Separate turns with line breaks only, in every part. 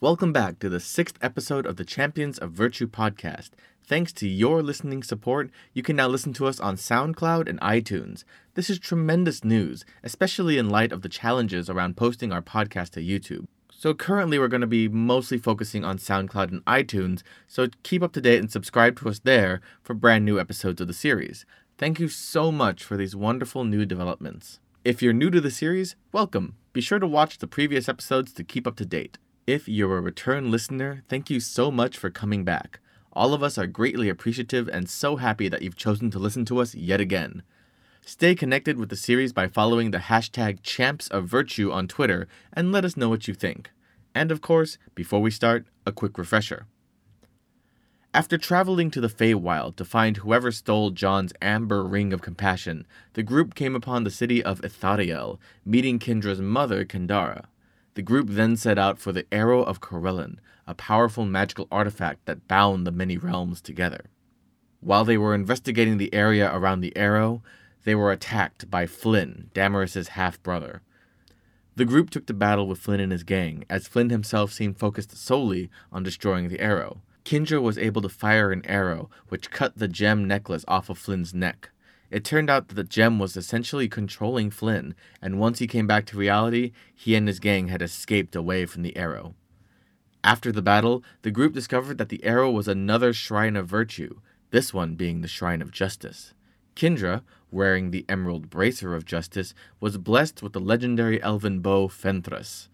Welcome back to the sixth episode of the Champions of Virtue podcast. Thanks to your listening support, you can now listen to us on SoundCloud and iTunes. This is tremendous news, especially in light of the challenges around posting our podcast to YouTube. So, currently, we're going to be mostly focusing on SoundCloud and iTunes, so keep up to date and subscribe to us there for brand new episodes of the series. Thank you so much for these wonderful new developments. If you're new to the series, welcome. Be sure to watch the previous episodes to keep up to date. If you're a return listener, thank you so much for coming back. All of us are greatly appreciative and so happy that you've chosen to listen to us yet again. Stay connected with the series by following the hashtag Champs of Virtue on Twitter and let us know what you think. And of course, before we start, a quick refresher. After traveling to the Feywild to find whoever stole John's amber ring of compassion, the group came upon the city of Ithariel, meeting Kendra's mother, Kendara. The group then set out for the Arrow of Corellon, a powerful magical artifact that bound the many realms together. While they were investigating the area around the Arrow, they were attacked by Flynn, Damaris's half brother. The group took to battle with Flynn and his gang, as Flynn himself seemed focused solely on destroying the Arrow. Kindra was able to fire an arrow which cut the gem necklace off of Flynn's neck. It turned out that the gem was essentially controlling Flynn, and once he came back to reality, he and his gang had escaped away from the arrow. After the battle, the group discovered that the arrow was another shrine of virtue, this one being the shrine of justice. Kindra, wearing the emerald bracer of justice, was blessed with the legendary elven bow Fenthras.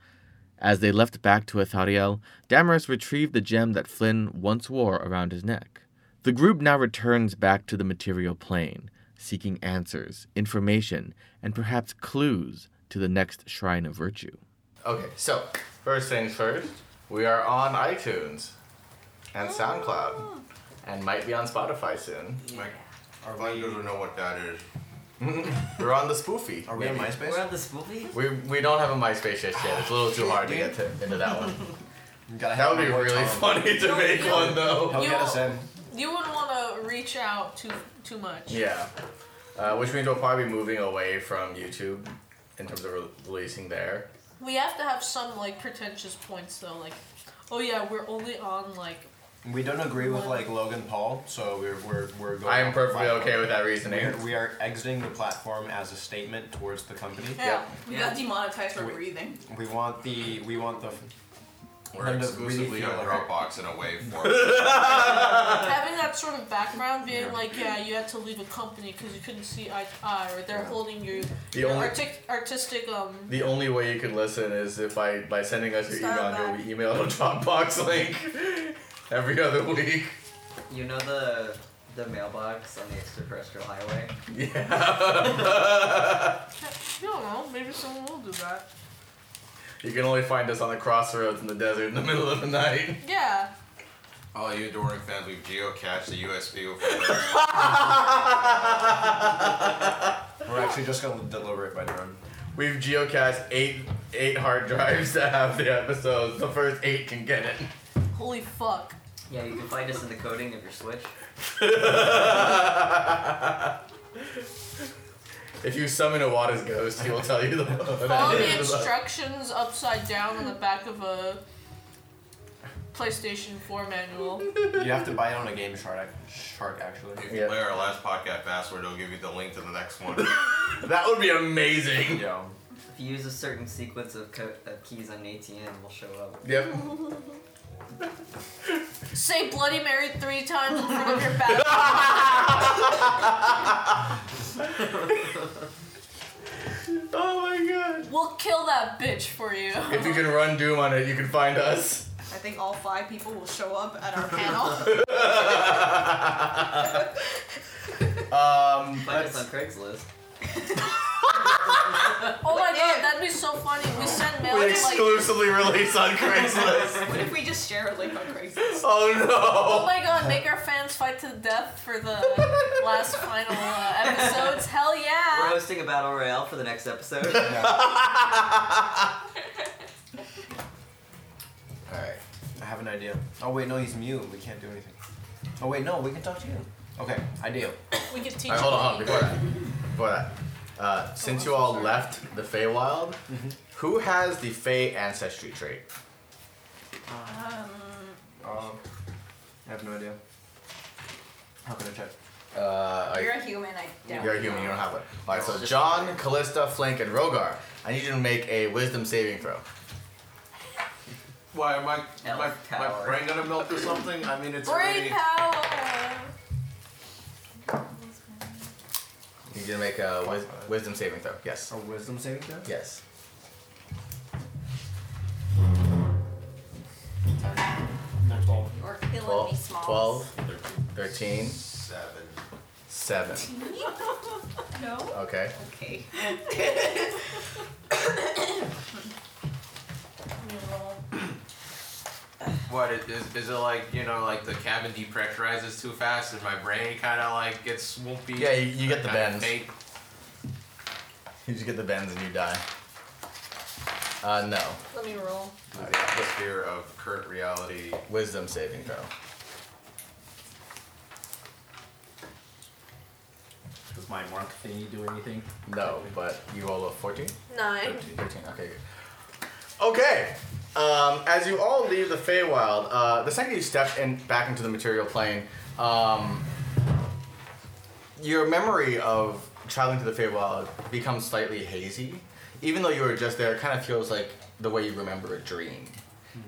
As they left back to Ethariel, Damaris retrieved the gem that Flynn once wore around his neck. The group now returns back to the material plane, seeking answers, information, and perhaps clues to the next Shrine of Virtue. Okay, so first things first, we are on iTunes and SoundCloud and might be on Spotify soon.
Like, our viewers don't know what that is.
We're on the spoofy.
Are we in
We're
MySpace?
at the spoofy?
We, we don't have a MySpace just yet. It's a little too hard to get to, into that one. That
Gotta have
would be
more
really
time.
funny to make one though.
He'll get us in.
You wouldn't want to reach out too too much.
Yeah. Uh, which means we'll probably be moving away from YouTube in terms of re- releasing there.
We have to have some like pretentious points though, like, oh yeah, we're only on like
We don't agree with like Logan Paul, so we're we're, we're going.
I am
off the
perfectly
platform.
okay with that reasoning.
We're, we are exiting the platform as a statement towards the company.
yeah, we
Yeah.
got demonetized for
We-
breathing.
We want the we want the
We're
Them to
exclusively
really feel
on
like-
Dropbox in a waveform.
Having that sort of background, being like, yeah, you had to leave a company because you couldn't see eye to eye, or they're holding you
The
your
only-
artic- artistic um.
The only way you can listen is if I by sending us your
Start
email
back.
address, we email a Dropbox link every other week.
You know the the mailbox on the extraterrestrial highway?
Yeah.
I don't know. Maybe someone will do that.
you can only find us on the crossroads in the desert in the middle of the night.
Yeah.
All you adoring fans, we've geocached the USB before.
we're actually just gonna deliver it by drone.
We've geocached eight eight hard drives that have the episodes. The first eight can get it.
Holy fuck.
Yeah, you can find us in the coding of your Switch.
If you summon a Wada's ghost, he will tell you the
Follow the instructions upside down on the back of a PlayStation 4 manual.
You have to buy it on a game shark shark actually.
If
Yeah.
you play our last podcast password, it'll give you the link to the next one.
That would be amazing.
Yeah.
If you use a certain sequence of, co- of keys on an ATM, we'll show up.
Yep.
Say Bloody Mary three times in front of your back.
Oh my god.
we'll kill that bitch for you.
If you can run Doom on it, you can find us.
I think all five people will show up at our panel.
Um,
Find us on Craigslist.
oh my god, that'd be so funny. We send mail
we
to like.
exclusively release on Craigslist.
What if we just share a link on Craigslist?
Oh
Oh
my god, make our fans fight to the death for the last final uh, episodes. Hell
We're
yeah!
hosting a battle royale for the next episode.
All right. I have an idea. Oh wait, no, he's mute. We can't do anything. Oh wait, no, we can talk to you. Okay, idea.
We could teach
no. Alright, hold on, hold on.
you.
Before that. Before that. Uh, since you
Mm-hmm.
all left the Feywild, who has the Fey ancestry trait?
Um,
Um, I have no idea. How can I check?
Uh,
you're a human. I doubt.
You're a human. You don't have one. All right. So John, Callista, Flank, and Rogar. I need you to make a Wisdom saving throw.
Why am I?
Elf
My, my
power.
brain gonna melt or something? I mean, it's
Brain
already.
power.
You need to make a wis- Wisdom saving throw. Yes.
A wisdom saving throw?
Yes.
You're killing me,
12,
small.
12, 13,
Seven.
7.
No.
Okay.
Okay.
What is, is is it like? You know, like the cabin depressurizes too fast, and my brain kind of like gets swoopy.
Yeah, you, you get the
Kinda
bends.
faint?
You just get the bends and you die. Uh, no.
Let me roll.
The atmosphere of current reality.
Wisdom saving throw.
Does my mark thingy do anything?
No, but you roll a 14?
Nine.
13. 13. Okay, good. Okay. Um, as you all leave the Feywild, uh, the second you step in back into the material plane, um, your memory of traveling to the Feywild becomes slightly hazy. Even though you were just there, it kind of feels like the way you remember a dream.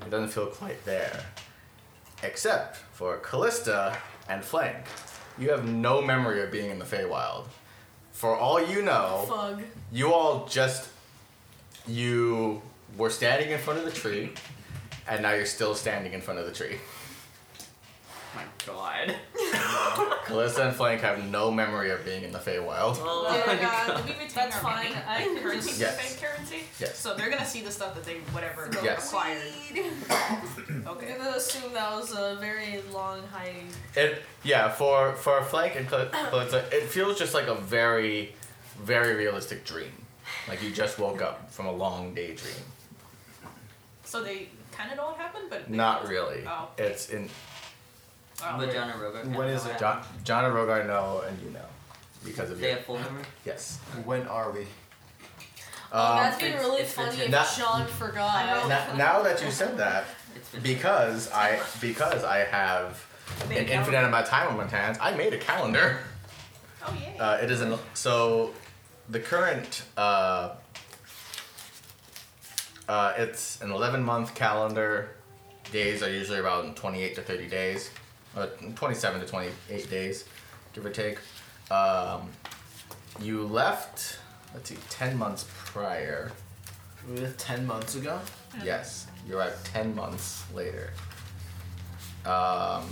It doesn't feel quite there. Except for Callista and Flank. You have no memory of being in the Feywild. For all you know,
Fug.
you all just you were standing in front of the tree and now you're still standing in front of the tree
My God.
Calista and Flank have no memory of being in the Feywild.
Oh
Yeah,
my
God.
God.
We retain
That's
our
fine.
money.
I can just.
Currency.
Yes.
Fake currency.
Yes.
So they're gonna see the stuff that they whatever they
Yes.
acquired.
I'm
Okay.
gonna assume that was a very long high.
It yeah, for for Flank and Cal- Calista, it feels just like a very very realistic dream. Like you just woke up from a long daydream.
So they kind of know what happened, but they
Not really.
Oh.
It's in
Oh,
The
wait.
John and Robo.
What is it,
John, John and Rogar know and you know because of
They
your
have full memory.
yes.
When are we?
Oh, that's
Um,
been
it's-
really
it's
funny if
been- Not-
Sean forgot.
now, now that you said that,
It's been
Because I because I have
Made a
an infinite
calendar.
amount of time on my hands, I made a calendar.
Oh yeah.
Uh, it isn't so. The current uh, uh, it's an eleven month calendar. Days are usually around twenty eight to thirty days, uh, twenty seven to twenty eight days, give or take. Um, you left. Let's see, ten months prior.
We were Ten months ago.
Yes, you're at 10 months later. Um,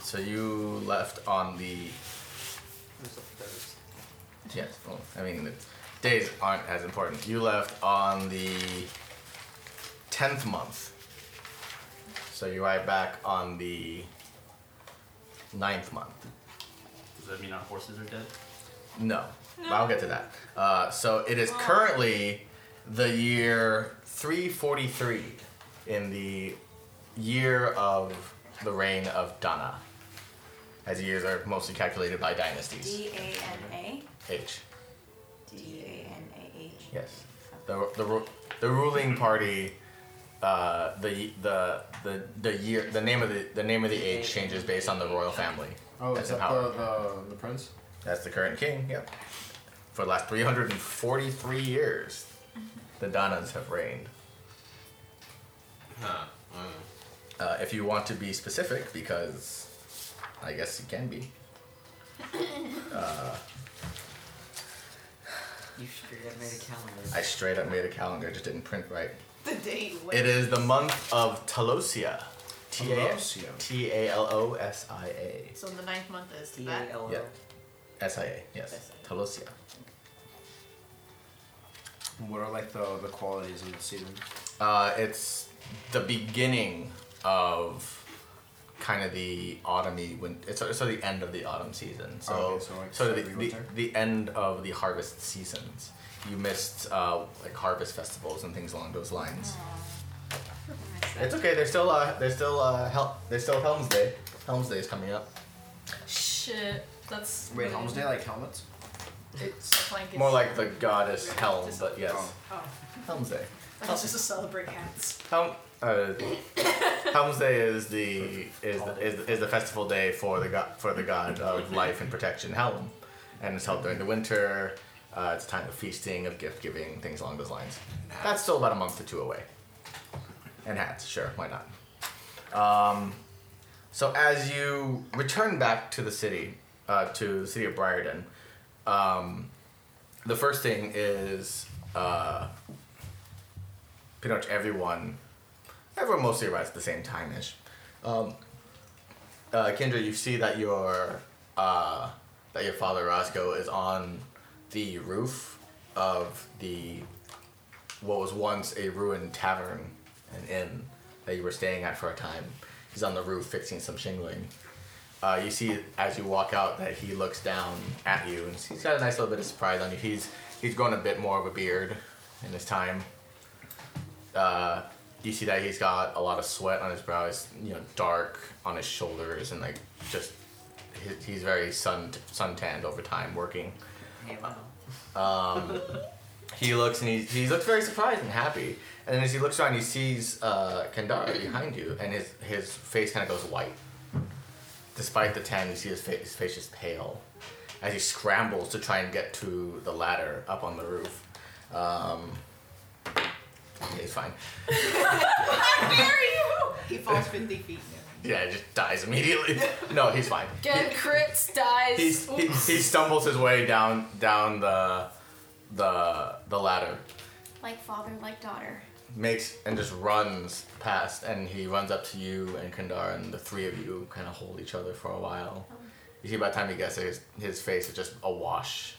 so you left on the. Yes, well, I mean, the days aren't as important. You left on the 10th month. So you arrived back on the 9th month.
Does that mean our horses are dead?
No, but I'll get to that. Uh, so it is currently the year 343 in the year of the reign of Dana, as years are mostly calculated by dynasties.
D A N A.
H.
D A N A H.
Yes. The, the, ru- the ruling party, uh, the, the, the, the year, the name of the, the name of the age changes based on the royal family.
Oh,
that's
is
in
that
power.
the, the the prince?
That's the current king, yep. For the last 343 years, the Donnas have reigned.
Huh.
Uh, if you want to be specific, because I guess you can be.
You straight up made a calendar.
I straight up made a calendar, just didn't print right.
The date. What?
It is the month of Talosia. T A
Talosia.
T A L O S I A.
So the ninth month is
T
that.
A L O.
Yeah. S I A, yes. Talosia.
What are like the the qualities of the season?
Uh, it's the beginning of kind of the autumny win- it's sort of sort of the end of the autumn season. So
Okay, so like
sort of the,
slightly
the,
winter?
the end of the harvest seasons. You missed uh, like harvest festivals and things along those lines. It's okay. There's still uh, there's still uh, Hel- there's still Helm's Day. Helm's Day is coming up.
Shit. That's.
Wait,
really-
Helm's Day like helmets?
It's more like the goddess Helm, but yes,
Oh.
Oh.
Helm's Day.
Like it's just to celebrate cats.
How uh, Helmsday is the is the, is, the, is the festival day for the god for the god of life and protection Helm, and it's held during the winter. Uh, it's a time of feasting, of gift giving, things along those lines. That's still about a month or two away. And hats, sure, why not? Um, so as you return back to the city, uh, to the city of Briarden, um, the first thing is uh, pretty much everyone, everyone mostly arrives at the same time ish. Um, uh, Kendra, you see that your uh, that your father Roscoe is on the roof of the what was once a ruined tavern and inn that you were staying at for a time. He's on the roof fixing some shingling. Uh, you see as you walk out that he looks down at you and he's got a nice little bit of surprise on you. He's he's grown a bit more of a beard in his time. Uh, you see that he's got a lot of sweat on his brow. It's you know dark on his shoulders and like just he- he's very sun suntanned over time working.
Hey, wow.
Um, he looks and he, he looks very surprised and happy. And then as he looks around, he sees uh, Kandara behind you, and his his face kind of goes white. Despite the tan, you see his face, his face is pale as he scrambles to try and get to the ladder up on the roof. Um, yeah, he's fine.
He falls 50 feet.
Yeah, he just dies immediately. no, he's fine.
Get crits, dies.
He's, he, he stumbles his way down down the the the ladder
like father, like daughter.
makes and just runs past and he runs up to you and Kandar and the three of you kind of hold each other for a while. You see by the time he gets there, his, his face is just awash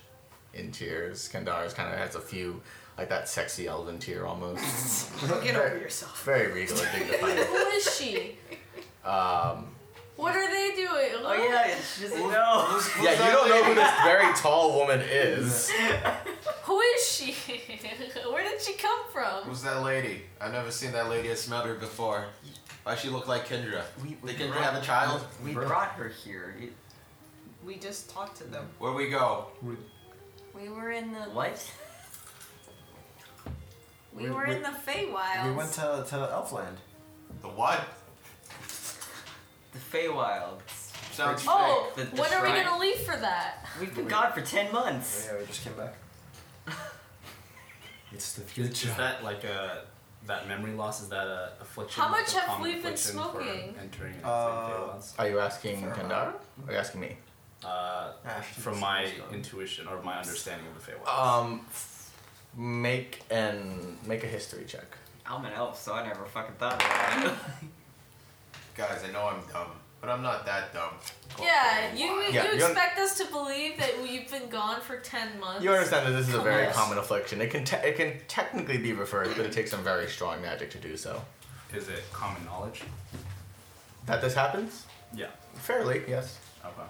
in tears. Kandar's kind of has a few, like that sexy elven tear almost.
Get over yourself.
Very regal and dignified.
Who is she?
Um,
What are they doing?
Oh yeah, she doesn't know.
yeah, you don't know who this very tall woman is.
Who is she? Where did she come from?
Who's that lady? I've never seen that lady. I smelled her before. Why she look like Kendra?
We, we
Did Kendra
brought-
have a child?
We brought her here. You- We just talked to them.
Where we go?
We were in the
What?
we,
We-
were
we-
in the Feywilds.
We went to, to Elfland.
The what?
The Feywilds.
Sounds
Oh,
The- the
when are we
shrine.
gonna leave for that?
We've been gone for ten months.
Oh, Yeah, we just came back.
It's the future. Is that like a that memory loss? Is that a affliction?
How
like
much
a
have
common
we been
affliction for
smoking?
Entering an
Uh,
phase?
Are you asking Kandar? Are you asking me?
uh,
Ashton
from my
Simpson.
intuition or my understanding of the Feywild.
Um, make an make a history check.
I'm an elf, so I never fucking thought of that.
Guys, I know I'm dumb, but I'm not that dumb.
Yeah, you
Yeah,
you
you un-
expect us to believe that you've been gone for ten months?
You understand that this is a very
Yes.
common affliction. It can te- it can technically be referred, but it takes some very strong magic to do so.
Uh,
Is it common knowledge?
That this happens
Yeah.
fairly, yes.
Okay.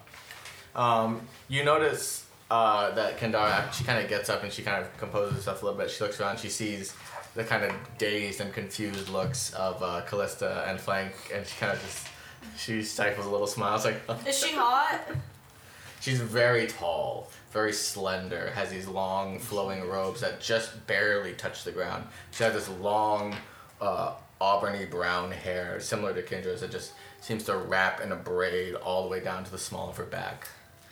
Um, you notice uh, that Kendara act- she kind of gets up and she kind of composes herself a little bit. She looks around, she sees the kind of dazed and confused looks of uh, Callista and Flank, and she kind of just she stifles a little smile. It's like uh,
Is she hot?
She's very tall, very slender, has these long flowing robes that just barely touch the ground. She has this long uh, auburny brown hair, similar to Kendra's, that just seems to wrap in a braid all the way down to the small of her back.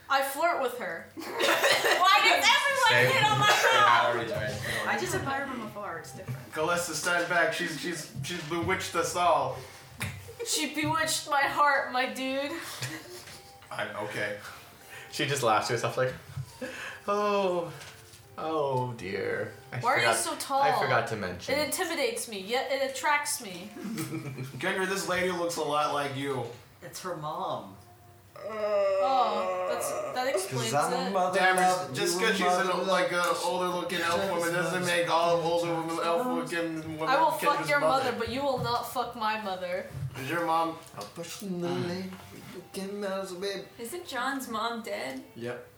I flirt with her. Why does
Same.
everyone hit on my mouth?
I just admire from afar. It's different.
Calista, stand back. She's she's she's bewitched us all.
She bewitched my heart, my dude.
I'm okay.
She just laughs to herself like, oh, oh dear. I
Why are you
forgot-
so tall?
I forgot to
It
mention.
intimidates me, yet it attracts me.
Kendra, this lady looks a lot like you.
It's her mom.
Oh, that's that explains
Cause I'm a
it.
mother
Damn,
love,
it's- just
you a
because she's an,
mother
like an
love.
older looking elf woman doesn't make all older women elf looking women.
Um, I will fuck
Kendra's
your mother, but you will not fuck my mother.
Is your mom?
I'm pushing the lane, you can as a babe.
Isn't John's mom dead?
Yep.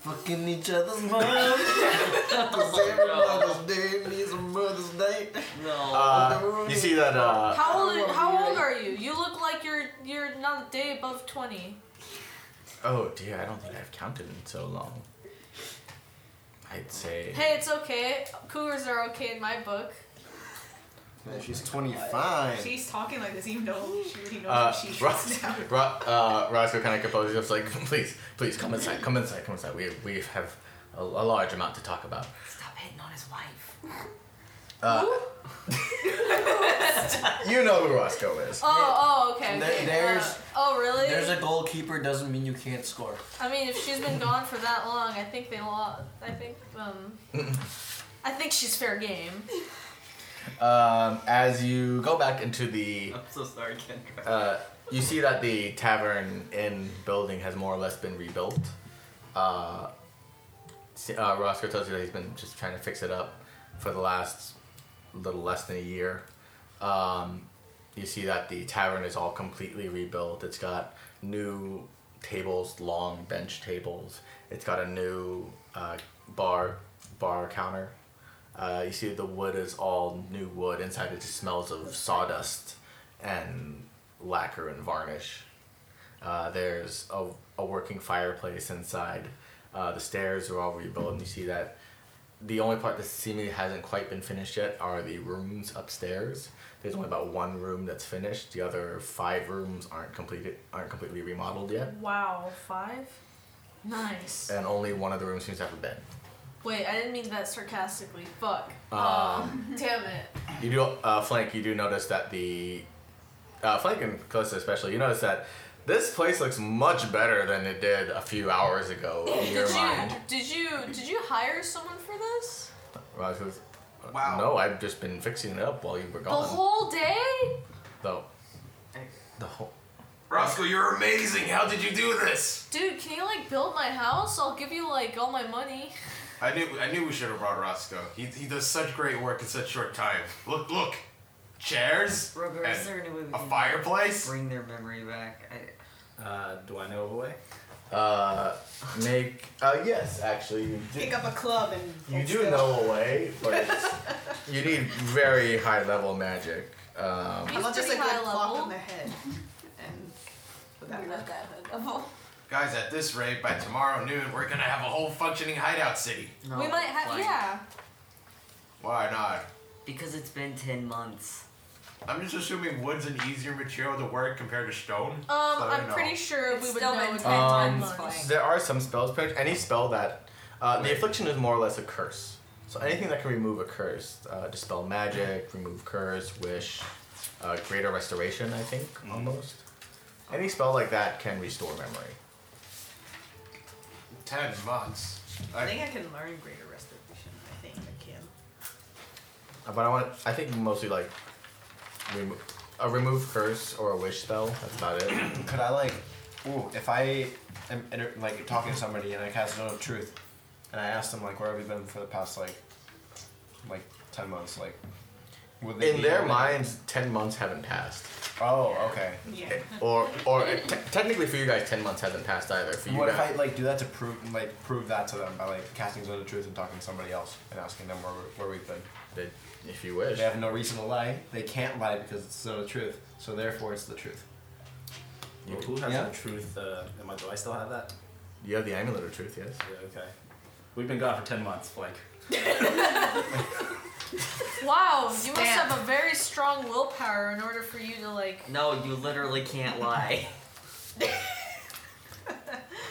Fucking each other's moms. Cause every mother's day needs a mother's day.
No.
Uh, you see that uh,
How old?
Oh,
How old
yeah.
are you? You look like you're you're not a day above twenty.
Oh dear, I don't think I've counted in so long. I
I'd say.
Hey, it's okay. Cougars are okay in my book.
Yeah, she's 25.
She's talking like this, even though she already knows
Uh,
what she
Ros-
is now.
Ro- uh, Roscoe kind of composes himself, like, please, please, come inside, come inside, come inside. We, we have a, a large amount to talk about.
Stop hitting on his wife.
Uh, you know who Roscoe is.
Oh, oh, okay.
There-
okay.
there's-
Uh, oh, really?
There's a goalkeeper doesn't mean you can't score.
I mean, if she's been gone for that long, I think they lost. I think um. I think she's fair game.
Um, as you go back into the,
I'm so sorry, Kendra.
uh, you see that the tavern inn building has more or less been rebuilt. Uh, s- uh, Roscoe tells you that he's been just trying to fix it up for the last little less than a year. Um, you see that the tavern is all completely rebuilt. It's got new tables, long bench tables. It's got a new uh, bar bar counter. Uh, you see the wood is all new wood. Inside it just smells of sawdust and lacquer and varnish. Uh, there's a, a working fireplace inside. Uh, the stairs are all rebuilt, and you see that the only part that seemingly hasn't quite been finished yet are the rooms upstairs. There's only about one room that's finished. The other five rooms aren't completed, aren't completely remodeled yet,
Wow, five. Nice.
Uh,
and only one of the rooms seems to have a bed.
Wait, I didn't mean that sarcastically. Fuck.
uh,
Um,
Damn it.
you do, uh, Flank. You do notice that the uh, Flank and Calista especially. You notice that this place looks much better than it did a few hours ago in your
Did you
mind.
did you did you hire someone for this?
Roz goes,
Wow.
No, I've just been fixing it up while you were
The
gone.
whole day?
Though. The whole.
Roscoe, you're amazing. How did you do this?
Dude, can you like build my house? I'll give you like all my money.
I knew. I knew we should have brought Roscoe. He, he does such great work in such short time. Look, look, chairs,
Roger, is there any way we can
fireplace.
bring their memory back? I,
Uh, do I know of a way?
Uh, make. Uh, yes, actually, you do,
Pick up a club and
you do know a way, but it's, you need very high level magic. Um,
He's pretty high level.
head.
And
We're not that high level.
Guys, at this rate, by tomorrow noon, we're gonna have a whole functioning hideout city.
no,
we might have
like,
yeah.
Why not?
Because it's been ten months.
I'm just assuming wood's an easier material to work compared to stone.
Um, I'm pretty sure
It's
we would
still
know
been
in
ten
ten
times
months.
Um, There are some spells, pretty much any spell that uh, the affliction is more or less a curse. So anything that can remove a curse, uh, dispel magic, remove curse, wish, uh, greater restoration, I think
Mm-hmm.
almost. Any spell like that can restore memory.
Ten months.
I think I can learn greater restoration. I think I can.
Uh, But I want. I think mostly like remo- a remove curse or a wish spell. That's about it.
Could I like, ooh, if I am inter- like talking to somebody and I cast a note of truth, and I ask them like, where have you been for the past like, like ten months, like, would they
In
be
their
able to-
minds, ten months haven't passed.
Oh, okay.
Yeah.
Or, or te- technically for you guys, ten months hasn't passed either. For you
what if
guys,
I like do that to prove like prove that to them by like casting zone of truth and talking to somebody else and asking them where, we- where we've been?
that- if you wish.
They have no reason to lie. They can't lie because it's zone of truth. So therefore, it's the truth.
Well, who has
Yeah.
the truth? Uh, am I, do I still have that?
You have the amulet of truth, yes.
Yeah, okay. We've been gone for 10 months, like.
Wow, you must
Stamp.
have a very strong willpower in order for you to like.
No, you literally can't lie.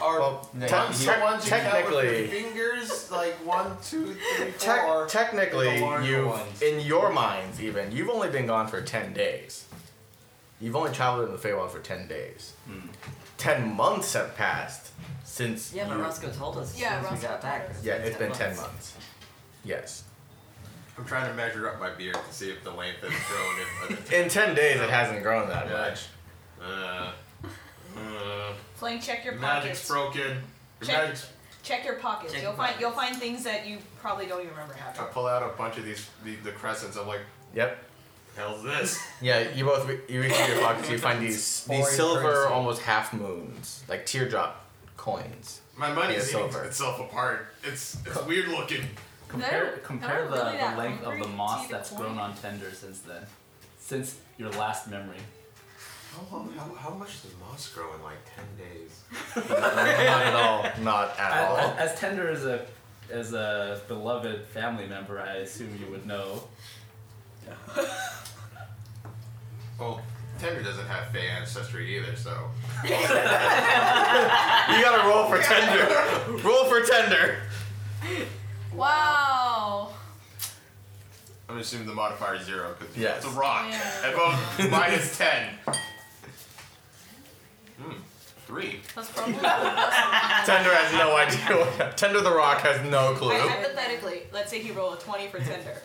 Or well,
no,
te-
you-
te-
you-
technically,
Fingers like one, two, three,
tec- technically,
the larger
you
ones.
in your minds even you've only been gone for ten days. You've only traveled in the Feywild for ten days.
Hmm.
Ten months have passed since.
yeah, but
you-
Roscoe told us as
Yeah,
soon as we
Roscoe
got back.
Yeah, it's been ten months. Yes.
I'm trying to measure up my beard to see if the length has grown. If,
In ten days, it hasn't grown that
Yeah.
much.
uh, uh,
Flank, check your
magic's
pockets.
broken. The
Check.
Magic's,
check your pockets.
Check
you'll
your
find
pockets.
you'll find things that you probably don't even remember
I
having.
pull out a bunch of these the, the crescents. I'm like,
Yep.
hell's this?
Yeah, you both re- you reach into your pockets. You find these these
Foreign
silver,
currency.
almost half moons, like teardrop coins.
My money's
It's
eating
over.
itself apart. It's it's weird looking.
Compare,
They're-
compare
they're
the,
really that
the length of
hungry
the
to
moss
eat a
that's
coin.
grown on Tender since then. Since your last memory.
How, long, how, how much does moss grow in like ten days?
not at all. Not at
As,
all.
as, as Tender is a as a beloved family member, I assume you would know.
Well, Tender doesn't have Fey ancestry either, so.
You gotta roll for tender. roll for tender.
Wow.
I'm assuming the modifier is zero because
Yes.
it's a rock.
Yeah.
Above minus ten. Hmm. Three.
That's probably. I,
Tender has no idea. What, tender the rock has no clue.
hypothetically, let's say he rolled a 20 for Tinder.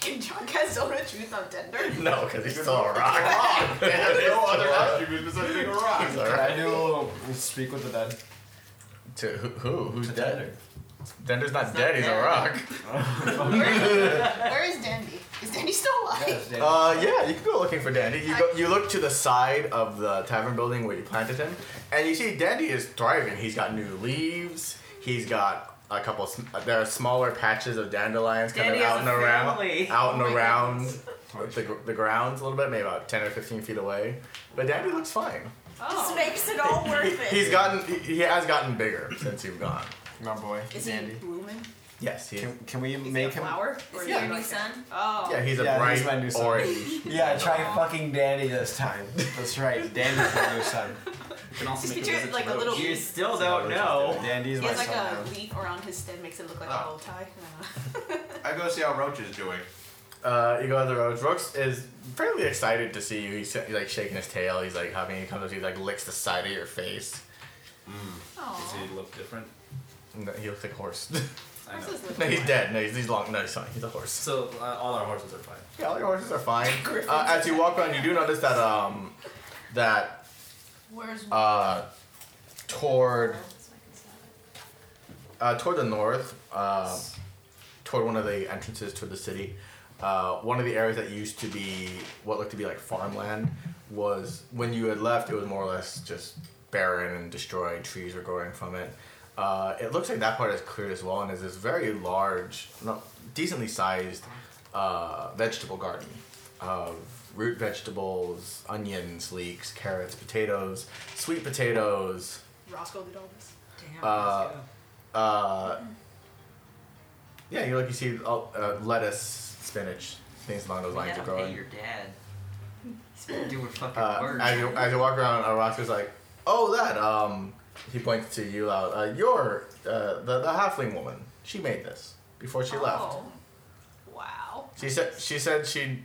Can John Cazona choose on Tinder?
No, because he's still a rock.
Rock. They have no
It's a
other
rock.
attribute besides being a rock.
He's a
Can
rock.
I do a little speak with the dead?
To who? who? Who's
To
dead?
Tender.
Dender's not dead. He's a rock.
Where is Dandy? Is Dandy still alive?
Yes, Danny.
Uh, yeah, you can go looking for Dandy. You go, you look to the side of the tavern building where you planted him, and you see Dandy is thriving. He's got new leaves. He's got a couple. sm- There are smaller patches of dandelions kind
Dandy
of out
has
and
a
around,
family.
out and
my
around the, gr- the grounds a little bit, maybe about ten or fifteen feet away. But Dandy looks fine.
This makes it all worth
He's gotten. He he has gotten bigger since you've gone.
My boy.
Is
Dandy.
he blooming?
Yes, he.
Can, can we
Is he a
make him?
flower? Or is
Yeah.
he a new sun? Oh.
Yeah, he's a
Yeah, he's my
bright
new son.
orange.
Yeah, try fucking Dandy this time. That's right. Dandy's my new son.
You can also
Just
make a
picture it
visit
like
to
a
Rhodes.
little
You
leaf.
still don't know.
Dandy's
He
my
has like
son
a
now.
leaf around his head, makes it look like a
Oh.
bow tie. I don't know.
I go see how Roach is doing.
Uh, you go to the road. Brooks is fairly excited to see you. He's, he's like shaking his tail. He's like having he comes up to you, like licks the side of your face.
Does
Aw.
he look different?
No, he looks like a horse.
I know.
Horses look
no, he's
alike.
dead. No, he's, he's long. No, he's fine. He's a horse.
So uh, all our horses are fine.
Yeah, all your horses are fine. Uh, as you walk around, you do notice that um, that
Where's
uh, toward uh, toward the north, uh, toward one of the entrances to the city, uh, one of the areas that used to be what looked to be like farmland was when you had left, it was more or less just barren and destroyed. Trees were growing from it. Uh, it looks like that part is cleared as well, and is this very large, no, decently sized uh, vegetable garden of root vegetables, onions, leeks, carrots, potatoes, sweet potatoes.
Roscoe did all this.
Damn.
Uh, uh, yeah, you like you see all- uh, lettuce, spinach, things along those lines
yeah,
are
Pay
growing.
your dad. He's been doing fucking
Uh,
work.
as you as you walk around, uh, Roscoe's like, "Oh, that." Um, he points to you out. Uh, you're uh, the the halfling woman. She made this before she left.
Oh. Wow.
She said she said she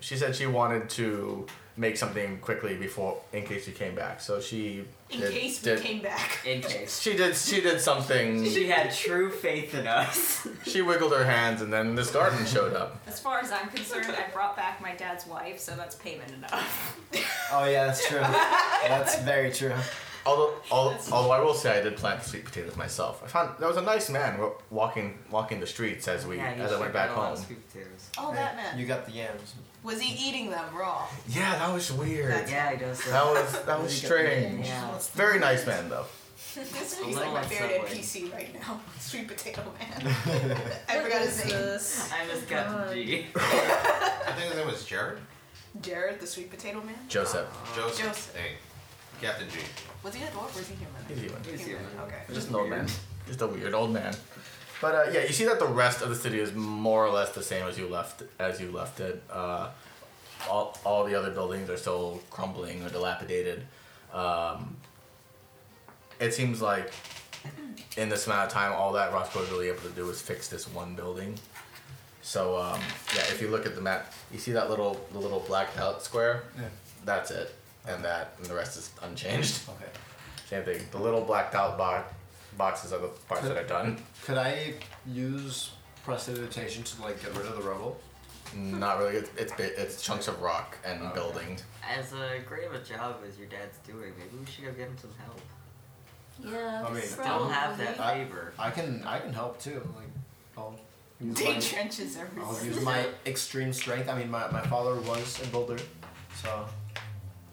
she said she wanted to make something quickly before in case you came back. So she
In
did-
case we
did-
came back.
In case.
She did she did something.
She had true faith in us.
She wiggled her hands, and then this garden showed up.
As far as I'm concerned, I brought back my dad's wife, so that's payment enough.
Oh yeah, that's true. that's very true.
Although, al- although I will say I did plant sweet potatoes myself. I found there was a nice man wa- walking walking the streets as we
yeah, you
as I
should
went back
get a lot
home.
of sweet potatoes.
Oh, that man.
You got the yams.
Was he eating them raw?
Yeah, that was weird.
Yeah, he does.
That was that was strange.
Yeah.
Very nice man though.
This
A
is like
little
my
like
favorite
Subway.
NPC right now. Sweet Potato Man. I forgot his name.
I miss Captain G.
I think his name was Jared.
Jared, the Sweet Potato Man.
Joseph.
Joseph.
Joseph.
Hey, Captain G.
Was he a dwarf or is he human?
He's human.
He's human.
Okay.
Just an old man. Just a weird old man. But uh, yeah, you see that the rest of the city is more or less the same as you left as you left it. Uh, all, all the other buildings are still crumbling or dilapidated. Um, it seems like in this amount of time, all that Roscoe was really able to do was fix this one building. So um, yeah, if you look at the map, you see that little the little blacked out square.
Yeah.
That's it, and that and the rest is unchanged.
Okay.
Same thing. The little blacked out bo- boxes are the parts that are done.
Could I use prestidigitation to like get rid of the rubble?
Not really. It's it's, bi- it's chunks of rock and building.
As uh, great of a job as your dad's doing, maybe we should go get him some help.
Yeah.
I mean,
Don't have that
I-
favor.
I can I can help too. Like I'll use
Day
my,
trenches everywhere.
I'll use my extreme strength. I mean my, my father was in Boulder, so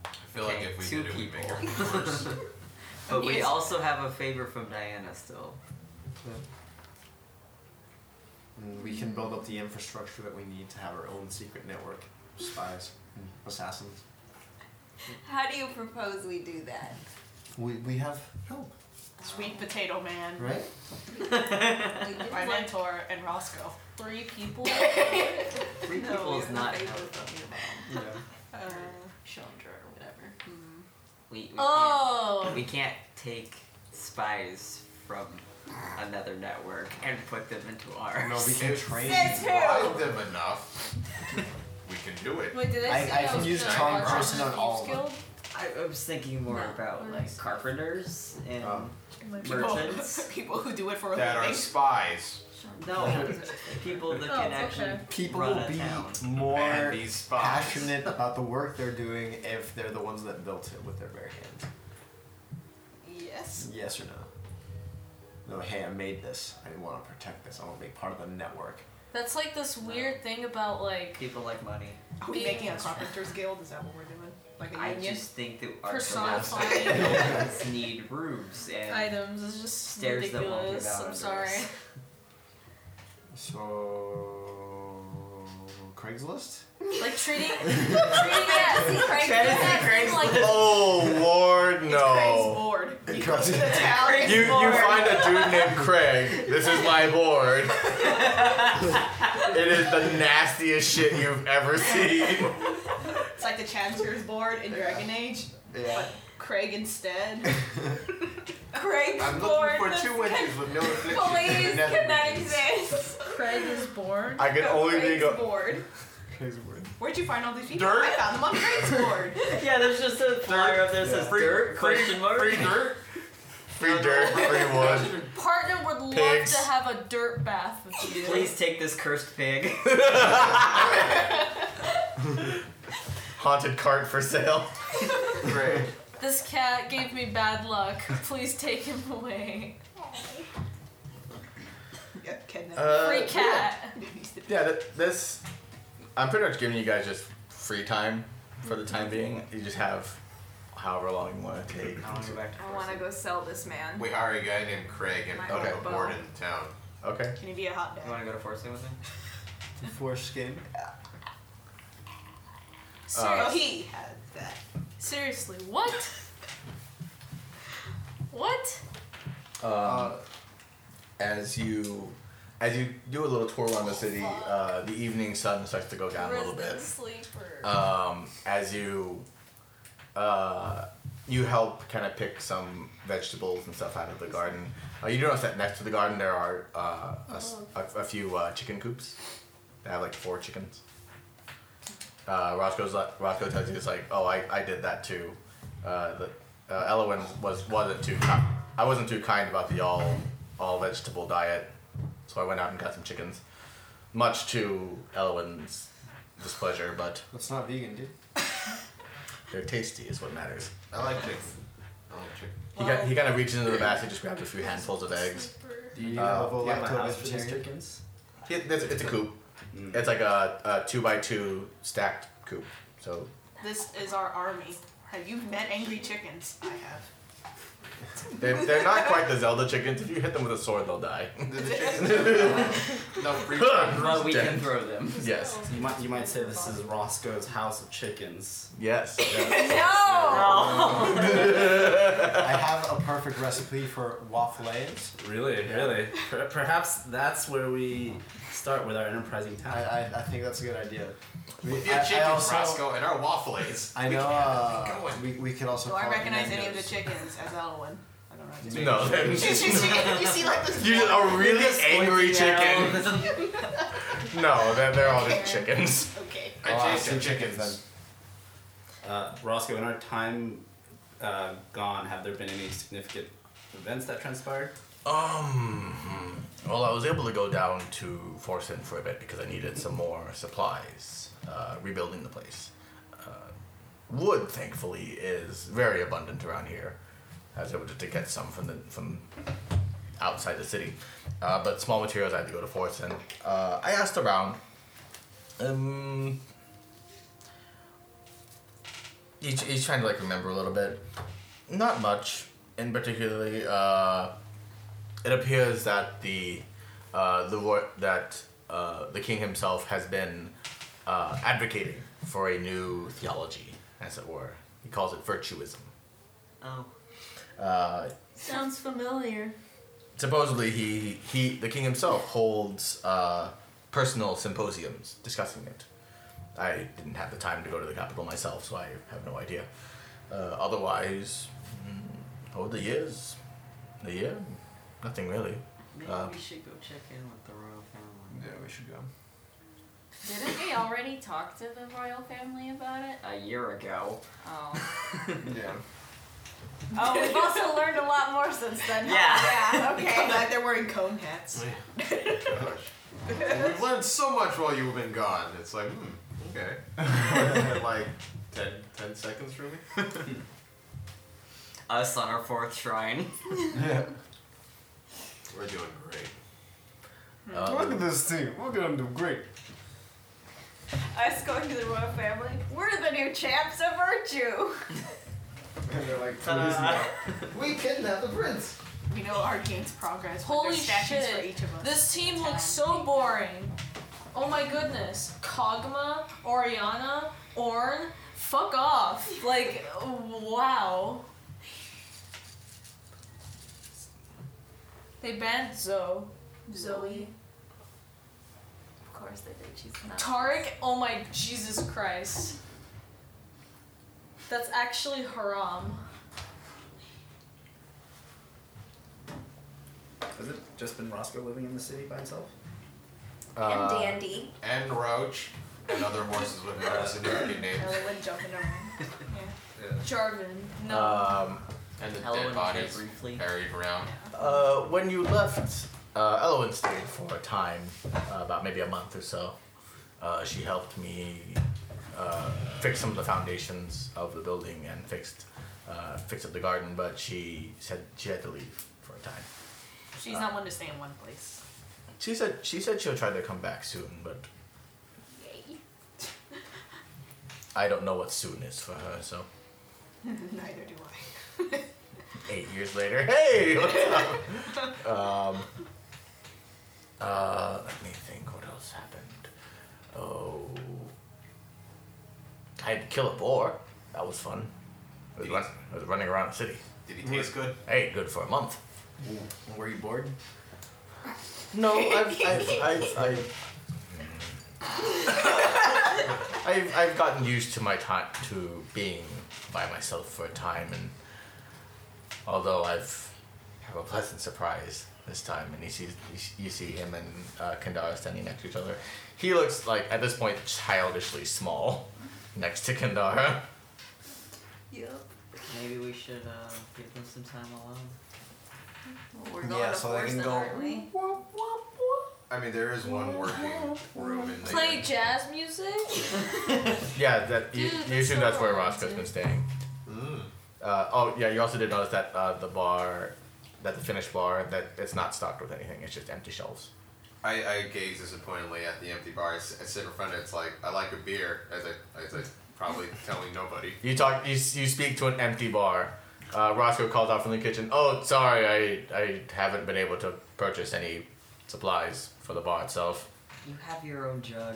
I feel like
Okay,
if we
two
did it, we'd make
people.
it worse.
But we
Yes.
also have a favor from Diana still.
mm, we can build up the infrastructure that we need to have our own secret network. of Spies, and assassins.
How do you propose we do that?
We, we have help.
Sweet Potato Man,
Right?
my mentor, and Roscoe.
Three people.
Three
No,
people is
you're
not
not
enough.
Yeah.
Uh,
Chandra or whatever.
We, we
Oh.
can't, we can't take spies from another network and put them into ours.
No, we can train.
Says who?
Buy them enough. we can do it.
Wait, did
I-
I say
I
that
can
was
use
the
charm
Archers
person on
Thieves
all of them.
Guild?
I, I was thinking more
No.
about like carpenters and
Um,
Oh.
people,
merchants.
people who do it for a
That are
living.
spies.
No, people that
Oh,
can
it's
actually
okay.
People
run
will
a
be
town.
more
and these spies.
passionate about the work they're doing if they're the ones that built it with their bare hands.
Yes.
Yes or no? No, hey, I made this. I want to protect this. I want to be part of the network.
That's like this weird thing about like
People like money.
Are we
Being
making a
a-
carpenter's guild? Is that what we're doing? Like a
I
union?
just think that our
Personifying.
buildings need roofs and
items is just
stairs that won't give
ridiculous.
out
I'm
under
sorry.
us.
So Craigslist.
like treating treating it Craigslist like
Oh Lord,
Craig's
no!
board. You go
Craig's-
to the town.
You you find a dude named Craig. This is my board. it is the nastiest shit you've ever seen.
It's like the Chancellor's board in Dragon Age.
Yeah.
Craig instead.
Craig's
I'm
board.
looking for
that's-
two winters with no affliction.
Please,
and nether
can that
regions.
exist? Craig is born.
I can only
Craig's
think of
board.
Craigslist.
Where'd you find all these people?
Dirt?
I found them on Craig's board.
Yeah, there's just a flyer up there that says
Yeah.
Free-
dirt
free-
question mark.
Free dirt.
free dirt, free wood.
Partner would love
Pigs.
to have a dirt bath with you.
Please take this cursed pig.
Haunted cart for sale.
Craig.
This cat gave me bad luck. Please take him away.
yep, kidnapped.
Uh,
Free cat.
Yeah, th- this. I'm pretty much giving you guys just free time for the time being. You just have however long you want to take.
I want to go back to
I want to go sell this man.
We hired a guy named Craig and
My
put him
bow.
aboard in town.
Okay.
Can you be a hot
You
dog?
Uh,
want to go to Forcing with him?
Foreskin.
Oh,
Uh,
he had that.
Seriously, what? What?
uh, as you as you do a little tour around the city, uh, the evening sun starts to go down a little
Resident
bit.
Sleeper.
um, as you uh, you help kind of pick some vegetables and stuff out of the garden. Uh, you do notice that next to the garden there are uh, a s- a- a few uh, chicken coops. They have like four chickens. Uh, Roscoe's like, Roscoe tells you it's like, oh, I, I did that too. Uh, the, uh, Elowin was wasn't too ki- I wasn't too kind about the all all vegetable diet, so I went out and got some chickens. Much to Elowin's displeasure, but
That's not vegan, dude.
they're tasty is what matters.
I like chicken. I like chicken.
He, got, he kind of reaches into the basket, just grabs a few handfuls of eggs.
Sleeper.
Do you need
Uh,
a level
yeah, my
lacto
house for these
vegetarian?
chickens.
It, it's, it's a coop. It's like a, a two by two stacked coop. So
This is our army. Have you met angry chickens? I have.
they're, they're not quite the Zelda chickens. If you hit them with a sword, they'll die.
The chicken. no free time.
Well, we
Dead.
can throw them.
Yes.
You might you might say this is Roscoe's house of chickens.
Yes.
I have a perfect recipe for waffle eggs.
Really, really. Per- perhaps that's where we start with our enterprising
I,
talent.
I, I think that's a good idea. We,
Few
I- I
chickens,
also-
Roscoe, and our waffles.
I know. Uh, we, we could also.
Do I
call it
recognize any of the
Nando's.
chickens as Elwyn? I don't recognize.
No. they're-
you see like this.
You're just a really angry chicken.
chicken.
No, they're, they're all just chickens.
Okay.
I
Oh, I
chased
see
some
chickens
chickens.
Uh, Roscoe, in our time uh, gone, have there been any significant events that transpired?
Um. hmm. Well, I was able to go down to Forsen for a bit because I needed some more supplies. Uh, rebuilding the place. Uh, wood, thankfully, is very abundant around here. I was able to, to get some from the from outside the city, uh, but small materials I had to go to Forsen. Uh, I asked around. Um. Each, each trying to like remember a little bit. Not much in particularly. Uh, it appears that the uh, the war- that uh, the king himself has been uh, advocating for a new theology, as it were. He calls it virtuism.
Oh,
Uh,
Sounds familiar.
supposedly he he the king himself holds uh, personal symposiums discussing it. I didn't have the time to go to the capital myself, so I have no idea. Uh, otherwise, mm, over the years, the year, nothing really.
Maybe
Uh,
we should go check in with the royal family.
Yeah, we should go.
Didn't we already talk to the royal family about it?
A year ago.
Oh.
Yeah.
Oh, we've also learned a lot more since then. huh?
Yeah.
Yeah,
I'm
okay.
glad they're wearing cone hats.
We've learned so much while you've been gone. It's like, hmm, okay. like 10, 10 seconds really?
Us on our fourth shrine.
We're doing great.
Look at this team. Look at them do great.
Us going to the royal family. We're the new champs of virtue.
And they're like,
Uh,
Ta-da.
we kidnapped the prince.
We know Arcane's progress. but
Holy
there's statues
shit.
For each of us.
This team looks so boring. Oh my goodness. Kogma, Oriana, Orn, fuck off. Like, wow. They banned Zoe.
Zoe. Of course they did. She's not.
Tarek, oh my Jesus Christ. That's actually haram.
Has it just been Roscoe living in the city by himself?
and
Uh,
Dandy.
And Roach and other horses with no significant names.
Ellen jumping around.
Jarvan, no.
Um,
And the
Helen
dead bodies
briefly.
carried around.
Uh, when you left, uh, Elwyn stayed for a time, uh, about maybe a month or so. Uh, she helped me uh, fix some of the foundations of the building and fixed uh, fix up the garden, but she said she had to leave for a time.
She's not one to stay in one place.
She said she said she'll try to come back soon, but
Yay.
I don't know what soon is for her. So
Neither do I.
eight years later, hey, what's up? um, uh, let me think. What else happened? Oh, I had to kill a boar. That was fun. I was,
Did
run,
he-
I was running around the city.
Did he taste good?
I ate good for a month.
Were you bored?
No, I've, I've, I've, I've, I've, I've gotten used to my time to being by myself for a time, and although I've have a pleasant surprise this time, and you see you see- you see him and uh, Kandara standing next to each other, he looks like at this point childishly small next to Kandara.
Yep.
Maybe we should uh, give them some time alone.
Well, we're going
Yeah,
to
so they
force
can
them,
go-
aren't we?
I mean, there is one working room in the.
Play jazz music?
Yeah, that you,
Dude, that's
you assume
so
that's where
romantic.
Roscoe's been staying.
Mm.
Uh, oh yeah, you also did notice that uh, the bar, that the finished bar, that it's not stocked with anything. It's just empty shelves.
I, I gaze disappointingly at the empty bar. I, s- I sit in front of it. It's like, I like a beer, as I, as I probably telling nobody.
You talk. You, s- you speak to an empty bar. Uh, Roscoe calls out from the kitchen. Oh, sorry, I I haven't been able to purchase any supplies for the bar itself.
You have your own jug.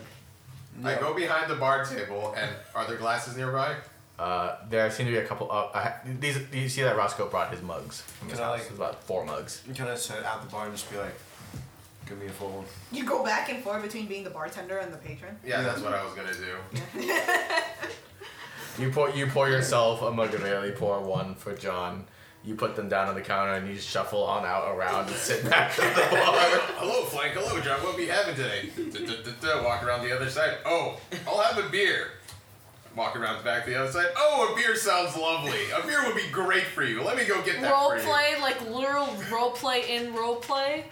I go behind the bar table, and are there glasses nearby?
Uh, there seem to be a couple. Uh, I, ha- these you see that Roscoe brought his mugs from his
Can I,
house.
like-
There's about four mugs.
Can I sit out the bar and just be like, give me a full one?
You go back and forth between being the bartender and the patron.
Yeah, that's what I was gonna do.
You pour you pour yourself a mug of ale. You pour one for John. You put them down on the counter and you shuffle on out around and sit back at the bar.
Hello, Flank. Hello, John. What we having today? D-d-d-d-d. Walk around the other side. Oh, I'll have a beer. Walk around the back to the other side. Oh, a beer sounds lovely. A beer would be great for you. Let me go get that for
Role
you.
play, like literal role play in role play.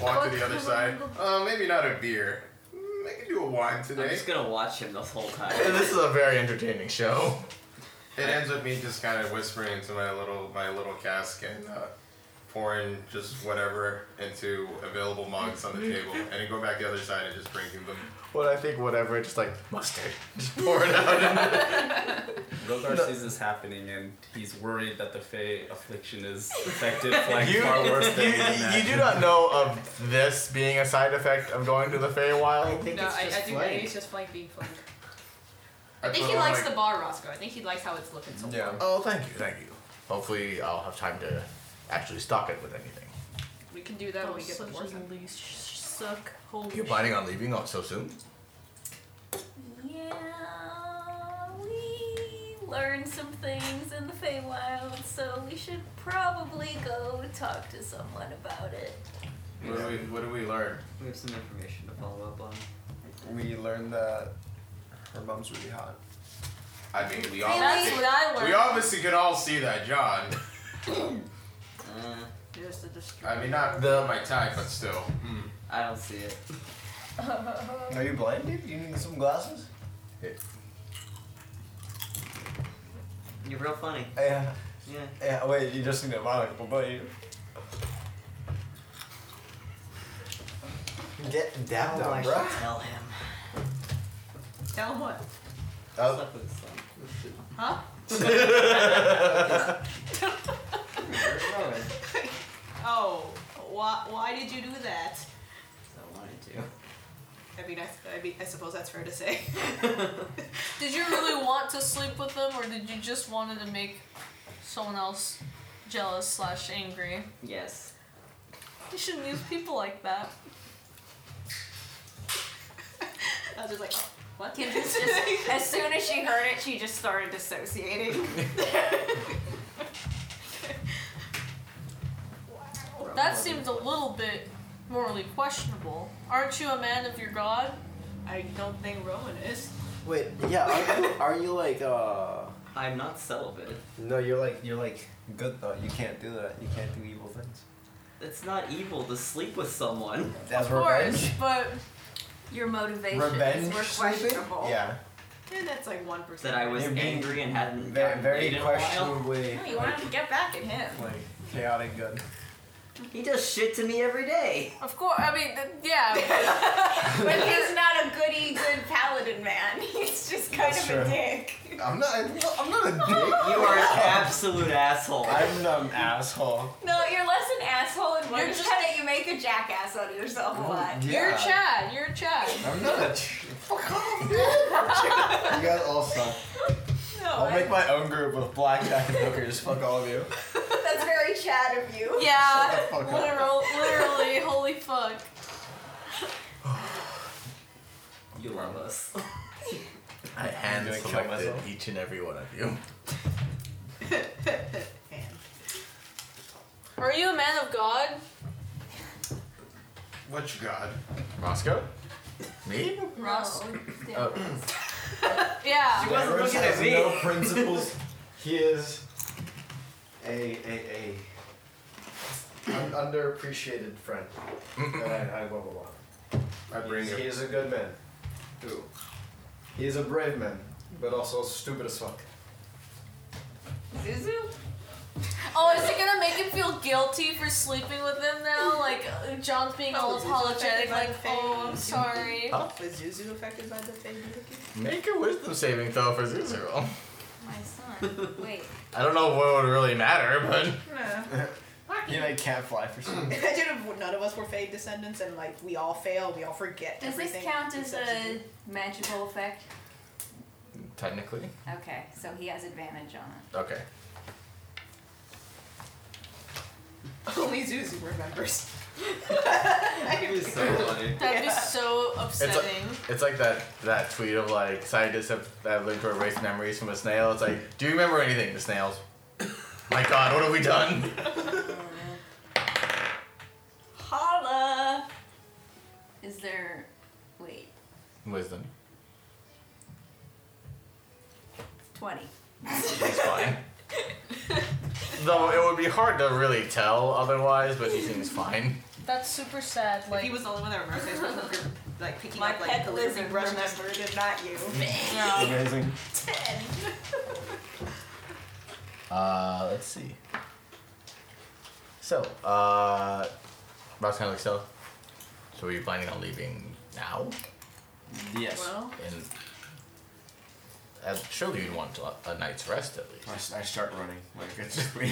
Walk to the other side. Uh, maybe not a beer. Mm, I can do a wine
I'm
today.
just gonna watch him this whole time.
this is a very entertaining show.
It ends with me just kind of whispering into my little my little cask and uh, pouring just whatever into available mugs on the table, and then go back the other side and just drinking them.
What I think, whatever, just like mustard, just pour it out.
Rogar sees this happening and he's worried that the Fey affliction is affected like
you,
far worse than
you,
we
you do
imagined.
not know of this being a side effect of going to the Feywild.
No, I, I do
flank.
think it's just flank being flank.
I
I think
put
he
on,
likes
like-
the bar, Roscoe. I think he likes how it's looking so far.
Oh, thank you, thank you. Hopefully, I'll have time to actually stock it with anything.
We can do that when we get the
Oh, such
force.
a leash suck. Holy
You're planning on leaving on so soon?
Yeah, we learned some things in the Feywild, so we should probably go talk to someone about it.
What do we What do we learn?
We have some information to follow up on.
We learned that her mom's really hot.
I mean,
Really?
we obviously,
That's what I learned.
we obviously could all see that, John.
Uh,
Just a distraction.
I mean, not the, my type, but still.
I don't see it.
Are you blind, dude? You need some glasses?
You're real funny.
Yeah.
Yeah.
Yeah. Wait, you just need a monocle, but you
Get dapped
Oh, I
on,
should
bro.
tell him.
Tell him what?
Oh.
Huh? oh, why, why did you do that?
I wanted to.
I mean, I, I, mean, I suppose that's fair to say.
Did you really want to sleep with them, or did you just wanted to make someone else jealous slash angry?
Yes.
You shouldn't use people like that.
I was just like, oh, what?
Kim just, just- as soon as she heard it, she just started dissociating.
That seems a little bit morally questionable. Aren't you a man of your god?
I don't think Rowan is.
Wait, yeah, are you, are you like, uh.
I'm not celibate.
No, you're like you're like good though. You can't do that. You can't do evil things.
It's not evil to sleep with someone.
That's
Of course, but
Your motivations
Revenge
were
sleeping?
questionable.
Yeah.
And that's like 1%.
That I was
You're being
angry and hadn't
Very,
gotten laid
very
in a while.
questionably
No, you
like,
wanted to get back at him.
like chaotic good.
He does shit to me every day.
of course, I mean, th- yeah.
But he's not a goody good paladin man. He's just kind
That's
of a
true.
dick.
I'm not. I'm not a dick.
You are an absolute asshole.
I'm not an asshole.
No, you're less an asshole and more
You're
just
just-
kind of you make a jackass out of yourself a lot.
You're
Oh, Yeah.
Chad. You're Chad.
I'm not a. Ch- Fuck off, dude. you guys all suck.
No,
I'll
I,
make my own group of blackjack and hookers. Fuck all of you.
That's very Chad of you.
Shut
Yeah.
the fuck up.
Literal, literally, holy fuck.
You love us.
I hand
gonna kill
selected
myself.
each and every one of you.
Are you a man of God?
Which god?
Roscoe? Me?
Russ?
Oh.
Uh,
Yeah.
wasn't
Davros
looking at
has
me.
no principles. he is a a a an underappreciated friend that I, I love a lot.
I bring
He's-
him.
He is a good man. Who? He is a brave man, but also stupid as fuck.
Zuzu?
Oh, is it gonna make him feel guilty for sleeping with them now? Like, uh, John's being all
Oh, he's
apologetic,
affected by
like,
the
oh, I'm
face.
sorry.
Oh.
was Zuzu affected by the thing?
Make a wisdom saving throw Oh, for Zuzu.
My son. Wait.
I don't know what would really matter, but.
Nah.
You know, I can't fly for some.
Imagine if none of us were Fade descendants and like we all fail, we all forget
Does this
everything.
count as
except
a
Zuzu.
magical effect?
Technically.
Okay, so he has advantage on it.
Okay.
Only Zuzu remembers.
That'd be so upsetting.
It's like that, that tweet of like scientists have, have learned to erase memories from a snail. It's like, do you remember anything? The snails. My god, what have we done?
Holla! Is there. Wait.
Wisdom.
20.
That's fine. Though it would be hard to really tell otherwise, but he seems fine.
That's super sad.
If
Like,
he was the only one that remembers, I suppose we were, like picking
My
up like
pet
the lizard
lizard
brush number, did not you.
yeah.
Amazing.
10.
Uh, let's see. So, uh, Ross kind of like so. So, are you planning on leaving now?
Yes.
Well,
And uh, surely you'd want a, a night's rest at least.
I, s- I start running. Like it's just me.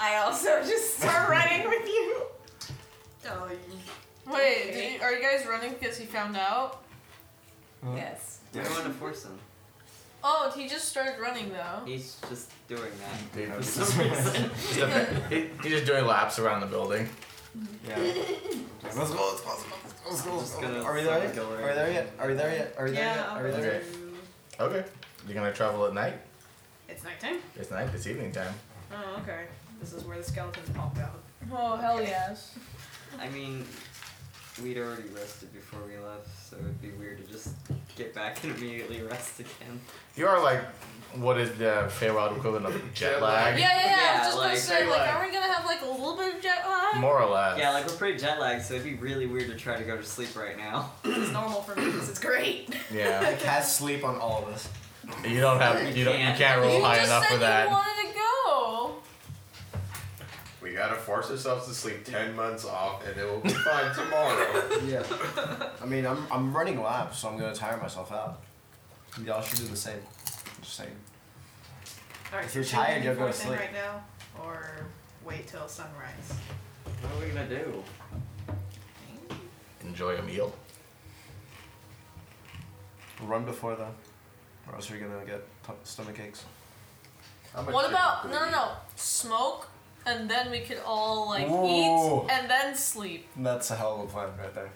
I also just start running with you.
oh,
Wait, do you, are you guys running because he found out?
Yes.
I don't want to force him.
Oh, he just started running though.
He's just doing
Dude,
that for some reason.
he- He's just doing laps around the building.
Yeah. let's go. Let's go. Let's go. Let's go. Let's go. Are we there yet? Are we there yet? Are we there yet? Are we there yet?
Yeah,
Are we there
Okay.
yet?
Okay. You're gonna travel at night.
It's nighttime?
It's night. It's evening time.
Oh, okay. This is where the skeletons popped out.
Oh hell yes.
I mean, we'd already rested before we left, so it'd be weird to just get back and immediately rest again.
You are like, what is the Feywild equivalent of jet lag?
Yeah, yeah, yeah. I
Yeah,
was just
like,
gonna say,
they
like,
like-
are we gonna have like a little bit of jet lag?
More or less.
Yeah, like we're pretty jet lagged, so it'd be really weird to try to go to sleep right now.
This is normal for me. This is great.
Yeah.
It has sleep on all of us.
You don't have. You don't. You can't roll
you
high
just
enough
said
for
you
that.
wanted to go.
We gotta force ourselves to sleep ten months off, and it will be fine tomorrow.
Yeah. I mean, I'm, I'm running laps, so I'm gonna tire myself out. Y'all should do the same. Just saying.
Alright,
If you're
so should we
tired, you'll go to
force in
sleep.
right now, or wait till sunrise.
What are we gonna do?
Enjoy a meal.
Run before though, or else you're gonna get t- stomach aches.
How much
What
did
about
we
no, no,
eat?
no, smoke, and then we could all like
Ooh.
eat and then sleep.
That's a hell of a plan right there.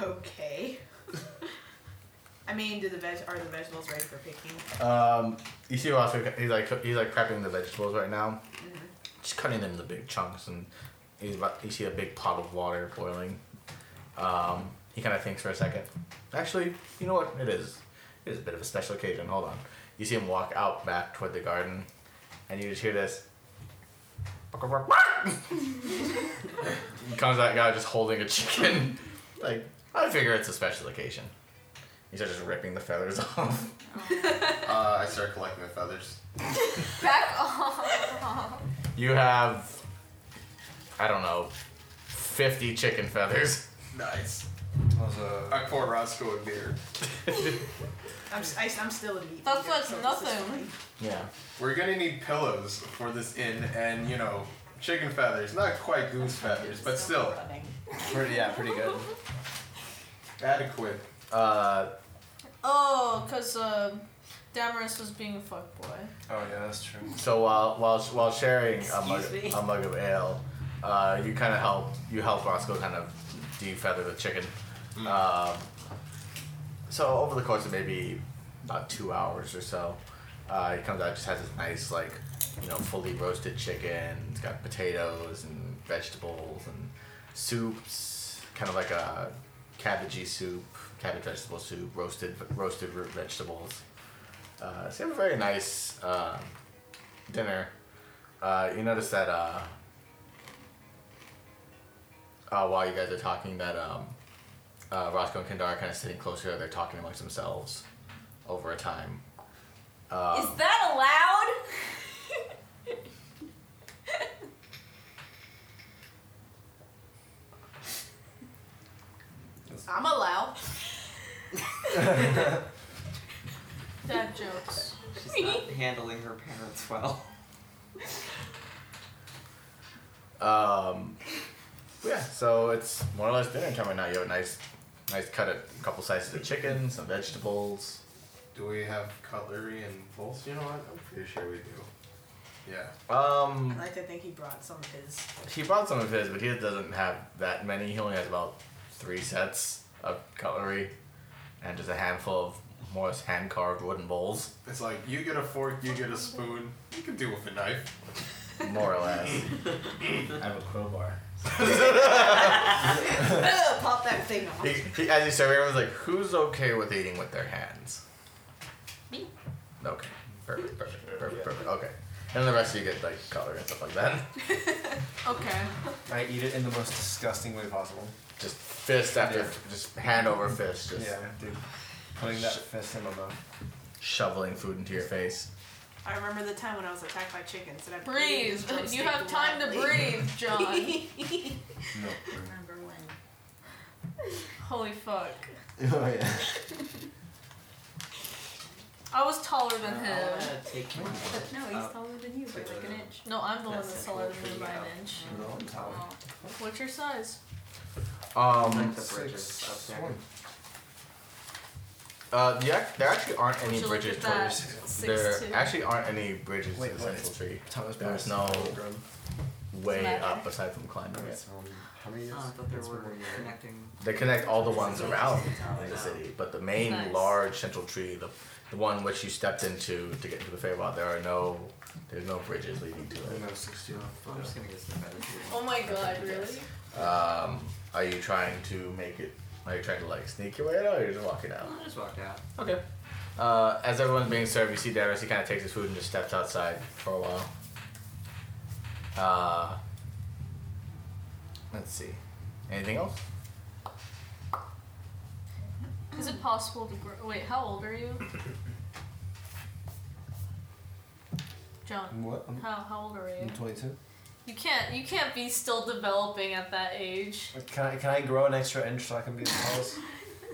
Okay. I mean, do the veg are the vegetables ready for picking?
Um, you see Roscoe, he's like he's like prepping the vegetables right now. Just cutting them into big chunks, and he's about, you see a big pot of water boiling. Um, he kind of thinks for a second. Actually, you know what? It is. It is a bit of a special occasion. Hold on. You see him walk out back toward the garden, and you just hear this. comes that guy just holding a chicken. Like I figure it's a special occasion. He's just ripping the feathers off.
Uh, I start collecting the feathers.
Back off.
You have, I don't know, 50 chicken feathers.
Nice.
Also,
I pour Roscoe a beer.
I'm s- I, am i am still a meat.
That's
eater,
like
so this is
nothing.
fine.
Yeah.
We're gonna need pillows for this inn, and you know, chicken feathers. Not quite goose feathers, but still
pretty yeah, pretty good.
adequate.
Uh,
Oh, cause um, Damaris was being a fuckboy.
Oh yeah, that's true.
so while while while sharing a mug,
Excuse me?
a mug of ale, uh, you kind of help you help Roscoe kind of defeather the chicken.
Mm.
Um, so over the course of maybe about two hours or so, uh, he comes out just has this nice like you know fully roasted chicken. It's got potatoes and vegetables and soups, kind of like a cabbagey soup, cabbage vegetable soup, roasted roasted root vegetables. Uh, so you have a very nice uh, dinner. Uh, you notice that uh, uh, while you guys are talking, that um, uh, Roscoe and Kendar are kind of sitting closer. together, They're talking amongst themselves over a time. Um,
Is that allowed?
I'm allowed.
Dad jokes.
She's not handling her parents well.
um, yeah, so it's more or less dinner time right now. You have a nice, nice cut of a couple slices of chicken, some vegetables.
Do we have cutlery and bowls? You know what? I'm pretty sure we do. Yeah.
Um,
I like to think he brought some of his.
He brought some of his, but he doesn't have that many. He only has about three sets of cutlery and just a handful of more hand carved wooden bowls,
It's like you get a fork, you get a spoon. You can do with a knife.
more or less.
I have a crowbar.
Ugh, pop that thing off.
he, he, as you serve, everyone's like, "Who's okay with eating with their hands?"
Me.
Okay. Perfect. Perfect. Perfect. Perfect. Okay. And the rest of you get like cutlery and stuff like that.
Okay.
I eat it in the most disgusting way possible.
Just fist after, just hand over fist, just
Yeah, dude. Putting that fist in my mouth.
shoveling food into your face.
I remember the time when I was attacked by chickens and I
Breathe.
breathed drumstick
You have time to
wildly.
breathe, John.
No.
Remember when?
Holy fuck.
oh yeah.
I was taller
Oh,
than
I
him.
wanna take my
No, he's
Uh,
taller than you by
like
like
an
an inch.
No, I'm the one
That's
that's
a
taller
cool
than him by an
figure.
inch.
No, I'm telling.
What's your size?
Um.
like the bridges up there.
one.
Uh, the ac- there actually aren't any
Would you look
bridges
at that?
towards.
Six,
There
two.
actually aren't any bridges
Wait,
to the
what?
central tree.
Thomas Paris.
There's no
Grum.
way
Matter.
up aside from climbing
Okay,
it.
so, um, how many years?
Oh, I thought there
It's
were
been a year.
connecting.
They connect all the ones around the
Nice.
city, but the main
Nice.
large central tree, the, the one which you stepped into to get into the Feywild, there are no there's no bridges leading to
I
it.
know, 60 off.
I'm just gonna get some better food.
Oh my god, really?
Um, are you trying to make it? Are you trying to like sneak your way out, or you're just walking out?
I just walked out.
Okay. Uh, as everyone's being served, you see Darius. He kind of takes his food and just steps outside for a while. Uh, let's see. Anything else?
Is it possible to grow? Wait, how old are you? John,
What? I'm,
how, how old are you?
I'm 22.
You can't you can't be still developing at that age.
Can I, can I grow an extra inch so I can be the tallest?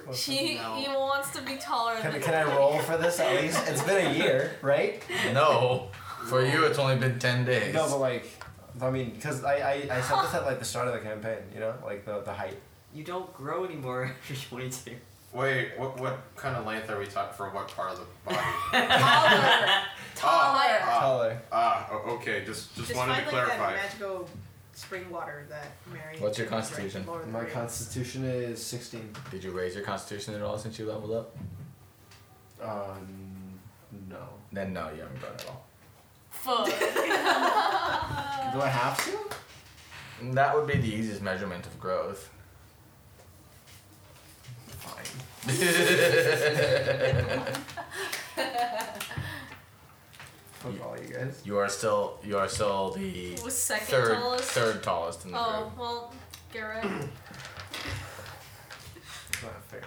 What's that?
She
No.
he wants to be taller
Can,
than
can I roll for this at least? It's been a year, right?
No. For you, it's only been ten days.
No, but like, I mean, because I, I, I said this at like the start of the campaign, you know? Like the, the height.
You don't grow anymore after 22.
Wait, what what kind of length are we talking for? What part of the body?
taller. taller.
Ah,
Taller.
ah, o- okay. Just just,
Just
wanted
find
to
like
clarify.
that magical spring water that Mary.
What's your
drank
constitution?
Lord of the
My
Rings.
constitution is 16.
Did you raise your constitution at all since you leveled up?
Um, no.
Then no, you haven't grown at all.
Fuck.
Do I have to?
That would be the easiest measurement of growth.
Fine. Fuck all you guys.
you are still you are still the
Was second
third
tallest.
third tallest in the
Oh
group.
well, Garrett.
It's not fair.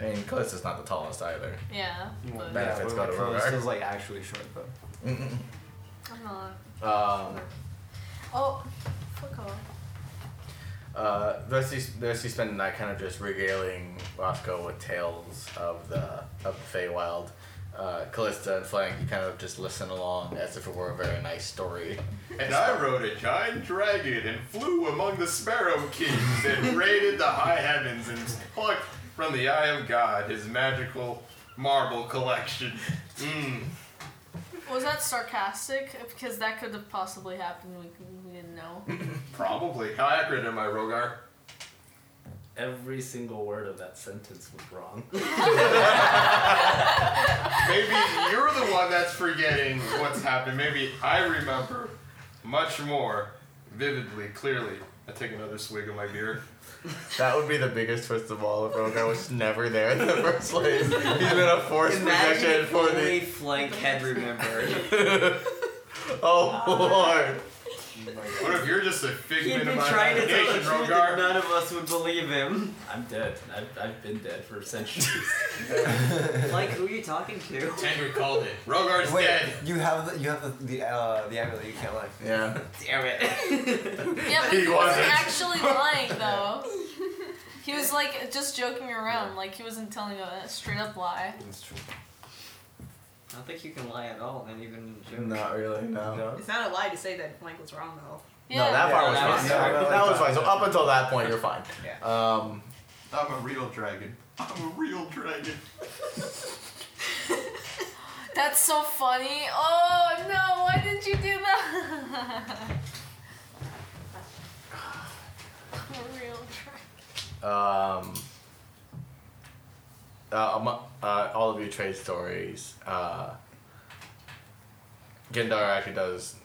And Calista's not the tallest either.
Yeah,
Well,
but
that-
yeah,
Benefits
what
go
about
to
Clovis?
Rogar.
He's, like actually short though.
I'm not.
Um,
Oh, fuck off.
Uh, the rest, you, the rest you spend the night kind of just regaling Roscoe with tales of the of the Feywild. Uh, Callista and Flank, you kind of just listen along as if it were a very nice story.
And I rode a giant dragon and flew among the sparrow kings and raided the high heavens and plucked from the eye of God his magical marble collection. Mm.
Was that sarcastic? Because that could have possibly happened. We, we didn't know.
Probably. How accurate am I, Rogar?
Every single word of that sentence was wrong.
Maybe you're the one that's forgetting what's happened. Maybe I remember much more vividly, clearly. I take another swig of my beer.
That would be the biggest twist of all if Rogar was never there in the first place. He's been a forced
Imagine
progression
if
for
only
the.
Flank had remembered.
Oh lord!
What if you're just a
He'd
figment
been
of my
trying to tell the
imagination,
truth and
Rogar?
none of us would believe him.
I'm dead. I've, I've been dead for centuries.
Like, who are you talking to?
Tank recalled it. Rogar's
Wait,
dead.
you have the you have the the, uh, the amulet you can't like.
Yeah.
Damn it.
Yeah, but
He
he, was
wasn't.
actually lying though. He was like just joking around, like he wasn't telling a straight up lie.
That's true.
I don't think you can lie at all, not even in a joke.
Not really. No.
No.
It's not a lie to say that Blank was wrong though.
Yeah.
No, that
Yeah,
part was
that
fine.
was-
That,
yeah,
that was
like
fine. So
that.
up until that point, you're fine.
Yeah.
Um,
I'm a real dragon. I'm a real dragon.
That's so funny. Oh no, why did you do that? I'm a real dragon.
Um, uh, amo- uh, all of you trade stories. Uh, Gendara actually does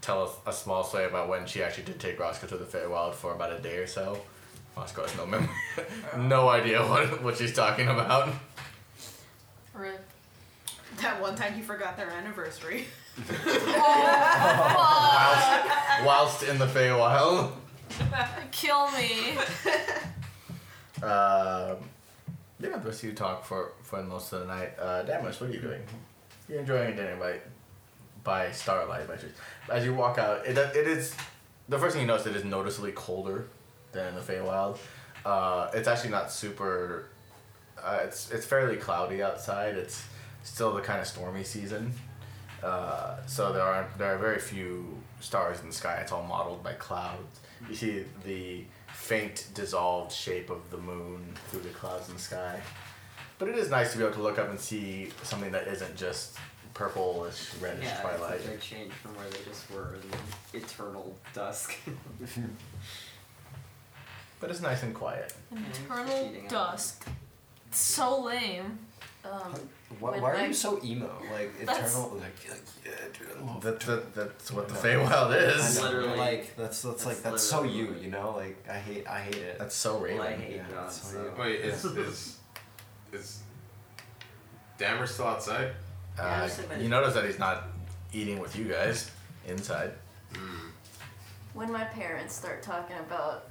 tell us a small story about when she actually did take Roscoe to the Feywild for about a day or so. Roscoe has no memory, no idea what what she's talking about.
Rip.
That one time he forgot their anniversary.
Oh,
Whilst, whilst in the Feywild.
Kill me.
Um yeah, the rest of you talk for, for most of the night. Uh, Damus, what are you doing? You're enjoying dinner by, by starlight. By just, as you walk out, it, it is the first thing you notice. It is noticeably colder than in the Feywild. Uh, it's actually not super. Uh, it's it's fairly cloudy outside. It's still the kind of stormy season. Uh, so there are there are very few stars in the sky. It's all modeled by clouds. You see the faint dissolved shape of the moon through the clouds in the sky. But it is nice to be able to look up and see something that isn't just purplish reddish
yeah,
by
it's
light.
a big change from where they just were in the eternal dusk.
But it's nice and quiet.
Eternal
Cheating on
dusk. It's so lame.
Um,
Why,
When
why are
I-
you so emo? Like
That's-
eternal, like, like yeah, dude, I love
That, that, that's what the
I know.
Feywild
I
is.
know,
Literally.
like that's that's like that's
That's
so
literally-
you, you know. Like I hate I hate it.
That's so
well, I
Raven.
hate
Yeah,
God,
it's
so.
like-
Wait, is is is Dammer still outside?
Yeah,
Uh,
just a minute.
you notice that he's not eating with you guys inside.
when my parents start talking about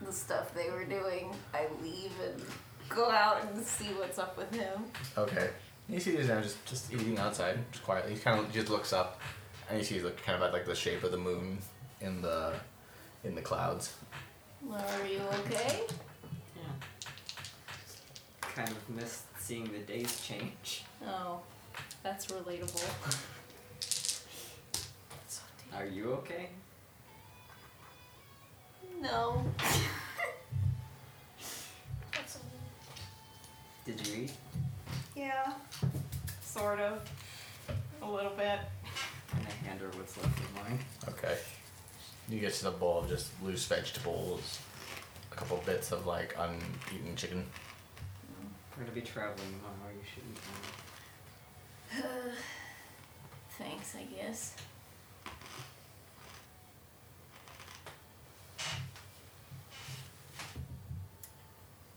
the stuff they were doing, I leave and go out and see what's up with him.
Okay. And you see he's now just, just eating outside, just quietly. He kind of just looks up, and you see he's look kind of at like the shape of the moon in the in the clouds.
Well, are you okay?
Kind of missed seeing the days change.
Oh, that's relatable.
Are you okay?
No.
Did you eat?
Yeah. Sort of. A little bit.
And I hand her what's left of mine.
Okay. You get to the bowl of just loose vegetables, a couple bits of like uneaten chicken.
We're gonna be traveling tomorrow. You shouldn't. eat.
Thanks, I guess.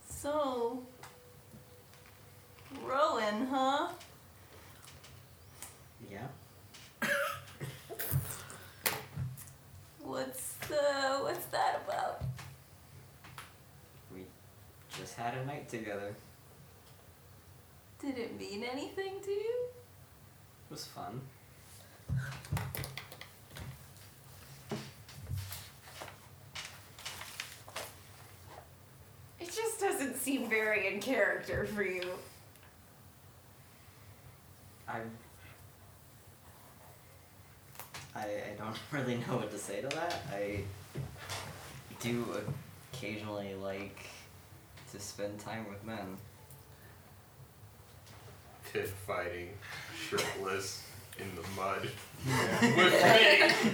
So, Rowan, huh?
Yeah.
What's the what's that about?
We just had a night together. It
Did it mean anything to you?
was fun.
It just doesn't seem very in character for you.
I. I, I don't really know what to say to that. I do occasionally like to spend time with men.
Pit fighting, shirtless, in the mud. With me.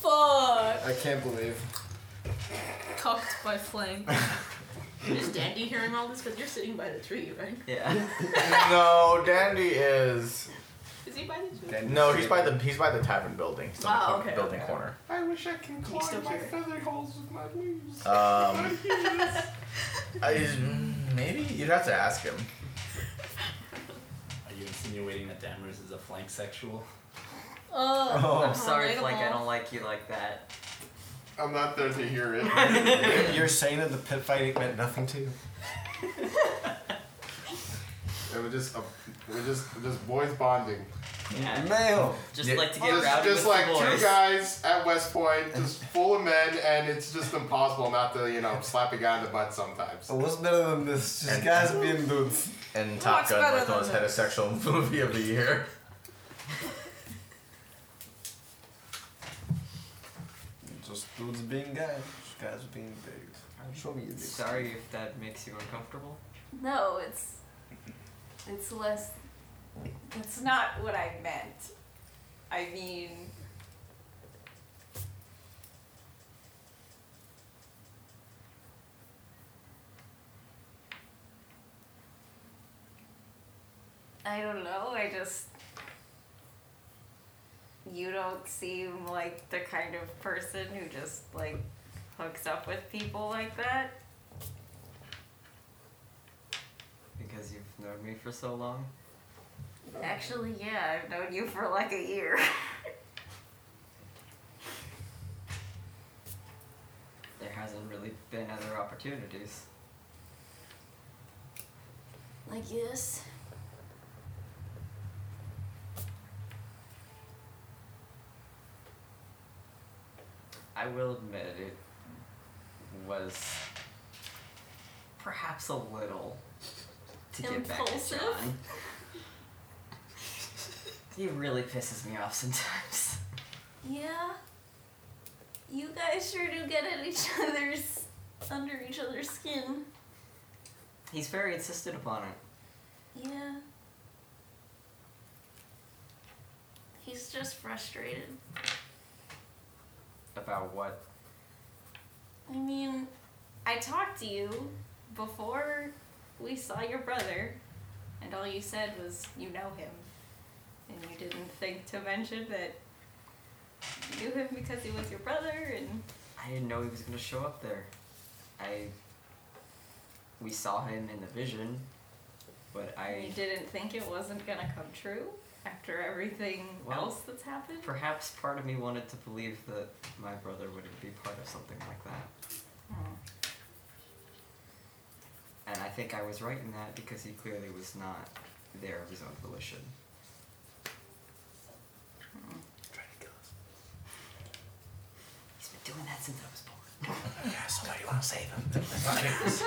Fuck.
I can't believe.
Cucked by flame.
Is Dandy hearing all this? Because you're sitting by the tree, right?
Yeah.
no, Dandy is
Is he by the tree?
Then
no. He's by the he's by the tavern building. He's on the
Oh,
cor-
okay,
building
okay.
corner.
I wish I can
He's still
climb my
here.
feather holes with my leaves.
Um, I, maybe you'd have to ask him.
Are you insinuating that Dammers is a flank sexual?
Oh.
I'm sorry, Flank, I
relatable.
don't like you like that.
I'm not there to hear it.
You're saying that the pit fighting meant nothing to you.
It was just a, we're just just boys bonding.
Yeah.
Male.
Just
Yeah.
like to get
Just,
rowdy
just
with the
like
boys.
two guys at West Point, just full of men, and it's just impossible not to you know slap a guy in the butt sometimes.
A little better than this. Just
And-
guys being dudes.
And Top
What's
Gun
better
was the most
than
heterosexual movie of the year.
Just dudes being guys. Just guys being dudes. Show me your dick.
Sorry if that makes you uncomfortable.
No, it's it's less.
That's not what I meant. I mean,
I don't know. I just you don't seem like the kind of person who just like hooks up with people like that.
Because you've known me for so long.
Actually, yeah, I've known you for like a year.
There hasn't really been other opportunities.
I guess.
I will admit it was perhaps a little to get back at
Impulsive?
John. he really pisses me off sometimes.
Yeah. You guys sure do get at each other's under each other's skin.
He's very insistent upon it.
Yeah. He's just frustrated.
About what?
I mean, I talked to you before we saw your brother, and all you said was you know him. And you didn't think to mention that you knew him because he was your brother, and
I didn't know he was gonna show up there. I. We saw him in the vision, but I.
you didn't think it wasn't gonna come true after everything
Well,
else that's happened.
Perhaps part of me wanted to believe that my brother wouldn't be part of something like that. Hmm. And I think I was right in that because he clearly was not there of his own volition. Hmm. He's been doing that since I was born.
Yeah, somebody want to save him. Let's not do this.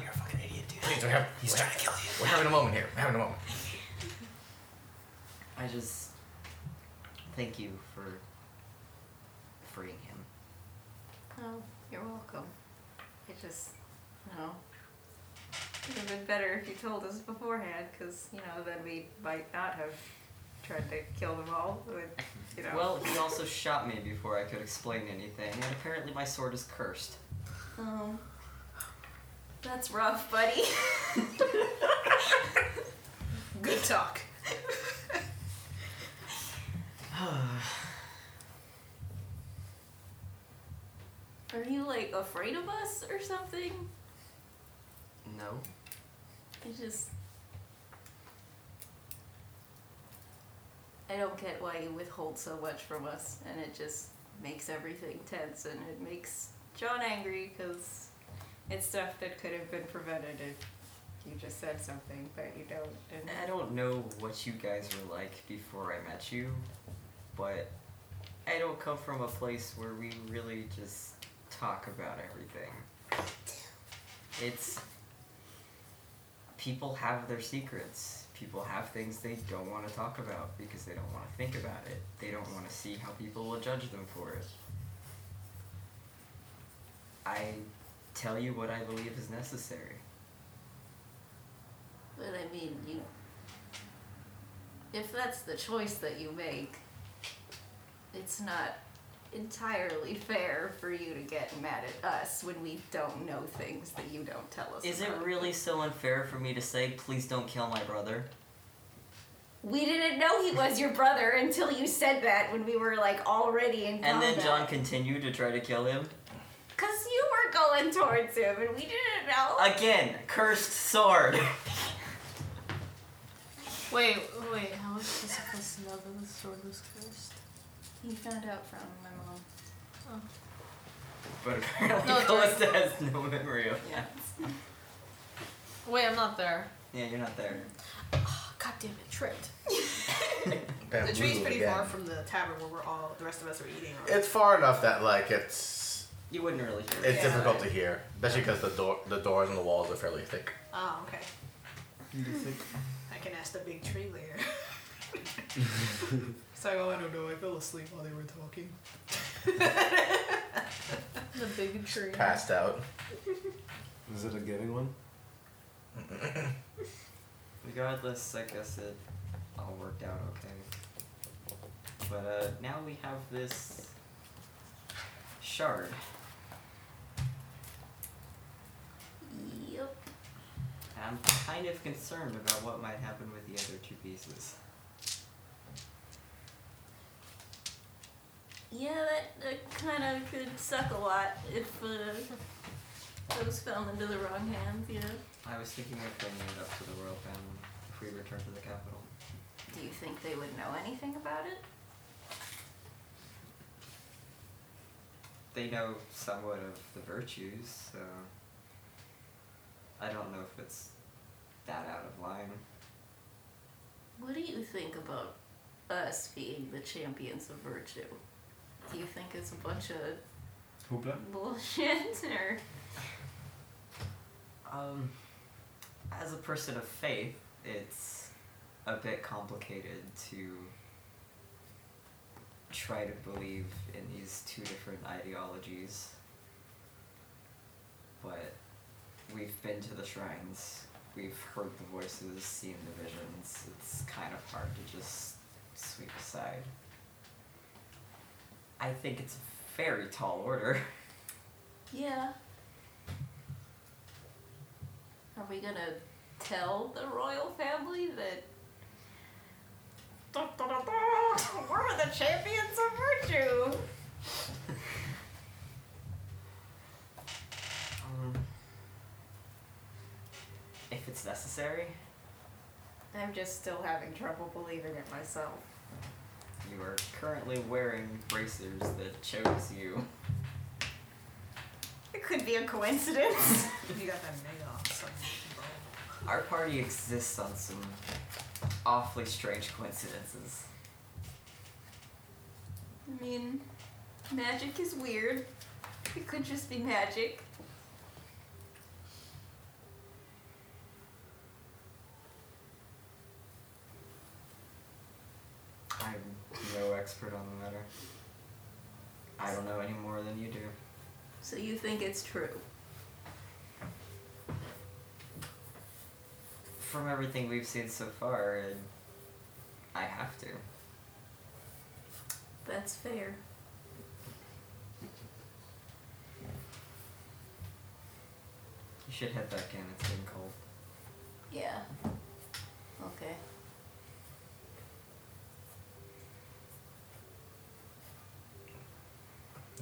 You're a fucking idiot, dude.
Please, we have-
He's
we
trying
have-
to kill you.
We're having a moment here. We're having a moment.
I just thank you for freeing him.
Oh, you're welcome. I just, you know, it would have been better if you told us beforehand, because, you know, then we might not have tried to kill them all. With, you know.
Well, he also shot me before I could explain anything, and apparently my sword is cursed.
Oh. That's rough, buddy.
Good talk.
Are you, like, afraid of us or something?
no.
It's just. I don't get why you withhold so much from us, and it just makes everything tense, and it makes John angry because it's stuff that could have been prevented if you just said something, but you don't. And
I don't know what you guys were like before I met you, but I don't come from a place where we really just talk about everything. It's. People have their secrets. People have things they don't want to talk about because they don't want to think about it. They don't want to see how people will judge them for it. I tell you what I believe is necessary.
But I mean, you. If that's the choice that you make, it's not entirely fair for you to get mad at us when we don't know things that you don't tell us.
Is it
about.
really so unfair for me to say, please don't kill my brother?
We didn't know he was your brother until you said that when we were like already in
And
combat.
then John continued to try to kill him?
Cause you were going towards him and we didn't know.
Again, cursed sword.
Wait, wait, how was she supposed to know that the sword was cursed?
He found out from my mom.
Oh.
But apparently,
No,
Callista has no memory of
Yeah.
that.
Wait, I'm not there.
Yeah, you're not there.
Oh,
God damn it, tripped.
the tree's
Bamboozled
pretty
again.
far from the tavern where we're all the rest of us are eating. on.
It's far enough that like it's
You wouldn't really hear
it's
Yeah.
difficult to hear, especially because the door the doors and the walls are fairly thick.
Oh, okay. I can ask the big tree later. it's like, oh, I don't know. I fell asleep while they were talking.
The big tree.
Passed out.
Is it a giving one?
Regardless, I guess it all worked out okay. But uh, now we have this shard.
Yep.
And I'm kind of concerned about what might happen with the other two pieces.
Yeah, that, that kind of could suck a lot if uh, those fell into the wrong hands, you know.
I was thinking of bringing it up to the royal family if we return to the capital.
Do you think they would know anything about it?
They know somewhat of the virtues, so I don't know if it's that out of line.
What do you think about us being the champions of virtue? Do you think it's a bunch of
Hoopla.
bullshit or
Um, as a person of faith, it's a bit complicated to try to believe in these two different ideologies. But we've been to the shrines, we've heard the voices, seen the visions. It's kind of hard to just sweep aside. I think it's a very tall order.
Yeah. Are we gonna tell the royal family that da, da, da, da, we're the champions of virtue?
Um, if it's necessary,
I'm just still having trouble believing it myself.
you are currently wearing bracers that chose you.
It could be a coincidence.
You got that mega awesome.
Our party exists on some awfully strange coincidences.
I mean, magic is weird. It could just be magic.
I'm no expert on the matter. I don't know any more than you do.
So you think it's true?
From everything we've seen so far, and I have to.
That's fair.
You should head back in, it's getting cold.
Yeah. Okay.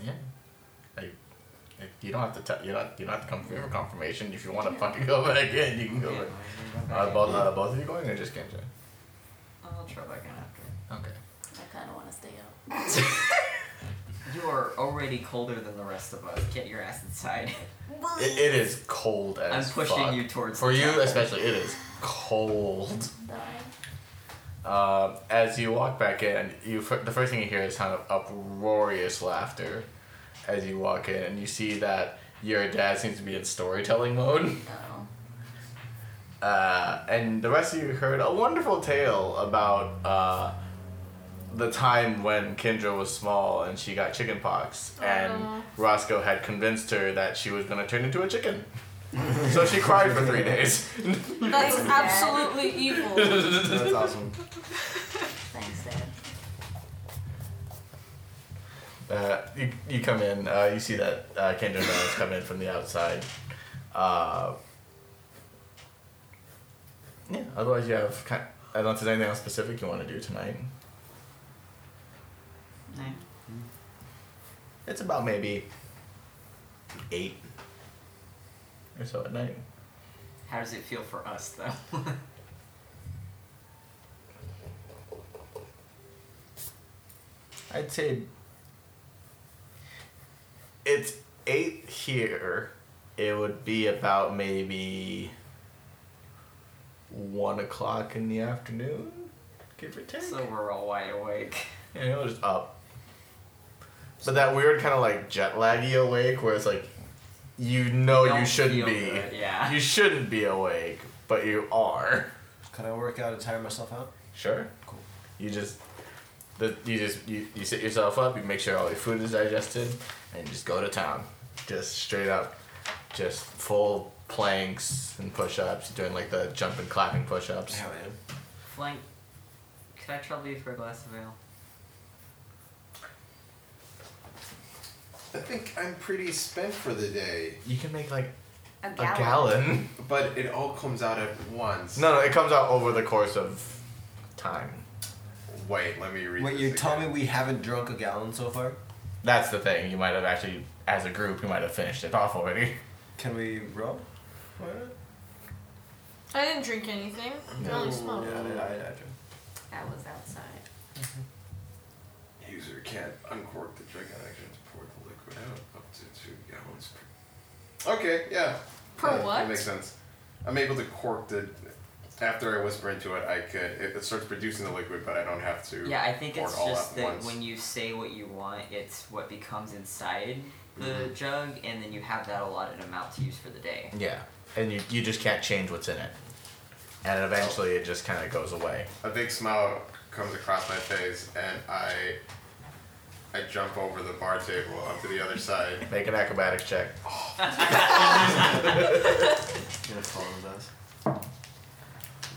Yeah. Like, if you don't have to tell. You don't. You don't have to come for your confirmation. If you want to fucking go back in, you can go. back. Are both, uh, both of you going or just Kenja?
I'll try back in after.
Okay.
I kind of want to stay out.
You are already colder than the rest of us. Get your ass inside.
It, it is cold as
I'm pushing
fuck.
you towards
For
the
you
chapel.
especially, it is cold. Um, as you walk back in, you fir- the first thing you hear is kind of uproarious laughter as you walk in, and you see that your dad seems to be in storytelling mode. Uh, and the rest of you heard a wonderful tale about uh, the time when Kendra was small and she got chickenpox,
Aw.
and Roscoe had convinced her that she was going to turn into a chicken. so she cried for three days.
That's absolutely evil.
awesome.
Thanks, Dad.
Uh, you, you come in, uh, you see that uh, Kendra and Alex come in from the outside. Uh, yeah, otherwise, you have kind unless there's anything else specific you want to do tonight. It's about maybe eight or so at night.
How does it feel for us, though?
I'd say it's eight here. It would be about maybe one o'clock in the afternoon, give or take.
so we're all wide awake.
Yeah, it was up. But that weird kind of like jet laggy awake where it's like you know you
Don't
shouldn't
feel
be.
good, yeah.
You shouldn't be awake, but you are.
Can I work out and tire myself out?
Sure. Cool. You just the, you just you, you sit yourself up, you make sure all your food is digested, and you just go to town. Just straight up. Just full planks and push ups, doing like the jump and clapping push ups. Yeah, man.
Flank, could I trouble you for a glass of ale?
I think I'm pretty spent for the day.
You can make like
A
gallon. gallon.
But it all comes out at once.
No, no, it comes out over the course of time.
Wait, let me read.
Wait, you tell me we haven't drunk a gallon so far?
That's the thing. You might have actually, as a group, you might have finished it off already.
Can we roll?
I didn't drink anything. I only smoked.
Yeah, I, I, I drink.
I was outside.
User can't uncork the drink and action to pour the liquid out up to two gallons per. Okay, yeah.
Per
Yeah,
what?
That makes sense. I'm able to cork the. After I whisper into it, I could. It, it starts producing the liquid, but I don't have to.
Yeah, I think
pour
it's
it all
just
at
that
once.
when you say what you want, it's what becomes inside the
Mm-hmm.
Mhm.
jug, and then you have that allotted amount to use for the day.
Yeah, and you, you just can't change what's in it, and eventually it just kind of goes away.
A big smile comes across my face, and I
I jump over the bar table onto the other side.
Make an acrobatics check.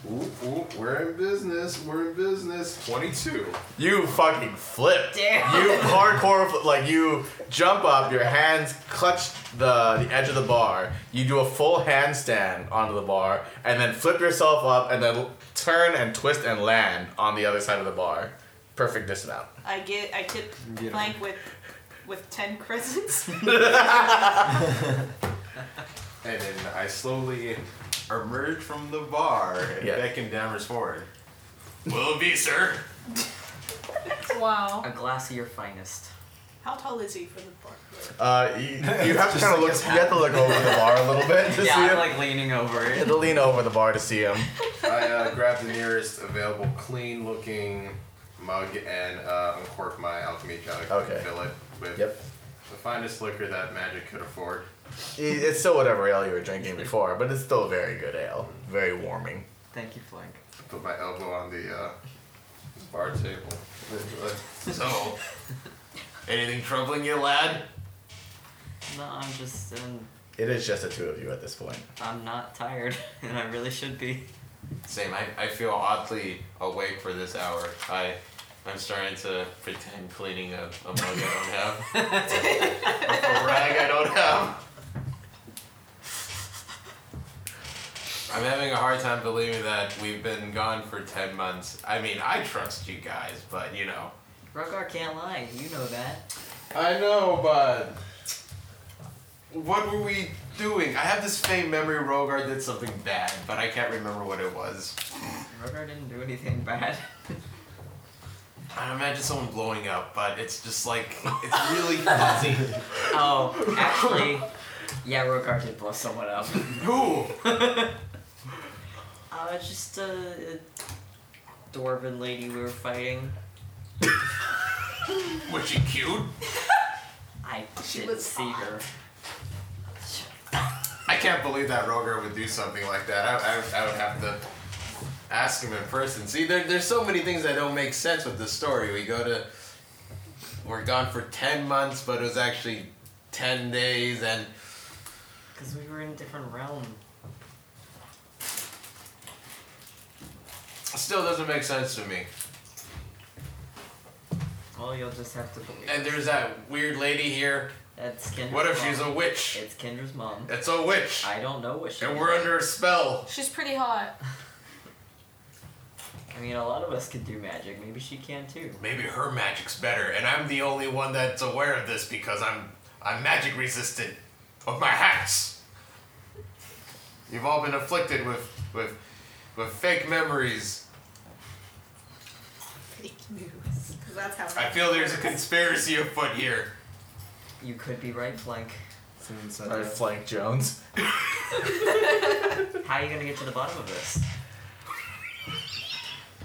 Ooh, ooh, we're in business. We're in business. 22.
You fucking flip.
Damn.
You hardcore flip. Like you jump up, your hands clutch the, the edge of the bar. You do a full handstand onto the bar, and then flip yourself up, and then l- turn and twist and land on the other side of the bar. Perfect dismount.
I get I tip
Beautiful.
Blank with with ten crescents.
And then I slowly emerge from the bar and
Yeah.
beckon Danvers forward. Will it be, sir?
wow.
A glass of your finest.
How tall is he for the bar?
Uh, you, you have to
Just
kind
like
of look.
his
You have to look over the bar a little bit to
Yeah,
see
I'm,
him.
like, leaning over
You have to lean over the bar to see him.
I uh, grab the nearest available clean looking mug and uh, uncork my alchemy jug
Okay.
and fill it with the finest liquor that magic could afford.
I- It's still whatever ale you were drinking before, but it's still very good ale. Very warming.
Thank you, Flank.
Put my elbow on the uh, bar table.
So,
anything troubling you, lad?
No, I'm just um,
It is just the two of you at this point.
I'm not tired, and I really should be.
Same. I, I feel oddly awake for this hour. I I'm starting to pretend cleaning a, a mug I don't have. a rag I don't have. I'm having a hard time believing that we've been gone for ten months. I mean, I trust you guys, but you know.
Rogar can't lie. You know that.
I know, but what were we doing? I have this faint memory Rogar did something bad, but I can't remember what it was.
Rogar didn't do anything bad.
I imagine someone blowing up, but it's just like it's really fuzzy.
Oh, actually, yeah, Rogar did blow someone up.
Who?
uh, just a, a dwarven lady we were fighting.
Was she cute?
I didn't see her.
I can't believe that Roger would do something like that. I, I, I would have to
ask him in person. See, there, there's so many things that don't make sense with the story. We go to, we're gone for ten months, but it was actually ten days, and
Because we were in a different realm.
still doesn't make sense to me.
Well, you'll just have to believe.
And there's that weird lady here.
That's Kendra's
What if she's
mom.
a witch?
It's Kendra's mom.
It's a witch.
I don't know what she
And we're under a spell.
She's pretty hot.
I mean, a lot of us can do magic. Maybe she can too.
Maybe her magic's better, and I'm the only one that's aware of this because I'm I'm magic resistant of my hats.
You've all been afflicted with with with fake memories.
Fake news. 'Cause that's how.
I feel there's a conspiracy afoot here.
You could be right flank.
Right flank Jones.
How are you gonna get to the bottom of this?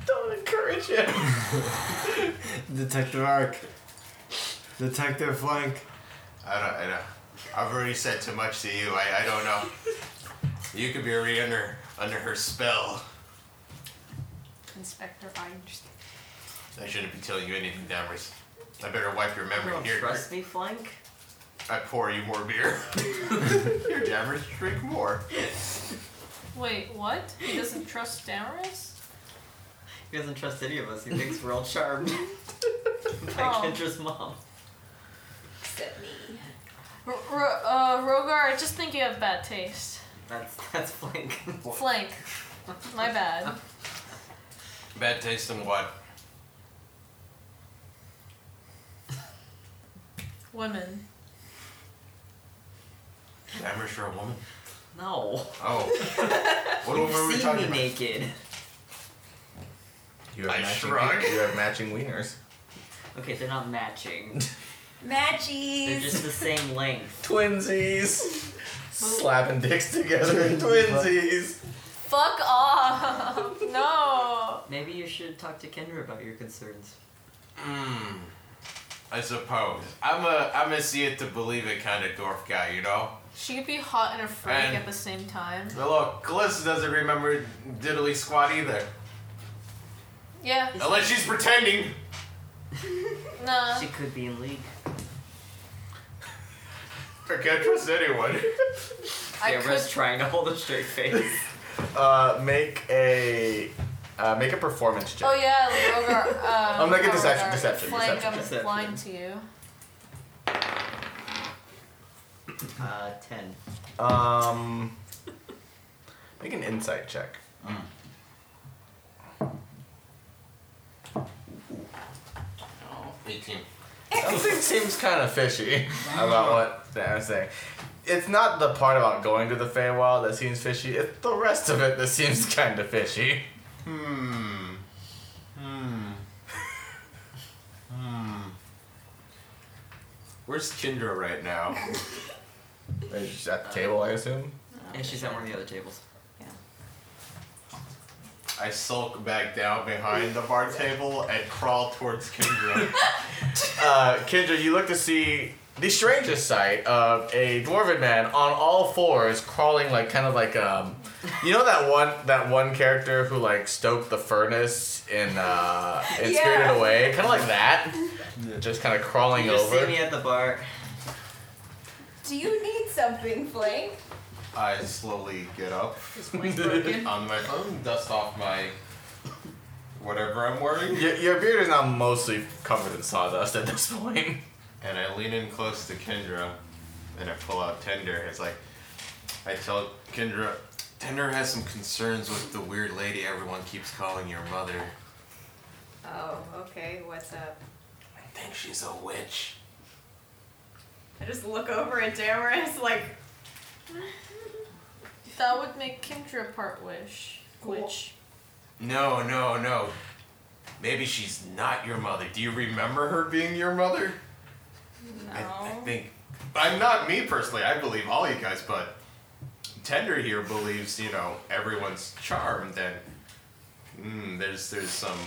Don't encourage him.
Detective Arc. Detective Flank.
I don't. I don't. I've already said too much to you. I, I don't know. You could be already under under her spell.
Inspector Feinstein.
I shouldn't be telling you anything, Dammers. I better wipe your memory
Don't
here.
trust me, flank.
I pour you more beer. Here, Dammers, drink more.
Wait, what? He doesn't trust Damaris?
He doesn't trust any of us. He thinks we're all charmed by
Oh.
Kendra's mom.
Except me. R- R- uh, Rogar, I just think you have bad taste.
That's that's flank.
Flank. My bad.
Bad taste in what?
Women.
Dammers, you're a woman.
No.
Oh.
What
You've
woman were we
seen
talking
me
about?
naked.
You have
I
matching,
shrug.
You have matching wieners.
Okay, they're not matching. They're
Matchies.
just the same length.
Twinsies. Slapping dicks together in twinsies.
Fuck off! no!
Maybe you should talk to Kendra about your concerns.
Hmm. I suppose. I'm a I'm a see it to believe it kind of dwarf guy, you know.
She could be hot and a freak
And-
at the same time.
But look, Calista doesn't remember diddly squat either.
Oh.
Yeah.
Unless she's pretending.
Nah.
She could be in league.
I can't trust anyone.
I Sarah's trying to hold a straight face.
Uh, make a uh, make a performance check.
Oh yeah, like over. Um,
I'm gonna get
over
deception,
our
deception,
Flank,
deception,
I'm
deception.
blind to you.
Uh, ten.
Um, make an insight check.
Eighteen.
Something seems kind of fishy about what they are saying. It's not the part about going to the Feywild that seems fishy. It's the rest of it that seems kind of fishy.
Hmm. Hmm.
Hmm. Where's Kindra right now?
She's at the table, I assume.
And she's at one of the other tables.
I sulk back down behind the bar table and crawl towards Kendra.
Uh, Kendra, you look to see the strangest sight of a dwarven man on all fours crawling like kind of like um you know that one that one character who like stoked the furnace in uh in
Yeah.
Spirited Away kind of like that just kind of crawling
You just
over
see me at the bar.
Do you need something, Flake?
I slowly get up on my phone, dust off my whatever I'm wearing.
Your, your beard is now mostly covered in sawdust at this point.
And I lean in close to Kendra and I pull out Tender. It's like, I tell Kendra, Tender has some concerns with the weird lady everyone keeps calling your mother.
Oh, okay. What's up?
I think she's a witch.
I just look over at Damaris like,
That would make Kendra part wish. Which
No, no, no. Maybe she's not your mother. Do you remember her being your mother?
no.
I, I think I'm not me personally. I believe all you guys, but Tender here believes you know everyone's charmed and mm, there's there's some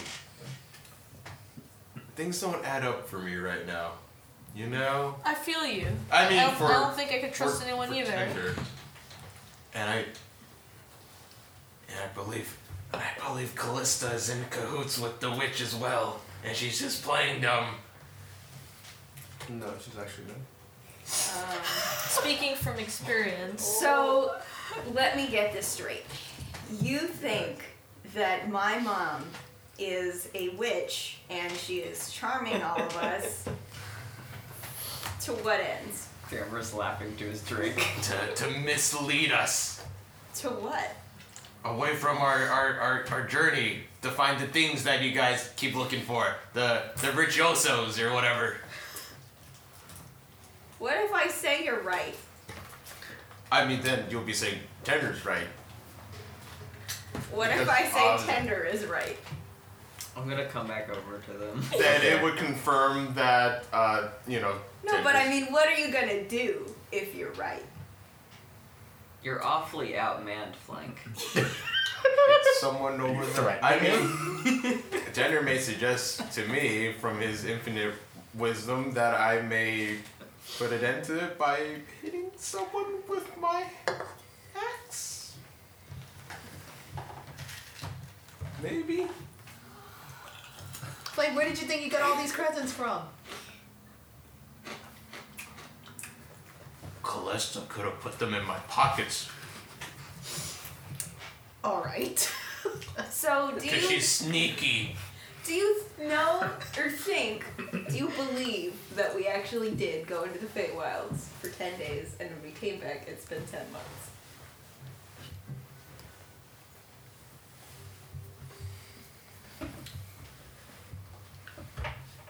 things don't add up for me right now. You know,
I feel you.
I mean,
I don't,
for,
I don't think I could trust
for-
anyone
for
either.
Tender. And I and I believe I believe Callista is in cahoots with the witch as well, and she's just playing dumb.
No, she's actually good.
Speaking from experience,
So, let me get this straight. You think that my mom is a witch and she is charming all of us. to what ends?
Grammer's laughing to his drink.
to, to mislead us
To what?
away from our, our, our, our journey to find the things that you guys keep looking for the the virtuosos or whatever.
What if I say you're right?
I mean, then you'll be saying tender's right.
What if
Because
I say
obvi-
tender is right?
I'm gonna come back over to them.
Then it would confirm that uh, you know.
No, but I mean, what are you gonna do if you're right?
You're awfully outmanned, Flank.
someone over
there. Right.
I mean, Tender may suggest to me from his infinite wisdom that I may put an end to it by hitting someone with my axe. Maybe.
Like, where did you think you got all these presents from?
Callista could have put them in my pockets
All right.
So do
because
you
she's sneaky.
do you know or think? Do you believe that we actually did go into the Feywilds for ten days and when we came back? It's been ten months.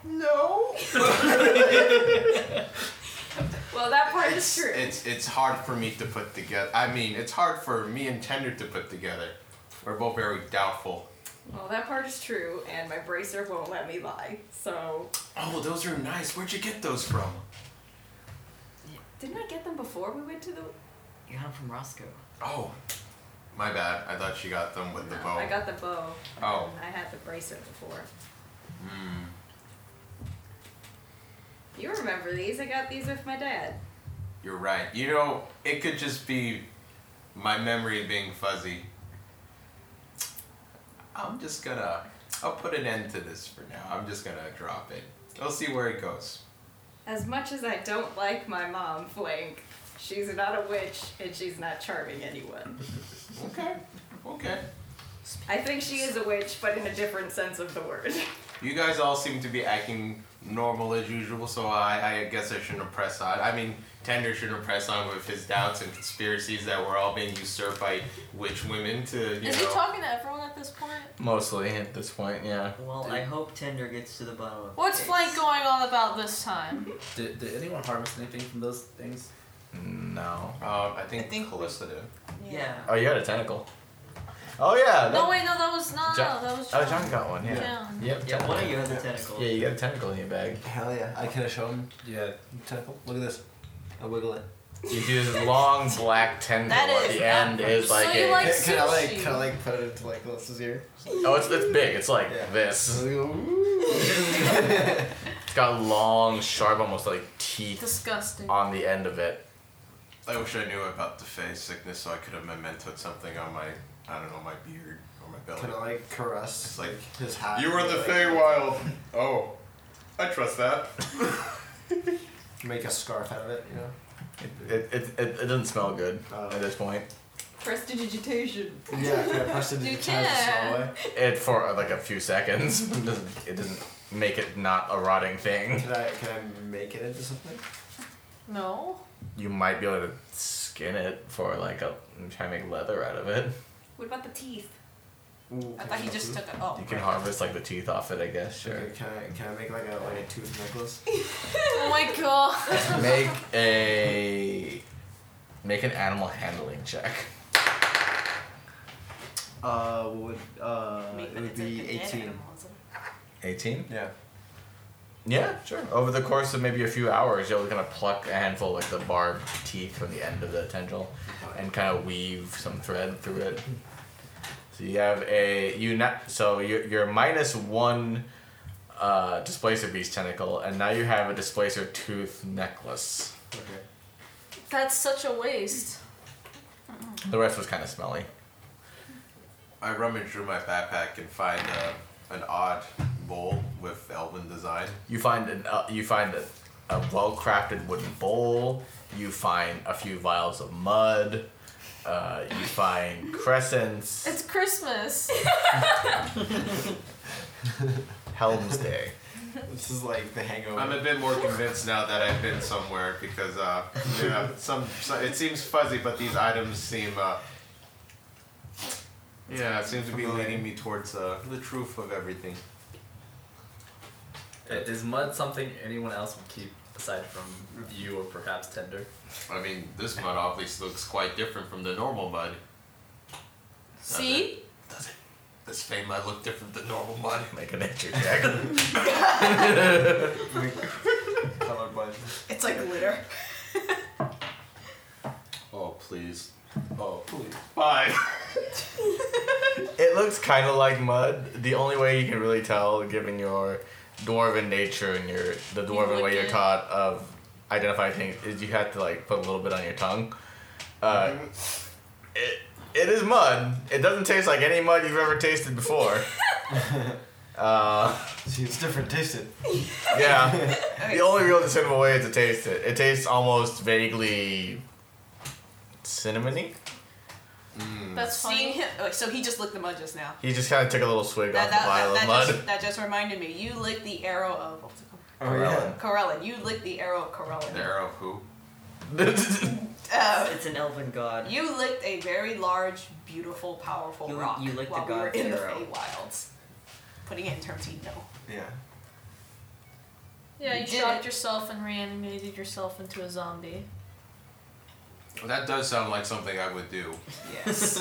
No.
Well, that part is
It's,
true.
it's it's hard for me to put together. I mean, it's hard for me and Tender to put together. We're both very doubtful.
Well, that part is true, and my bracer won't let me lie. So
Oh, those are nice. Where'd you get those from?
didn't I get them before we went to the?
You got him from Roscoe.
Oh, my bad. I thought she got them with the bow.
I got the bow.
Oh.
I had the bracer before.
Mm.
You remember these? I got these with my dad.
You're right. You know, it could just be my memory being fuzzy. I'm just gonna. I'll put an end to this for now. I'm just gonna drop it.
We'll see where it goes.
As much as I don't like my mom, Flank, she's not a witch and she's not charming anyone.
okay. Okay.
I think she is a witch, but in a different sense of the word.
You guys all seem to be acting normal as usual, so I, I guess I shouldn't press on. I mean, Tender shouldn't press on with his doubts and conspiracies that we're all being usurped by witch women to, you
Is he
know.
talking to everyone at this point?
Mostly at this point, yeah.
Well, I hope Tinder gets to the bottom of
What's
the
Flank going on about this time?
Did, did anyone harvest anything from those things?
No.
Uh, I think, Calista did.
Yeah.
Oh, you had a tentacle. Oh yeah.
No,
that-
wait, no, that was not.
John-
that was.
Oh, John got one. Yeah.
John.
Yep.
Yeah, one of you has a
Yeah.
tentacle.
Yeah, you got a tentacle in your bag.
Hell yeah. I can show him. Yeah. Tentacle. Look at this. I wiggle it.
You do this long black tentacle
That
at
is
the end
awkward.
is
So
like
you
a.
like Can- can I, like- sushi. can I, like, put it into like Calista's ear?
Oh, it's it's big. It's like this. it's got long, sharp, almost like teeth
Disgusting.
on the end of it.
I wish I knew about the phase sickness so I could have mementoed something on my, I don't know, my beard or my belly.
Can I like caress
It's like
his hat?
You were in the
like,
Feywild. Oh, I trust that.
Make a scarf out of it, you know?
It, it, it, it doesn't smell good
Oh.
at this point.
Prestidigitation.
You can.
It for uh, like a few seconds. It doesn't, it doesn't make it not a rotting thing.
Can I can I make it into something?
No.
You might be able to skin it for like a try to make leather out of it.
What about the teeth?
Ooh,
I thought he just took it. Oh.
You can harvest like the teeth off it, I guess. Sure.
Can I can I make like a like a tooth necklace?
oh my god.
Make a make an animal handling check.
Uh, what would uh it would be
dead
eighteen.
Eighteen.
Yeah.
Yeah, sure. Over the course of maybe a few hours, you'll kind of pluck a handful of like the barbed teeth from the end of the tendril, and kind of weave some thread through it. So you have a you not so you're, you're minus one uh, displacer beast tentacle, and now you have a displacer tooth necklace.
Okay.
That's such a waste.
The rest was kind of smelly.
I rummage through my backpack and find uh, an odd bowl with elven design.
You find an uh, you find a, a well crafted wooden bowl. You find a few vials of mud. Uh, you find crescents.
It's Christmas.
Helm's Day.
This is like the hangover.
I'm a bit more convinced now that I've been somewhere because uh, yeah, some, some it seems fuzzy, but these items seem uh, yeah, it seems to be leading me towards uh, the truth of everything.
Uh, Is mud something anyone else would keep aside from you or perhaps Tender?
I mean, this mud obviously looks quite different from the normal mud.
See?
Does it? Does Fey mud look different than normal mud?
Make an nature check.
Colored mud.
It's like glitter.
Oh please. Oh please. Bye.
It looks kind of like mud. The only way you can really tell, given your dwarven nature and your the dwarven way you're taught of identifying things, is you have to like put a little bit on your tongue. Uh,
Mm-hmm.
it it is mud. It doesn't taste like any mud you've ever tasted before. uh,
See, it's different tasted.
Yeah. the only real discernible way is to taste it. It tastes almost vaguely cinnamony.
That's
Seeing him, oh, so he just licked the mud just now.
He just kind of took a little swig
That,
off
that,
the vial
that, that
of mud.
just, that just reminded me. You licked the arrow of what's it called?
Oh, yeah.
Corellin. You licked the arrow of Corellin.
The arrow who?
Uh,
It's an elven god.
you licked a very large, beautiful, powerful
You-
rock
you licked
while
the
we were
god's
in
arrow.
the Feywilds. Putting it in terms he'd know.
Yeah.
Yeah,
You
you
did
shot yourself and reanimated yourself into a zombie.
Well, that does sound like something I would do.
Yes.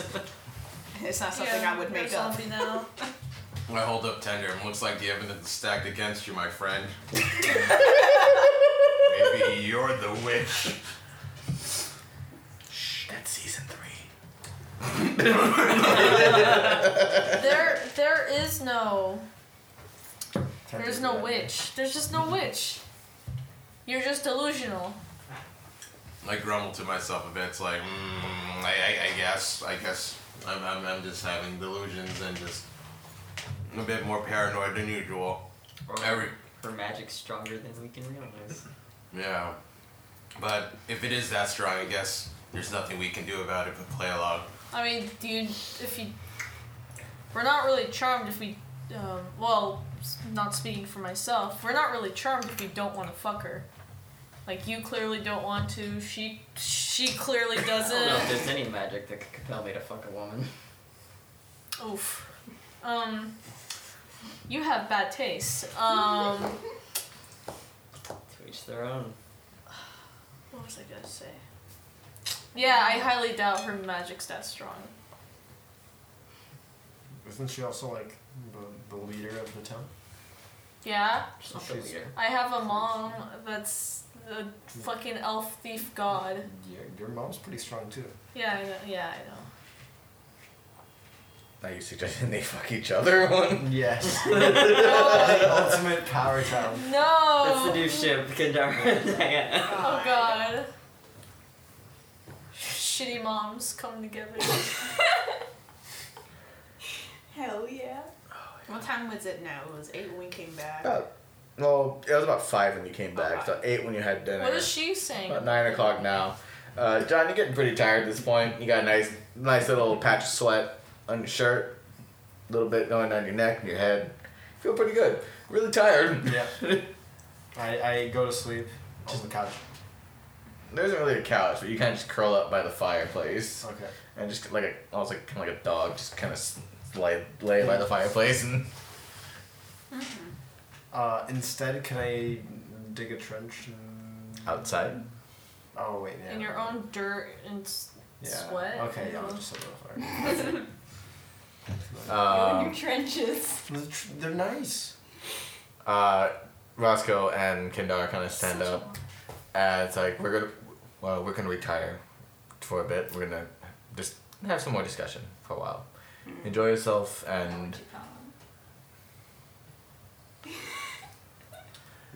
It's not something
Yeah,
I would
you're
make
a
up.
zombie now.
I hold up tender and looks like the evidence is stacked against you, my friend. Maybe you're the witch.
That's season three.
there, there is no. There's no witch. There's just no witch. You're just delusional.
I grumble to myself a bit. It's like, mm, I, I, I guess, I guess, I'm, I'm, I'm just having delusions and just a bit more paranoid than usual. Every,
Her magic's stronger than we can realize.
Yeah. But if it is that strong, I guess there's nothing we can do about it but play along.
I mean, do you, if you, we're not really charmed if we, um, well, s- not speaking for myself, we're not really charmed if we don't want to fuck her. Like you clearly don't want to. She, she clearly
I don't know if
doesn't.
there's any magic that could compel me to fuck a woman.
Oof. Um, you have bad taste. Um,
To each their own.
what was I gonna say? Yeah, I highly doubt her magic's that strong.
Isn't she also like the, the leader of the town?
Yeah.
She's not the leader.
I have a mom that's the fucking elf thief god.
Your, your mom's pretty strong too.
Yeah, I know. Yeah, I know.
Now you suggesting they fuck each other one?
Yes.
Ultimate
power town.
No.
That's the new ship, Kendara.
Oh god. Shitty moms come together.
Hell yeah. What time was it now? It was 8 when we came back.
About, well, it was about five when you came back, so eight when you had dinner.
what is she saying?
About nine o'clock now. Uh, John, you're getting pretty tired at this point. You got a nice, nice little patch of sweat on your shirt, a little bit going down your neck and your head. Feel pretty good. Really tired.
Yeah. I, I go to sleep on the couch.
There isn't really a couch, but you kind of just curl up by the fireplace.
Okay.
And just like a, almost like kind of like a dog, just kind of lay lay by the fireplace and
Uh, instead, can I dig a trench? And...
outside.
Oh wait, yeah.
In your own dirt and s-
yeah.
sweat. Uh-huh.
Okay, yeah, I'll
Ew.
just set it on fire.
Um,
trenches.
The tr- They're nice.
uh, Roscoe and Kendar kind of stand up, and it's like we're gonna, well, we're gonna retire for a bit. We're gonna just have some more discussion for a while. Enjoy yourself, and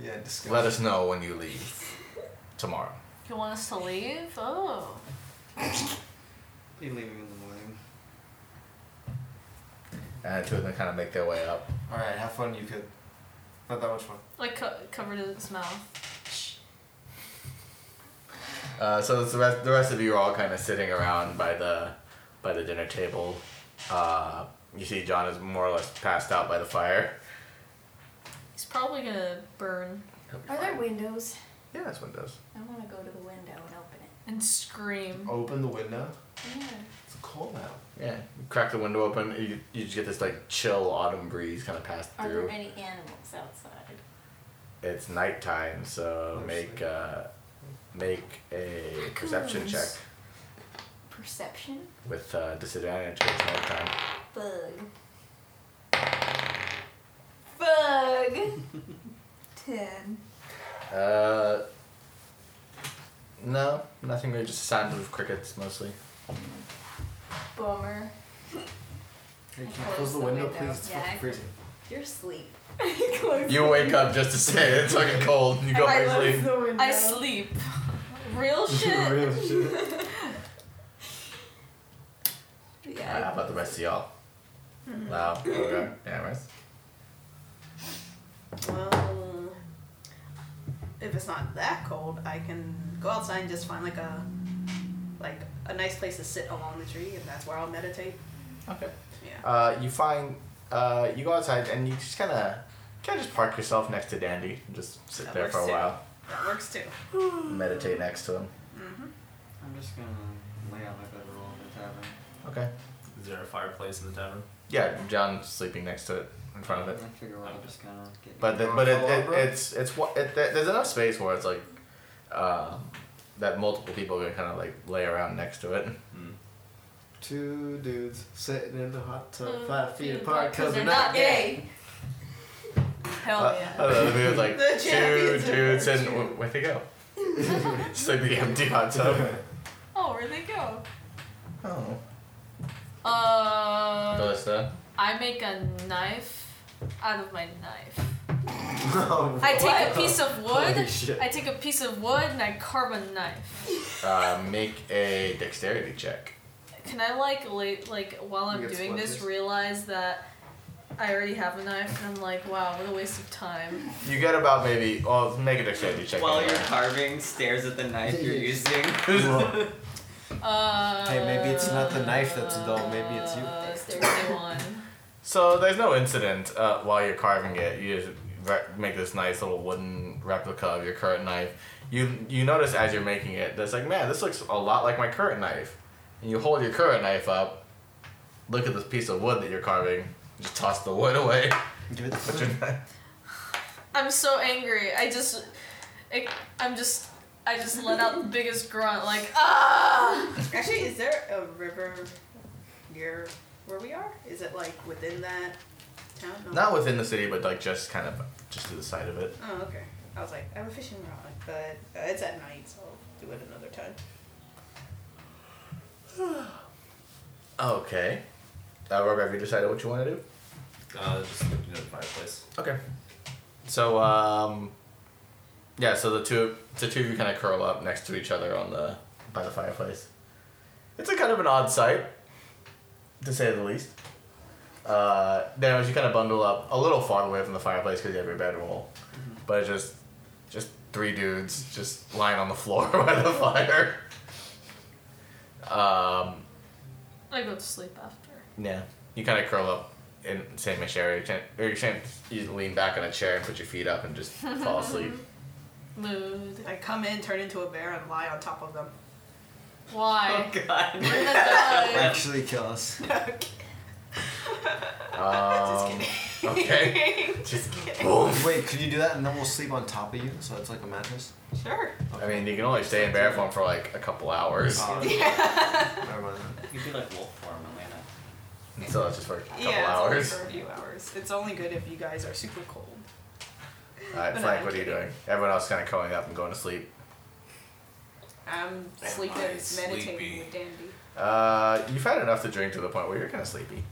Yeah, disgusting.
let us know when you leave tomorrow.
You want us to leave? Oh.
Be leaving in the morning.
And two of them kind of make their way up.
All right, have fun. You could. Not that much fun.
Like co- covered in its mouth.
Uh, so it's the rest, the rest of you are all kind of sitting around by the, by the dinner table. Uh, you see, John is more or less passed out by the fire.
He's probably gonna burn
Are there windows?
Yeah, that's what it does.
I want to go to the window and open it.
and scream.
Open the window.
Yeah.
It's cold out.
Yeah, you crack the window open. You, you just get this like chill autumn breeze kind of pass
Are
through.
there any animals outside?
It's nighttime, so make uh, make a perception check
Raccoons. Perception?
with uh, disadvantage. 'cause It's nighttime.
Bug. Bug! Ten.
Uh, no, nothing really. Just sound of crickets mostly.
Bummer.
Hey, can
Close
you close the
the
window,
window.
please? It's
Yeah, I-
fucking freezing.
You're asleep.
You wake up just to say it's fucking cold. You go back to sleep.
I sleep. Real shit.
Real shit. Uh,
Yeah.
how about the rest of y'all?
Mm-hmm.
Wow. Okay. Yeah, right.
Well, if it's not that cold, I can go outside and just find like a like a nice place to sit along the tree, and that's where I'll meditate.
Okay.
Yeah.
Uh, you find uh, you go outside and you just kind of kind of just park yourself next to Dandy and just sit
That
there
works
for a
too.
while,
That works too.
Mm-hmm.
meditate next to him.
I'm just gonna lay on my bed and roll in the tavern.
Okay.
Is there a fireplace in the tavern?
Yeah, John's sleeping next to it, in front of it.
I figure I'm just gonna get.
But the, but it, it, it's it's wa- it, there- there's enough space where it's like uh, that multiple people can kind of like lay around next to it.
Two dudes sitting in the hot tub,
Mm,
five feet
feet
apart
apart
because
'cause
they're
they're
not
not
gay.
Hell Oh, yeah.
Uh, the video is like
The
two
champions of
dudes and wh- where'd they go? It's like the empty hot tub.
Oh, where'd they go?
Oh.
Uh.
Ballista.
I make a knife out of my knife.
Oh,
I take a piece of
Holy
wood.
shit.
I take a piece of wood and I carve a knife.
Uh, make a dexterity check.
Can I like late like while I'm
You get
doing this
splinters?
realize that I already have a knife, and I'm like, wow, what a waste of time.
You get about maybe. Well, make a dexterity check.
While
anyway.
you're carving, stares at the knife you're using.
Uh,
Hey, maybe it's not the knife that's dull. Maybe it's you.
thirty-one.
So there's no incident uh, while you're carving it. You just re- make this nice little wooden replica of your current knife. You you notice as you're making it, that's like, man, this looks a lot like my current knife. And you hold your current knife up, look at this piece of wood that you're carving, just toss the wood away. Give it the your knife.
I'm so angry. I just, it, I'm just, I just let out the biggest grunt, like ah.
Actually, is there a river near where we are? Is it like within that town? No.
Not within the city, but like just kind of just to the side of it.
Oh, okay. I was like, I have a fishing rod, but uh, it's at night, so I'll do it another time.
Okay. Uh, Rob, have you decided what you want to do?
Uh, just you know, the fireplace.
Okay. So, um, yeah. So the two, the two of you kind of curl up next to each other on the by the fireplace. It's a kind of an odd sight, to say the least. Uh, then as you kind of bundle up a little far away from the fireplace because you have your bedroll, but it's just, just three dudes just lying on the floor by the fire. Um,
I go to sleep after.
yeah. You kind of curl up in Saint Michelle. You can't, or you can't. You lean back on a chair and put your feet up and just fall asleep.
Mood.
I come in, turn into a bear, and lie on top of them.
Why?
Oh God!
We're gonna die.
Actually, kill us.
Um, okay.
Just kidding.
Wait, could you do that and then we'll sleep on top of you so it's like a mattress?
Sure.
I mean, you can only stay in bear form for like a couple hours.
Oh,
Yeah.
Never mind.
You'd be like wolf form, Elena.
So that's just for a couple
yeah, it's only
hours.
for a few hours. It's only good if you guys are super cold.
Alright,
But
Frank,
I'm
what are you doing? Everyone else kind of curling up and going to sleep.
I'm sleeping,
I
meditating
sleepy?
with Dandy.
Uh, you've had enough to drink to the point where you're kind of sleepy.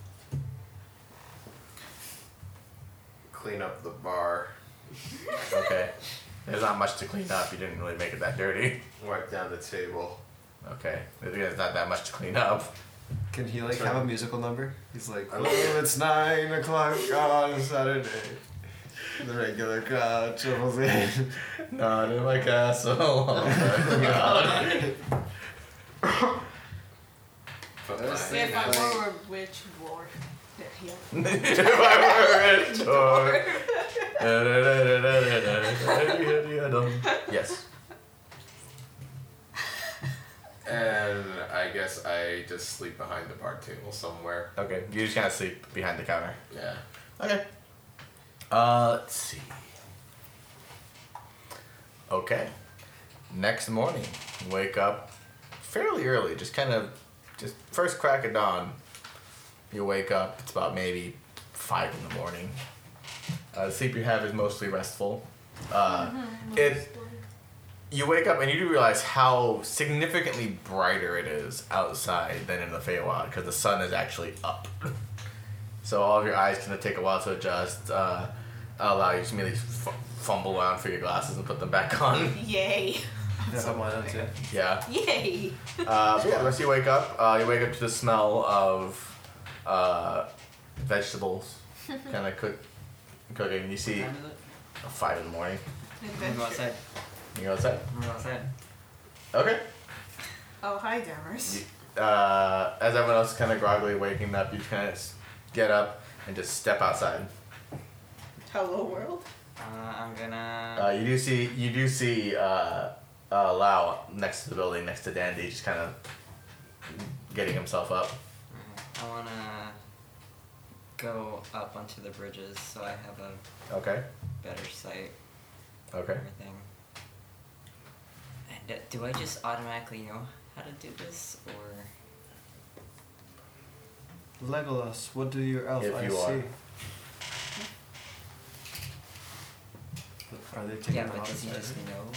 Clean up the bar.
Okay. There's not much to clean up. You didn't really make it that dirty.
Wipe down the table.
Okay. There's not that much to clean up.
Can he like
Sorry.
have a musical number? He's like,
I love it.
oh, it's nine o'clock Ah." on Saturday. The regular crowd triples in.
Not in my castle.
But
If
my-
I were a witch dwarf. Yeah.
if I were a dog. yes.
And I guess I just sleep behind the bar table somewhere.
Okay. You just kind of sleep behind the counter.
Yeah.
Okay. Uh, let's see. Okay. Next morning, wake up fairly early, just kind of, just first crack of dawn. You wake up, it's about maybe five in the morning. Uh, the sleep you have is mostly restful. Uh,
Mm-hmm.
it, you wake up and you do realize how significantly brighter it is outside than in the Feywild because the sun is actually up. So all of your eyes kind of take a while to adjust, uh, allow you to immediately f- fumble around for your glasses and put them back on.
Yay.
Yeah.
Yay.
Uh, but yeah, once you wake up, uh, you wake up to the smell of uh, vegetables kind of cook, cooking. You see
Time is it?
uh, five in the morning.
I'm gonna go outside.
You go outside.
I'm gonna go outside.
Okay.
Oh, hi, Dammers.
Uh, as everyone else kind of groggily waking up, you kind of get up and just step outside.
Hello, world.
Uh, I'm gonna.
Uh, you do see you do see uh, uh, Lau next to the building, next to Dandy, just kind of getting himself up.
I wanna go up onto the bridges so I have a
Okay.
better sight. of
Okay.
Everything. And uh, do I just automatically know how to do this, or
Legolas, what do your elf
If
eyes
you are.
see? Are they taking
yeah?
the
But does he
hobbits'
just
eyes?
know?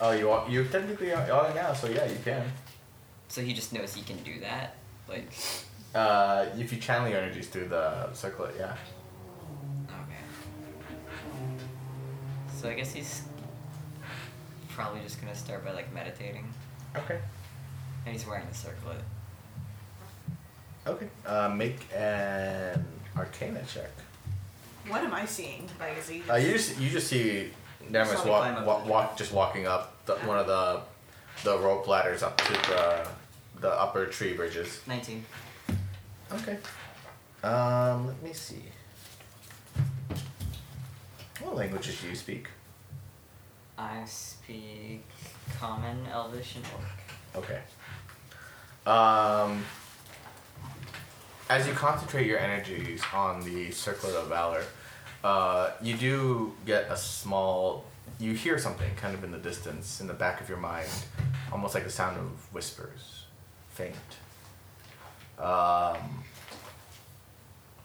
Oh, you are you technically are, are now, so yeah, you can.
So he just knows he can do that. Like,
Uh, if you channel your energies through the circlet, yeah.
okay. So I guess he's probably just gonna start by like meditating,
Okay.
and he's wearing the circlet.
Okay. Uh, make an Arcana check.
What am I seeing? Like, is he
Uh, you just you just see Nemus
Just wanna climb
walk,
up
walk, walk just walking up the, one of the the rope ladders up to the the upper tree bridges.
Nineteen.
Okay. Um, let me see. What languages do you speak?
I speak common, elvish, and orc.
Okay. Um, as you concentrate your energies on the Circlet of Valor, uh, you do get a small. You hear something kind of in the distance, in the back of your mind, almost like the sound of whispers, faint. Um,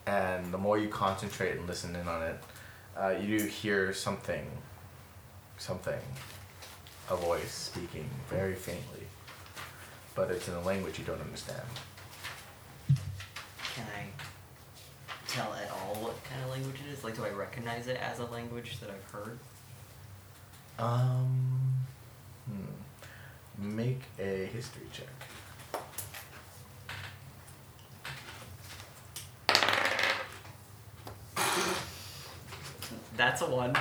and the more you concentrate and listen in on it, uh, you do hear something, something, a voice speaking very faintly, but it's in a language you don't understand.
Can I tell at all what kind of language it is? Like, do I recognize it as a language that I've heard?
Um, hmm. Make a history check.
That's a one.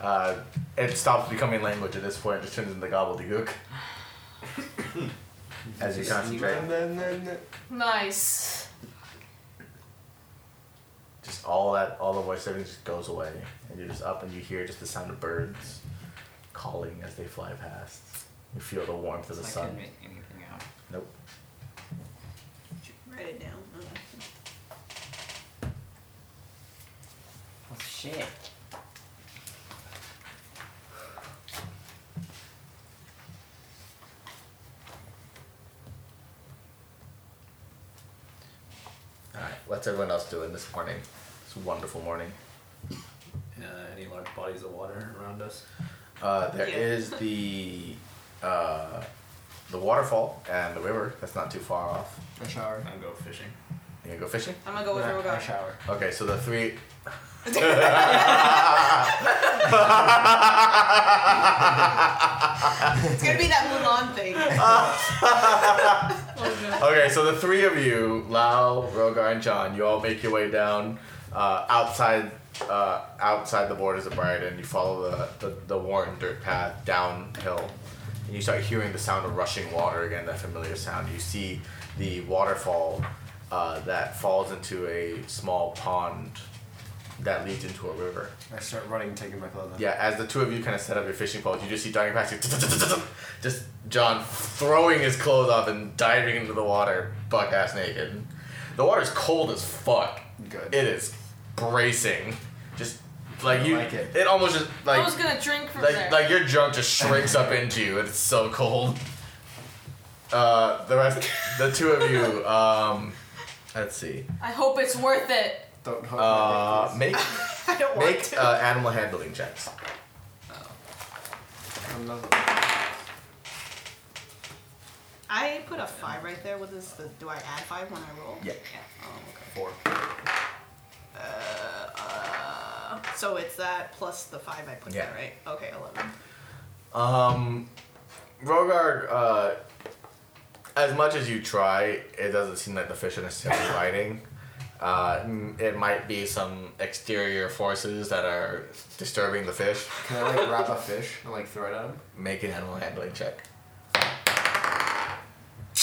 Uh, it stops becoming language at this point. It just turns into gobbledygook. As you concentrate,
Nice.
just all that, all the voice, everything just goes away, and you're just up, and you hear just the sound of birds calling as they fly past. You feel the warmth of the
I
sun.
couldn't make anything out.
Nope.
Write it down.
Oh shit.
All right, what's everyone else doing this morning? It's a wonderful morning.
Uh, any large bodies of water around us?
Uh, there
Yeah.
is the uh, the waterfall and the river. That's not too far off.
A shower.
I'm go fishing.
You gonna go fishing?
I'm gonna go with her. Nah,
shower.
Okay, so the three.
It's gonna be that Mulan thing.
Okay, so the three of you, Lau, Rogar, and John, you all make your way down uh, outside uh, outside the borders of Brighton. You follow the, the, the worn dirt path downhill, and you start hearing the sound of rushing water again, that familiar sound. You see the waterfall uh, that falls into a small pond that leads into a river.
I start running, taking my clothes off.
Yeah, as the two of you kind of set up your fishing poles, you just see Dragon Pax just John throwing his clothes off and diving into the water, buck ass naked. The water's cold as fuck. Good. It is bracing. Just like you, like it. almost just like
I was gonna drink from
like
there.
like your junk just shrinks up into you. It's so cold. Uh, the rest, the two of you. Um, let's see.
I hope it's worth it.
Don't uh, make
I don't want
make uh, animal handling checks.
I put a five right there. What is the? Do I add five when I roll?
Yeah.
Oh, okay.
Four.
Uh, so it's that plus the five I put
Yeah.
there, right? Okay, eleven.
Um, Rogar, uh, as much as you try, it doesn't seem like the fish are necessarily biting. Uh, m- it might be some exterior forces that are disturbing the fish.
Can I like grab a fish and like throw it at him?
Make an animal handling check.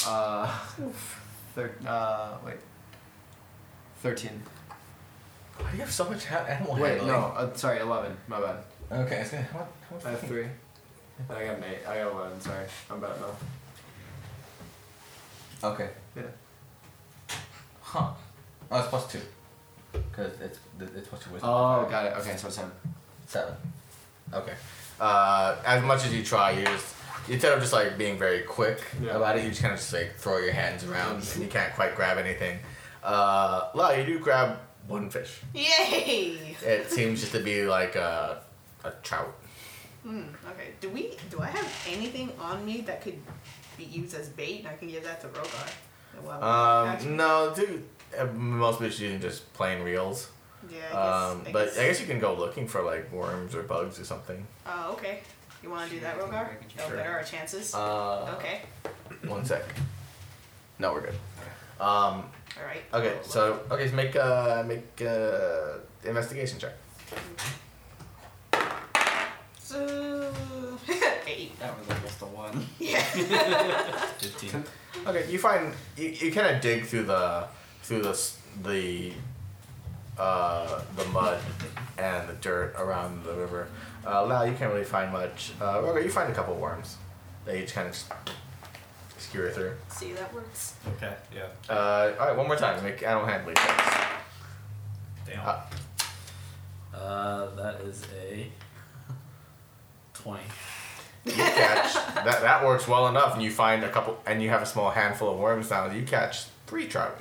Uh, thir- uh, wait. 13.
Why do you have so much ha- animal
Wait,
handling?
no, uh, sorry, 11. My bad.
Oh, Okay, I was gonna. What, what
I have 3. And I got an 8. I got 11, sorry. I'm bad at math.
Okay.
Yeah.
Huh. Oh, it's plus two. Because it's, it's plus two wisdom.
Oh, got it. Okay, so it's 10.
Seven. Okay. Uh, as much as you try, you just instead of just like being very quick about it, you just kind of just like throw your hands around and you can't quite grab anything. Uh, La, you do grab one fish.
Yay!
It seems just to be like uh, a, a trout.
Hmm. Okay. Do we? Do I have anything on me that could be used as bait? And I can give that to Rogar. Well, actually-
Um, no, dude. uh, Most fish using just plain reels.
Yeah, I guess-
um,
I
but
guess.
I guess you can go looking for like worms or bugs or something.
Oh, okay. You want to do that, Rogar? That'll
Sure.
better our chances.
Uh,
okay.
One sec. No, we're good. Um,
All right.
Okay, so okay, so make uh make uh investigation check.
So eight.
That was almost a one.
Yeah.
Fifteen. Okay, you find you, you kind of dig through the through the s- the uh, the mud and the dirt around the river. Uh, Lau, you can't really find much. Uh, Roger, you find a couple worms. They each kind of s- skewer through.
See that works.
Okay, yeah.
Uh, all right, one more time. Make animal handling checks.
Damn.
Uh,
Uh, that is a twenty.
you catch that. That works well enough, and you find a couple, and you have a small handful of worms now. You catch three trout.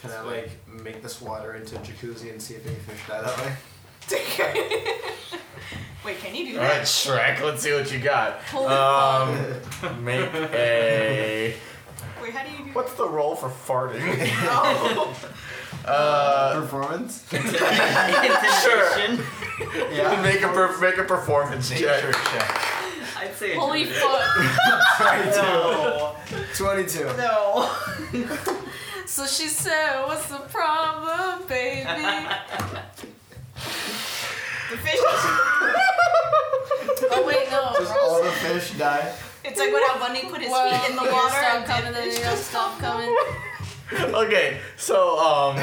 Can I like make this water into a jacuzzi and see if any fish die that way?
Wait, can you do
All
that?
right, Shrek. Let's see what you got.
Holy
Um, make a.
Wait, how do you do
What's the role for farting?
Oh.
Uh, performance. sure. Yeah. make a per- make a performance check.
I'd say
Holy fuck.
22. 22.
No.
So she said, What's the problem, baby?
the fish.
oh, wait, no.
Just all the fish die.
It's like when Al Bundy put his feet in the water
Stop
and
coming, then you don't stop coming.
okay, so um,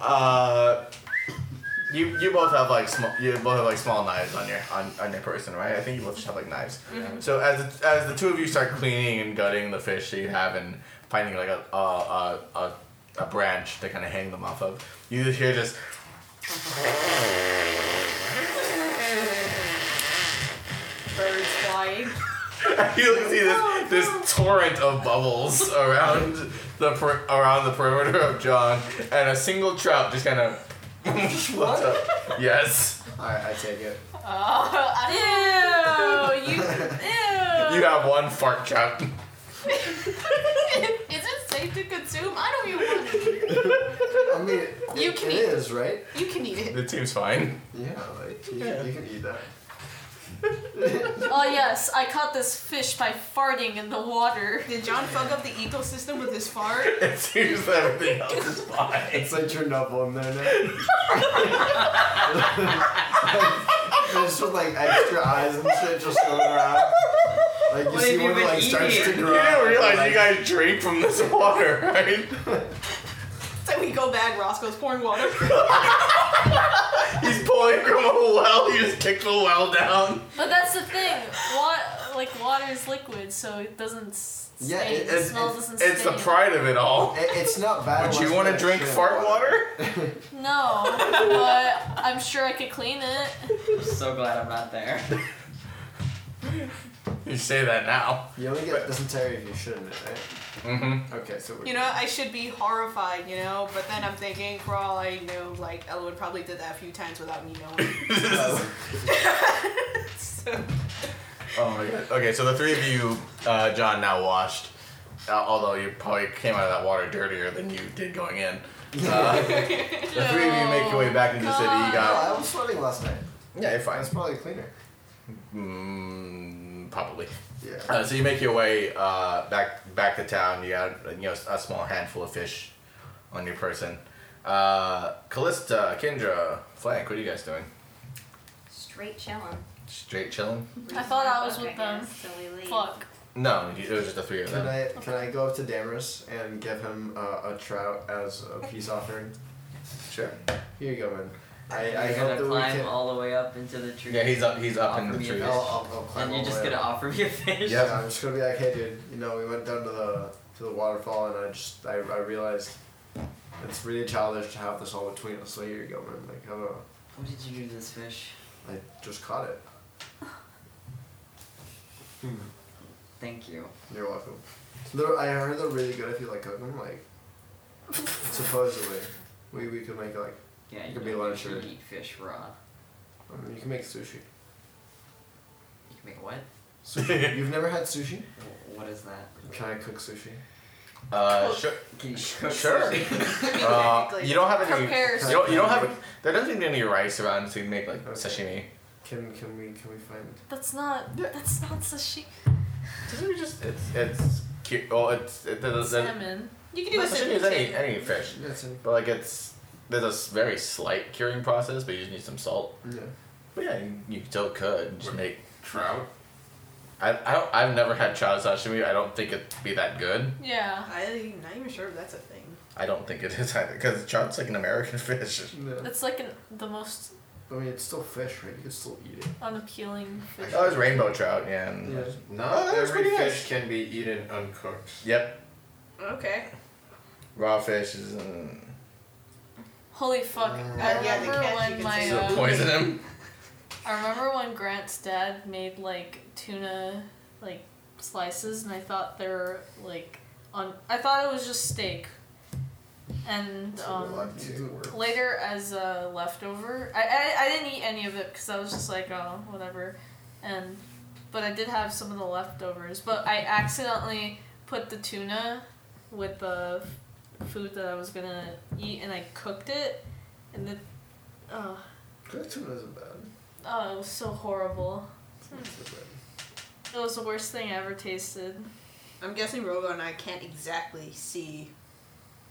uh, you you both have like small you both have like small knives on your on, on your person, right? I think you both just have like knives.
Mhm.
So as the, as the two of you start cleaning and gutting the fish that you have and finding like a a a, a, a branch to kind of hang them off of, you just hear just.
birds flying.
you can see this, this torrent of bubbles around the per- around the perimeter of John, and a single trout just kind of floats up. Yes. All right, I take it.
Oh, I- ew. You, ew.
You have one fart trout.
Is it safe to consume? I don't even want
I mean,
You
it,
can
it
eat it.
is, right?
You can eat it.
It seems fine.
Yeah, like, you, you can eat that.
Oh, yes, I caught this fish by farting in the water.
Did John fuck up the ecosystem with his fart?
It seems that everything else is fine.
It's like Chernobyl in there now. There's just like extra eyes and shit just going around. Like you
What
see
have you
one that
been
like starts to
eating?
grow.
You didn't
out,
realize
like-
you guys drink from this water, right?
So we go back, Roscoe's pouring water.
He's pulling from a well. He just kicked the well down.
But that's the thing. Wa- like, water is liquid, so it doesn't s- stay.
Yeah, it-
the
it's-
smell
it's-
doesn't
It's the
stay.
pride of it all.
It- it's not bad.
Would
unless
you want to
let it
drink
shit in
fart
water.
water?
No, but I'm sure I could clean it.
I'm so glad I'm not there.
You say that now.
You only get dysentery if you shouldn't, right?
Mm-hmm.
Okay, so we
You know, I should be horrified, you know, but then I'm thinking, for all I know, like, Elwood probably did that a few times without me knowing. so,
Oh my god. Okay, so the three of you, uh, John, now washed. Uh, although you probably came out of that water dirtier than you did going in. Uh, the three of you make your way back into the city. You
I
got.
was sweating last night.
Yeah, you're fine.
It's probably cleaner.
Mm, probably.
Yeah.
Uh, so you make your way uh, back back to town. You got you know a small handful of fish on your person. Uh, Callista, Kendra, Flank, what are you guys doing?
Straight chillin'.
Straight chilling?
I thought I was with them. Fuck.
No, you- it was just the three of
Can
them.
I can I go up to Damaris and give him uh, a trout as a peace offering?
Sure.
Here you go, man. I, I hope
you're gonna
that
climb
we can.
all the way up into the tree.
Yeah, he's up- he's up
offer
in the
me a
tree.
fish,
I'll, I'll, I'll climb
and
all
you're
the
just
way
gonna
up.
offer me a fish.
Yeah, I'm just gonna be like, hey, dude. You know, we went down to the to the waterfall, and I just I, I realized it's really childish to have this all between us. So here you go, man. Like, have a.
What did you do to this fish?
I just caught it.
Thank you.
You're welcome. They're, I heard they're really good if you like cook them. Like, supposedly, we we could make like
Yeah,
it
you
could be
don't
lunch or
usually eat fish raw.
I mean, you can make sushi.
You can make what?
Sushi. You've never had sushi?
Wh- What is that?
Can I cook sushi?
Uh, sure.
Can you
Sure. uh, you don't have any.
Prepare
You don't, you don't have. There doesn't seem to be any rice around to make like sashimi.
Can can we can we find?
That's not. That's not sashimi.
Doesn't it just? It's it's cute. Well, it's it, it, it,
Salmon. You can do a
You can use
cinnamon
any
too.
any fish, but like it's there's a s- very slight curing process, but you just need some salt.
Yeah.
But yeah, you, you still could just make
trout.
I, I don't, I've never had trout sashimi. I don't think it'd be that good.
Yeah.
I'm not even sure if that's a thing.
I don't think it is either because trout's like an American fish.
That's like an, the most
I mean, it's still fish, right? You can still eat it.
unappealing fish.
Oh, it's rainbow trout. Yeah. and-
Yeah.
Not
that was
every
pretty
fish
nice.
can be eaten uncooked.
Yep.
Okay.
Raw fish is. mm,
Holy fuck! I
yeah, the
remember
cat
when
chicken
my
so
uh,
poison him.
I remember when Grant's dad made like tuna like slices, and I thought they were like on. I thought it was just steak, and um, later as a leftover, I, I I didn't eat any of it because I was just like oh whatever, and but I did have some of the leftovers. But I accidentally put the tuna with the food that I was gonna eat, and I cooked it, and the oh
That tuna isn't bad.
oh it was so horrible.
It's not so bad.
It was the worst thing I ever tasted.
I'm guessing Rogo and I can't exactly see.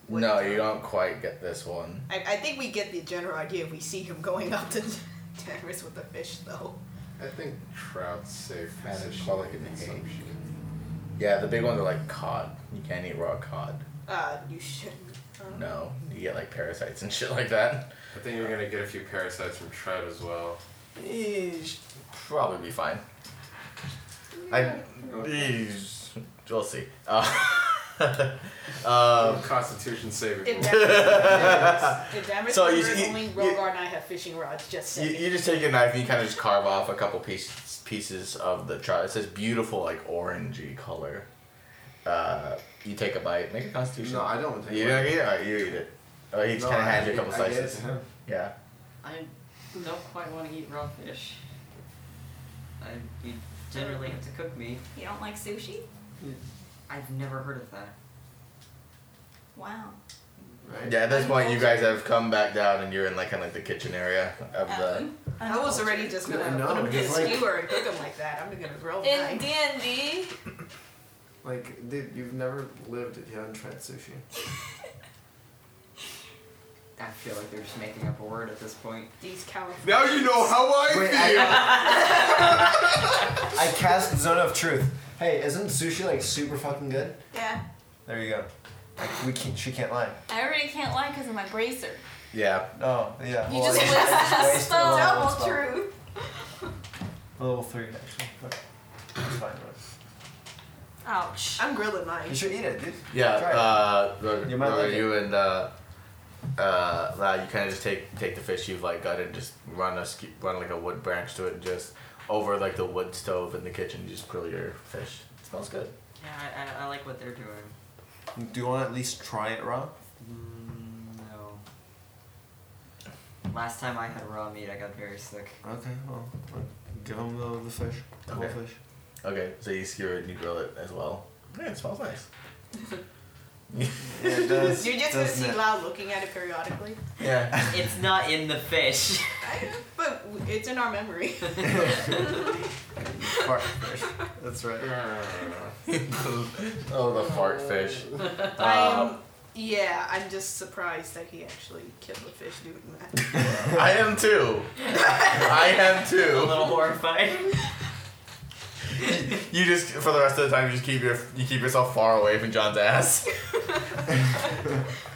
No, you don't quite get this one.
I, I think we get the general idea if we see him going up to Terrace with the fish, though.
I think trout's safe for
Added
sashimi
garlic and
consumption.
Yeah, the big ones are like cod. You can't eat raw cod.
Uh, you shouldn't. Um,
No, you get like parasites and shit like that.
I think you're gonna get a few parasites from trout as well.
Eesh. Probably be fine. I. Eesh. We'll see. Uh,
uh,
um,
Constitution saving.
It damages. it damages.
So
So
you- you-
only Rogar and I have fishing rods. Just
You,
saying.
you just take a knife and you kind of just carve off a couple pieces pieces of the trout. It says beautiful like orangey color. Uh, you take a bite. Make a constitution.
No, I don't want to take
You
a
don't
bite.
eat it. Alright, you eat it. Oh, he just
No,
kind of
I
hands you a
eat-
couple
I get it
slices.
to him.
Yeah.
I don't quite want to eat raw fish. I, you generally have to cook me.
You don't like sushi?
I've never heard of that.
Wow.
Yeah. At this point, you guys have come back down and you're in like kind of like the kitchen area of the.
I was already just
No,
gonna
no,
put him in a
because, like-
skewer and cook him like that. I'm gonna roll
In
nine.
D and D,
Like, dude, you've never lived if you haven't tried sushi.
I feel like they're just making up a word at this point.
These cow.
Now you know how I
Wait,
feel.
I cast Zone of Truth. Hey, isn't sushi like super fucking good?
Yeah.
There you go. Like, we can't, she can't lie.
I already can't lie because of my bracer.
Yeah.
Oh, yeah.
You
well,
just
I
wasted
wasted
a
a
spell.
lot of
Double
spell.
truth.
Level three, actually. Okay. It's fine. but-
ouch.
I'm grilling mine.
You should eat it, dude.
Yeah,
Try it.
uh, Ro-
You might
Ro-
like it.
you and uh, uh, Lau, you kind of just take take the fish you've like got and just run a ske- run like a wood branch to it and just over like the wood stove in the kitchen. You just grill your fish. It smells good.
Yeah, I, I, I like what they're doing.
Do you want to at least try it raw?
Mm, no. Last time I had raw meat, I got very sick.
Okay, well, well, give him the, the fish. The
Okay.
whole fish.
Okay, so you skewer it and you grill it as well. Yeah, it smells nice.
Yeah, it does.
You're just gonna
doesn't
see
it?
Lau looking at it periodically.
Yeah.
It's not in the fish.
I know, but it's in our memory.
Fart fish. That's right.
oh, the fart fish.
Uh,
I'm,
Um,
yeah, I'm just surprised that he actually killed the fish doing that.
I am too. I am too.
A little horrified.
You just for the rest of the time, you just keep your you keep yourself far away from John's ass.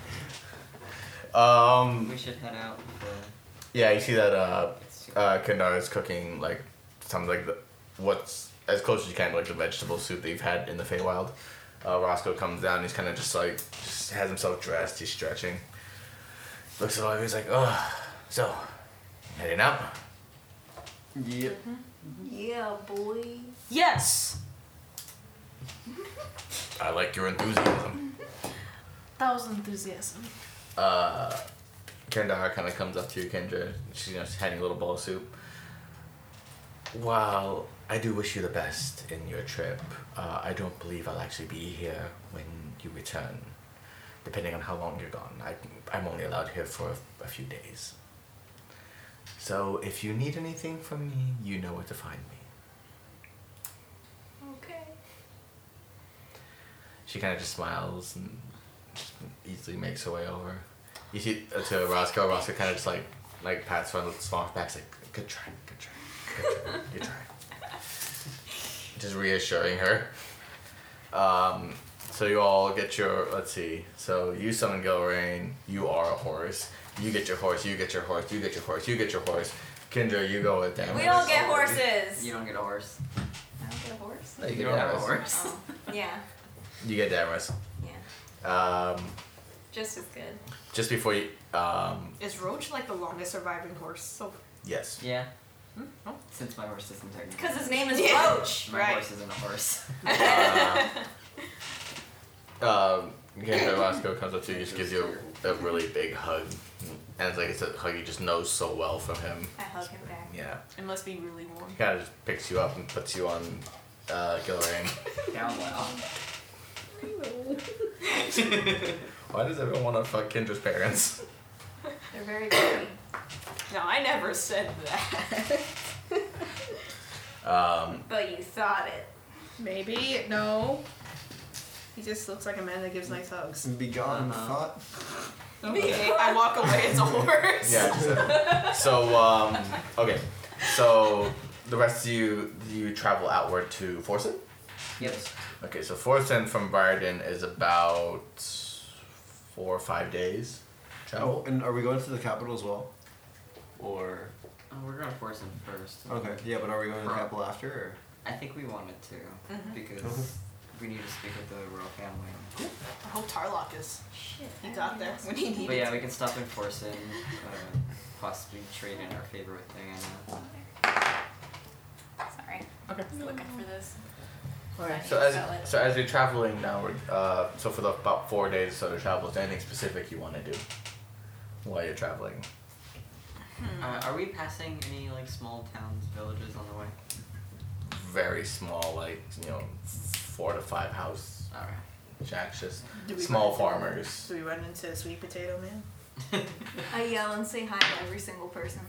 um,
We should head out. For,
yeah, you see that uh, uh, Kendara is cooking like something like the, what's as close as you can to like the vegetable soup that you've had in the Feywild. Uh, Roscoe comes down. He's kind of just like just has himself dressed. He's stretching. Looks at all of you. He's like, oh, so heading out.
Yep.
Yeah, boy.
Yes,
I like your enthusiasm.
that was enthusiasm.
uh, Kendara kind of comes up to you, Kendra. She's you know, she's handing a little bowl of soup. Wow, I do wish you the best in your trip. Uh, I don't believe I'll actually be here when you return, depending on how long you're gone. I, I'm only allowed here for a, a few days. So if you need anything from me, you know where to find me.
Okay.
She kind of just smiles and
easily makes her way over. You see uh, to Roscoe. Roscoe kind of just like like pats her on the small back, it's like good try, good try, good try, good try. just reassuring her. Um, so you all get your let's see. So you summon Gilrain. You are a horse. You get your horse. You get your horse. You get your horse. You get your horse. Kendra, you go with them.
We all get horses.
You don't get a horse.
I don't get a horse.
No, you get Damaris.
Oh, yeah,
You get Damaris. Yeah. Um,
just as good.
just before you, um,
Is Roach like the longest surviving horse? So
yes.
Yeah. Hmm, Since my horse isn't technically.
'Cause his name is
Yeah.
Roach.
My
Right.
horse isn't a horse.
Um, Kendra Roscoe comes up to you, just gives you a, a really big hug, and it's like it's a hug you just know so well from him.
I hug him back.
Yeah.
It must be really warm.
He kind of just picks you up and puts you on uh, Gilrain.
Down well.
Why does everyone want to fuck Kendra's parents?
they're very pretty. no, I never said that.
Um,
But you thought it.
Maybe no. He just looks like a man that gives nice hugs.
Be gone, thought.
Okay, I walk away as a horse.
Yeah, just a- so um, okay, so the rest of you you travel outward to Forsen.
Yes.
Okay, so Forsen from Briarden is about four or five days
Oh,
travel.
and are we going to the capital as well?
Or
Oh, we're gonna force him first.
Oh,
Okay, yeah, but are we going to the capital after? Or?
I think we wanted to
Mhm.
Mm-hmm.
because
Okay.
we need to speak with the royal family.
I hope Tarlock is. Shit, he got there when he needed.
But yeah,
to.
we can stop enforcing, uh, possibly trade in our favorite thing. uh,
Sorry. Okay. Looking for this.
so as so as you're traveling now, we're, uh, so for the about four days or so to travel, is there anything specific you want to do while you're traveling?
Mm.
Uh, are we passing any like small towns, villages on the way?
Very small, like you know, four to five house shacks, just
Do we
small
run-
farmers.
Do we run into the sweet potato man?
I yell and say hi to every single person.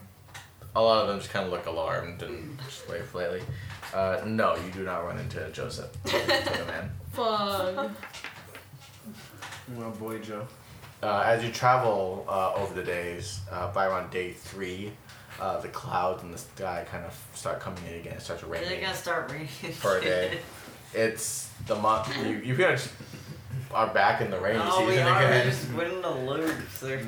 A lot of them just kind of look alarmed and just wave flatly. Uh, no, you do not run into Joseph, the man.
Fuck.
Oh boy, Joe.
Uh, as you travel uh, over the days, uh, by around day three, uh, the clouds in the sky kind of start coming in again. It starts raining.
They're gonna start raining.
for a day. It's the month you you kind of are back in the rainy
Oh,
season
we are. We
again.
just went in the loop. There.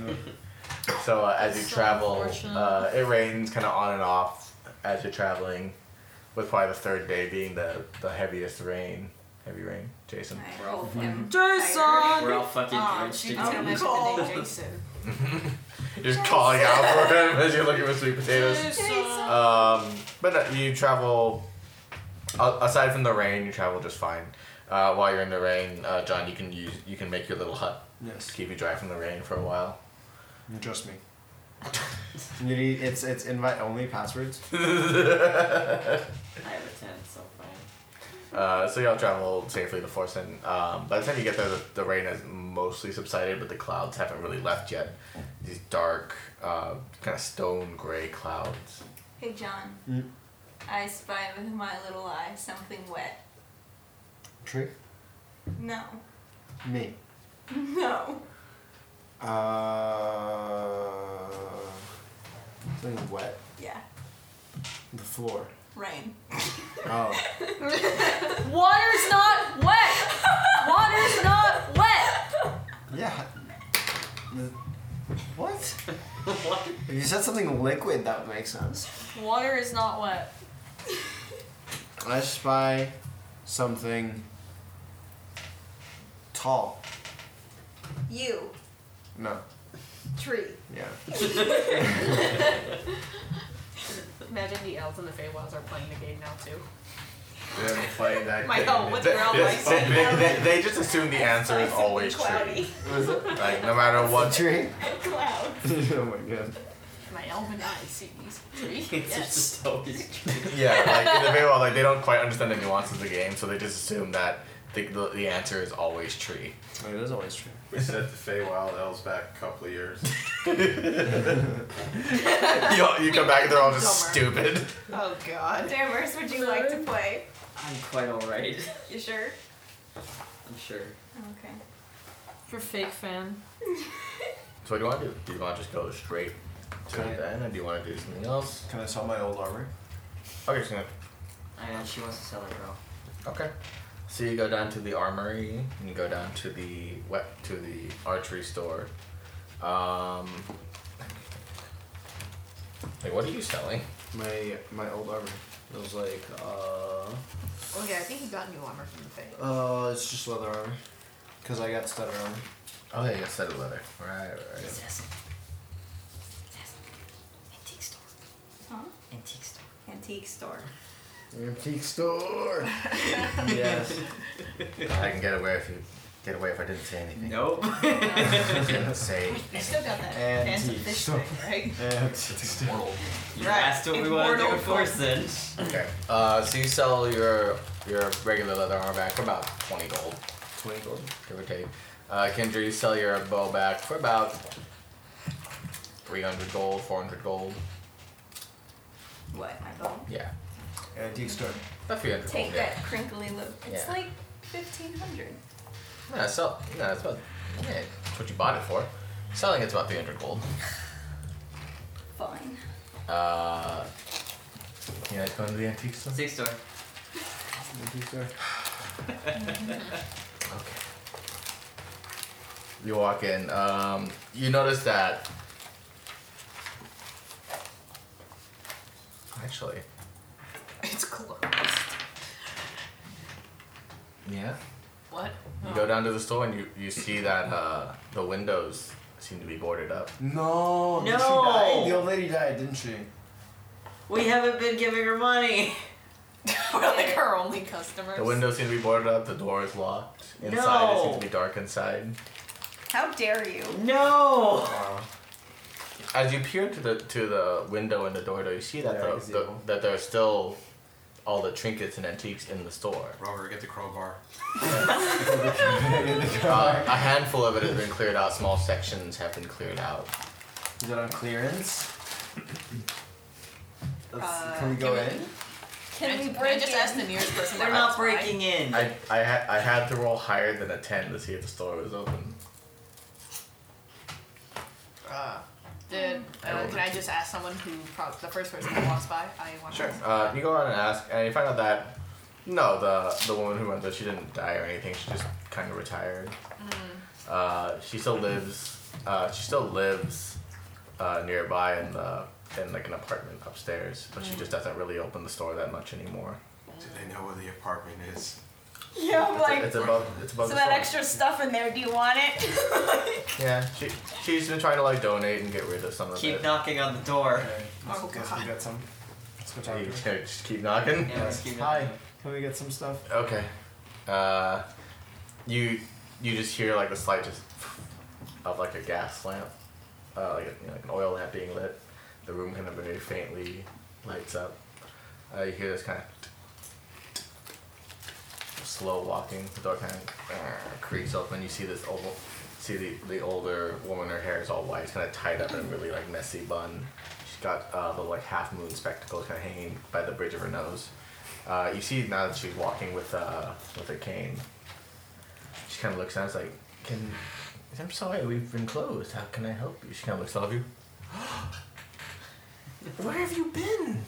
So uh, as you
So
travel,
unfortunate.
uh, it rains kind of on and off as you're traveling, with probably the third day being the, the heaviest rain. Heavy rain, Jason.
We're all
fucking-
Jason!
We're all fucking
Oh,
drenched
Jesus.
together.
I'm
Call
called
Jason.
You're just calling out for him as you're looking for sweet potatoes.
Jason!
Um, but uh, you travel. a- Aside from the rain, you travel just fine. Uh, while you're in the rain, uh, John, you can use you can make your little hut
Yes.
to keep you dry from the rain for a while.
Trust me. you need it's it's invite only passwords.
I have a tent, so fine.
Uh, so y'all travel safely to Forsen. Um, by the time you get there, the, the rain has mostly subsided, but the clouds haven't really left yet. These dark, uh, kind of stone gray clouds.
Hey, John.
Mm.
I spy with my little eye something wet.
Tree.
No.
Me.
No.
Uh. Something wet.
Yeah.
The floor.
Rain.
Oh.
Water's not wet! Water's not wet!
Yeah. The- What? If you said something liquid, that would make sense.
Water is not wet.
I spy something tall.
You.
No.
Tree.
Yeah.
Imagine the elves and the Feywilds are playing the game now too.
They haven't played that
Michael,
game.
what's
They-
your
they-
license?
they, they- they- they just assume the answer is always true.
Cloudy.
Like, no matter what.
Tree?
Cloud.
oh my god.
My elven eye sees. Tree.
It's
Yes.
just always
Yeah, like, they're very well, like, they don't quite understand the nuances of the game, so they just assume that the, the, the answer is always tree.
It is always true.
We set the Feywild elves back a couple of years.
you, you come back and they're all just stupid.
Oh god.
Damaris, would you like to play?
I'm quite alright.
You sure?
I'm sure.
Okay.
Your fake fan.
So what do you want to do? Do you want to just go straight to the end, or do you want to do something else?
Can I sell my old armor?
Okay, so
I know she wants to sell it, bro.
Okay. So you go down to the armory and you go down to the wet to the archery store. Um, like what are you selling?
My my old armor. It was like uh
Oh yeah, I think he got new armor from the thing.
uh it's just leather armor. Cause I got stutter armor.
Oh yeah, you got studded leather. Right, right.
Antique store.
Huh?
Antique store.
Antique store.
Antique store. yes. I can get away if you get away if I didn't say anything. Nope. didn't say.
You still got that fancy
Antique
fish
store.
thing, right?
You
Right.
asked what we wanted to do first then.
Okay. Uh, so you sell your your regular leather armor back for about twenty gold. Twenty gold, give or take. Uh, Kendra, you sell your bow back for about three hundred gold, four hundred gold.
What? My bone?
Yeah.
Antique store.
About three hundred
Take
gold. yeah.
that crinkly look. It's
Yeah.
like fifteen hundred.
Yeah, sell. Yeah, that's about. Yeah, that's what you bought it for. Selling it's about three hundred gold.
Fine.
Uh, you guys going to the antique store?
Antique store.
Antique store. okay. You walk in. Um, you notice that. Actually.
It's closed.
Yeah.
What?
You go down to the store and you, you see that uh, the windows seem to be boarded up.
No.
No.
She died. The old lady died, didn't she?
We haven't been giving her money.
We're like her only customers.
The windows seem to be boarded up. The door is locked. Inside it seems
No.
to be dark inside.
How dare you?
No.
As you peer to the to the window and the door, though, you see that
Yeah, I
the,
can see
the,
them.
that there are still all the trinkets and antiques in the store.
Robert, get the crowbar.
Uh, a handful of it has been cleared out. Small sections have been cleared out.
Is it on clearance? Let's-
Uh,
can we go
can
in?
Can
I
we
ju-
break
can I just
in?
ask the nearest person
We're
to
not
ask why?
breaking in.
I I, ha- I had to roll higher than a ten to see if the store was open. Ah.
Uh, did
Mm.
uh, can I just ask someone who prob- the first person that walks by? I want
Sure.
to. ask.
Uh, you go on and ask, and you find out that no, the the woman who runs it, she didn't die or anything. She just kind of retired.
Mm-hmm.
Uh, she still lives. Uh, she still lives uh, nearby in the in like an apartment upstairs, but she
Mm.
just doesn't really open the store that much anymore.
Do they know where the apartment is?
Yeah, I'm
It's,
like.
it's above. It's above
so
the
that
store.
extra stuff in there, do you want it?
yeah, she she's been trying to like donate and get rid of some of
Keep
it.
knocking on the door.
Let's,
Oh,
let's go get some. Let's go talk to
You
her.
can just keep knocking.
Yeah, let's keep
Hi.
knocking.
Can we get some stuff?
Okay. Uh, you you just hear like the slight just of like a gas lamp, uh, like, a, you know, like an oil lamp being lit. The room kind of very faintly lights up. Uh, you hear this kind of slow walking. The door kind of creaks open. You see this oval. See the, the older woman. Her hair is all white. It's kind of tied up in a really like messy bun. She's got uh, the like half moon spectacles kind of hanging by the bridge of her nose. Uh, you see now that she's walking with uh, with a cane. She kind of looks down. It's like, can I'm sorry, we've been closed. How can I help you? She kind of looks off you. Where have you been?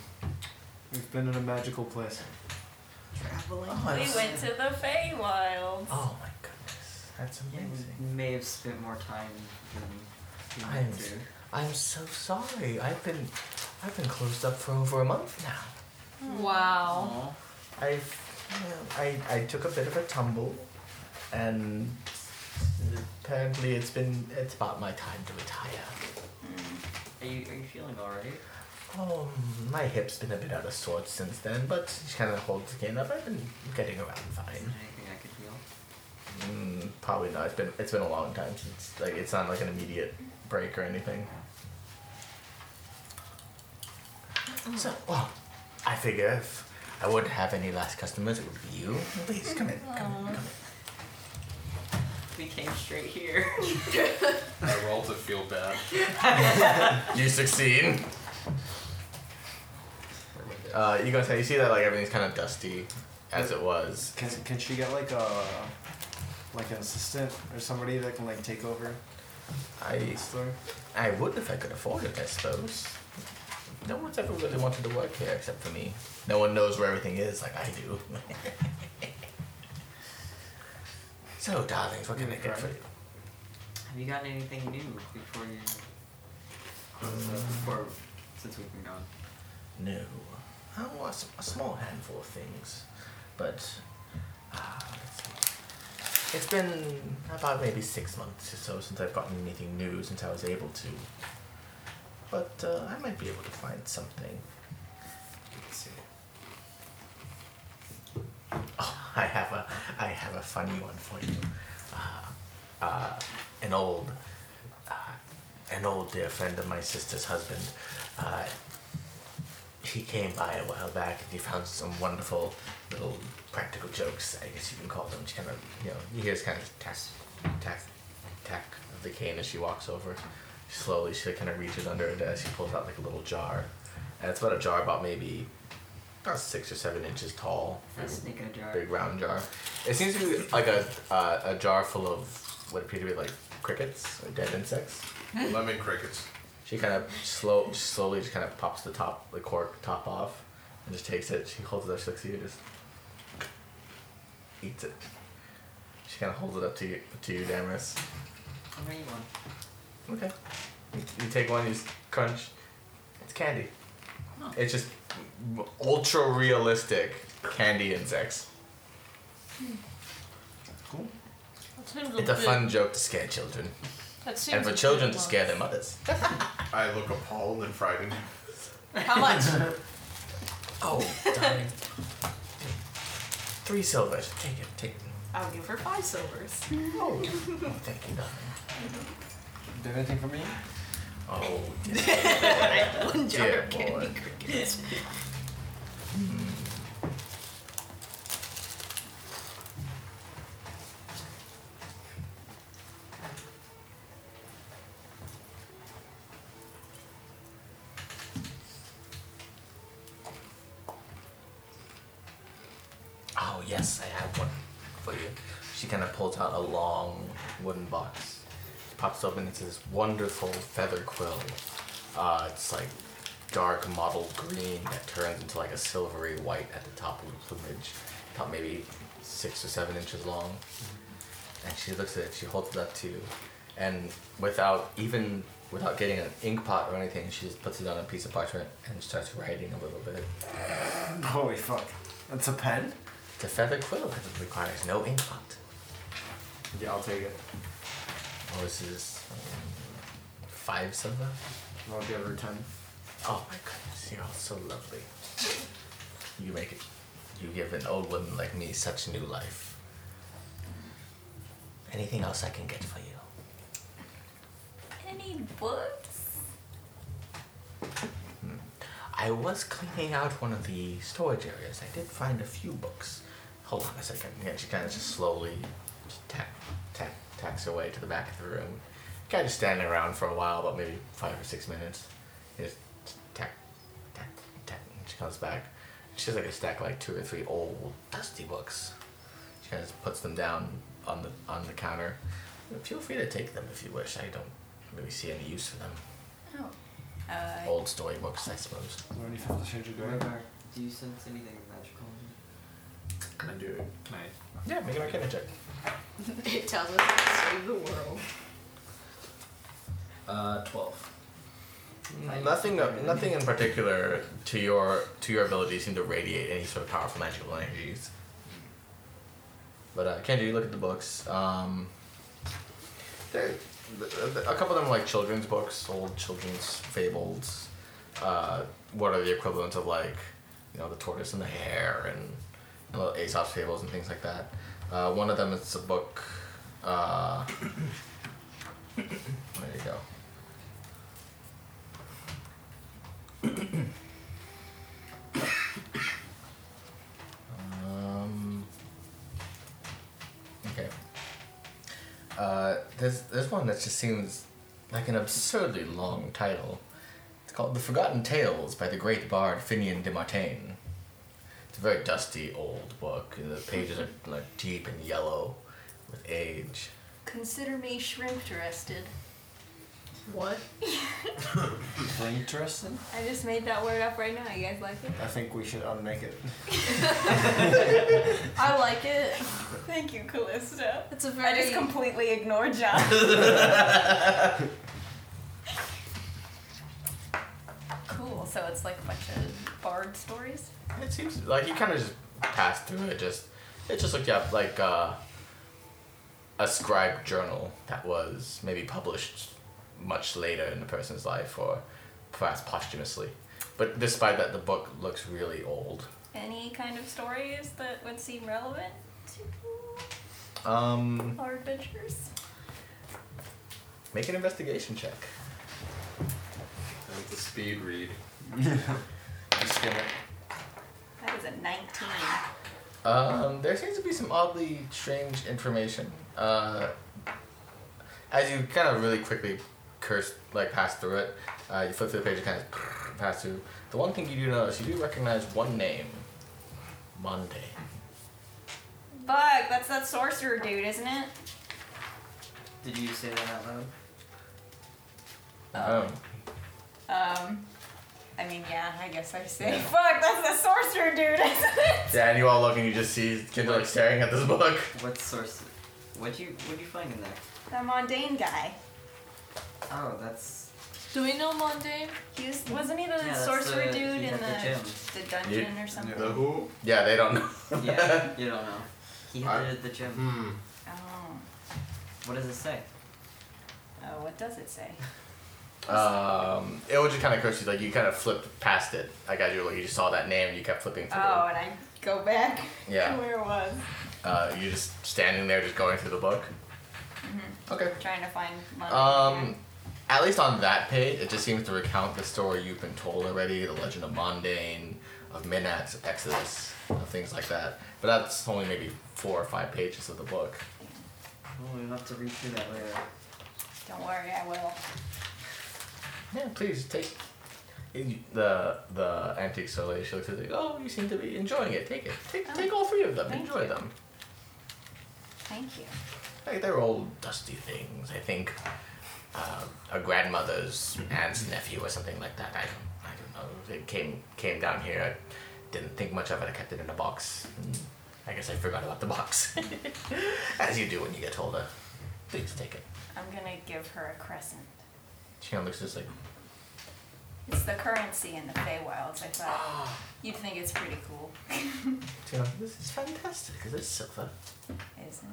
We've been in a magical place.
Traveling.
we went to the Feywilds.
Oh my goodness, that's
Yeah,
amazing.
we may have spent more time than we
I'm,
need to.
I'm so sorry. I've been I've been closed up for over a month now.
Hmm.
Wow.
Aw.
I've you know, I I took a bit of a tumble, and apparently it's been it's about my time to retire.
Are you are you feeling alright?
Oh, my hip's been a bit out of sorts since then, but she kind of holds the cane up. I've been getting around fine.
Anything I could heal?
Mm, probably not. It's been it's been a long time since like it's not like an immediate break or anything. So well, I figure if I wouldn't have any last customers, it would be you. Please come in. Come in. Come in.
We came straight here.
I roll to feel bad.
You succeed. Uh, you guys, you see that like everything's kind of dusty, as it was.
Can, can she get like a like an assistant or somebody that can like take over?
I I would if I could afford it, I suppose. No one's ever really wanted to work here except for me. No one knows where everything is like I do. so, darlings, what can I get for you?
Have you gotten anything new before you? so before, since we've been gone.
No. I want s- a small handful of things, but ah, let's see. it's been about maybe six months or so since I've gotten anything new since I was able to. But uh, I might be able to find something. Let's see. Oh, I have a I have a funny one for you. Uh, uh, an old uh, an old dear friend of my sister's husband. Uh, he came by a while back and he found some wonderful little practical jokes, I guess you can call them. She kind of, you know, you hear this kind of tack, tack, tack of the cane as she walks over. Slowly, she kind of reaches under her desk. She pulls out like a little jar, and it's about a jar about maybe about six or seven inches tall.
A sneaker jar.
Big round jar. It seems to be like a uh, a jar full of what appear to be like crickets or dead insects.
Hmm. Lemon crickets.
She kind of slow, slowly just kind of pops the top, the cork top off, and just takes it. She holds it up, she looks at you, and just eats it. She kind of holds it up to you, to you, Damaris.
How many you want?
Okay. You, you take one, you just crunch. It's candy.
Oh.
It's just ultra realistic candy insects.
That seems
It's a
bit-
fun joke to scare children,
That seems
and
a
for
bit
children to
much.
scare their mothers.
I look appalled and frightened.
How much?
Oh, darling. Three silvers. Take it. Take it.
Oh,
I'll give her five silvers.
Oh, thank you, darling.
Do you have anything for me?
Oh,
One jar
Dear
of candy
boy.
crickets.
Oh yes, I have one for you. She kind of pulls out a long wooden box, pops open. It's this wonderful feather quill. Uh, it's like dark mottled green that turns into like a silvery white at the top of the plumage, about maybe six or seven inches long. And she looks at it. She holds it up to you, and without even without getting an ink pot or anything, she just puts it on a piece of parchment and starts writing a little bit.
Holy fuck. That's a pen?
The feather quill that requires no ink pot.
Yeah, I'll take it.
What was this? Five silver?
I'll give her ten.
Oh my goodness, you're all so lovely. You make it. You give an old woman like me such new life. Anything else I can get for you?
Any books?
I was cleaning out one of the storage areas. I did find a few books. Hold on a second. Yeah, she kind of just slowly just tack, tack, tacks her way to the back of the room. Kind of standing around for a while, about maybe five or six minutes. Just tack, tack, tack. And she comes back. She has like a stack of like two or three old dusty books. She kind of puts them down on the on the counter. Feel free to take them if you wish. I don't really see any use for them.
Oh. Uh,
Old storybooks, I suppose.
Already found the stranger door.
Remember, do you sense anything magical?
Can I do it? Can I?
Yeah, make an arcana check.
it tells us to save the world.
Uh, twelve.
Mm, Nothing, uh, nothing in particular to your to your ability seem to radiate any sort of powerful magical energies. But uh, Kendra, you look at the books. Um, there, th- th- a couple of them are like children's books, old children's fables. Uh, what are the equivalents of like, you know, the tortoise and the hare and you know, Aesop's fables and things like that. Uh, one of them is a book. Uh, there you go. Um, okay. Uh, there's there's one that just seems like an absurdly long title. It's called "The Forgotten Tales" by the great bard Finian de Martain. It's a very dusty old book, and the pages are like deep and yellow, With age.
Consider me shrimp interested.
What?
Interesting.
I just made that word up right now. You guys like it?
I think we should unmake it.
I like it.
Thank you, Callisto.
It's a
I just
very-
completely ignored John.
Cool. So it's like a bunch of bard stories.
It seems like you kind of just passed through it. Just it just looked up like uh, a scribe journal that was maybe published much later in the person's life, or perhaps posthumously. But despite that, the book looks really old.
Any kind of stories that would seem relevant
Um,
to our adventures?
make an investigation check.
That's a speed read.
Just skim it.
That is a 19.
Um, there seems to be some oddly strange information. Uh, as you kind of really quickly curse, like pass through it, uh, you flip through the page, you kind of pass through. The one thing you do notice, you do recognize one name, Monte.
Bug, that's that sorcerer dude, isn't it?
Did you say that out loud?
Oh.
Um, I mean, yeah, I guess I say.
Yeah.
Fuck, that's the sorcerer dude, isn't it?
Yeah, and you all look and you just see Kendall like staring at this book.
What source? What'd you What'd you find in there?
the mundane guy.
Oh, that's
Do we know Mundane?
He was, wasn't he the
Yeah, that's
sorcerer
the-
dude
he
in
had
the,
the gem.
the dungeon or something?
who? Yeah, they don't know.
yeah. You don't know. He
I-
had the, the gym.
Hmm.
Oh.
What does it say?
oh, what does it say?
Um, it would just kind of curse you, like you kind of flipped past it. Like as you were looking, you just saw that name and you kept flipping through.
Oh, and I go back
Yeah.
to where it was.
Uh, you're just standing there, just going through the book.
Mm-hmm.
Okay.
Trying to find money.
Um, at least on that page, it just seems to recount the story you've been told already: the legend of Mondane, of Minax, of Exodus, of things like that. But that's only maybe four or five pages of the book.
Oh, we'll have to read through that later.
Don't worry, I will.
Yeah, please take the the antique soleil. She looks at it like, oh, you seem to be enjoying it. Take it. Take take all three of them.
Oh. Thank
Enjoy
you.
them.
Thank you.
Like they're old dusty things. I think uh, a grandmother's aunt's nephew or something like that. I don't, I don't know. It came came down here. I didn't think much of it. I kept it in a box. And I guess I forgot about the box. As you do when you get older. Please take it.
I'm gonna give her a crescent.
She kind of looks just like,
It's the currency in the Feywilds. I thought you'd think it's pretty cool,
"She kind of- this is fantastic. Is it silver?
isn't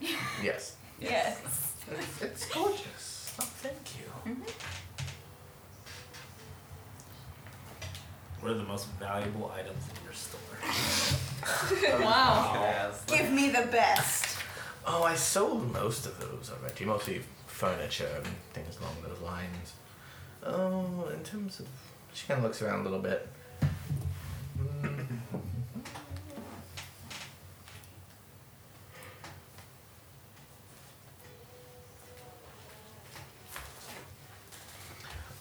it?
Yes.
Yes.
It's, it's gorgeous. Oh, thank you.
What are the most valuable items in your store?
wow. Give me the best.
Oh, I sold most of those already. Mostly furniture and things along those lines. Oh, in terms of. She kind of looks around a little bit. Mm.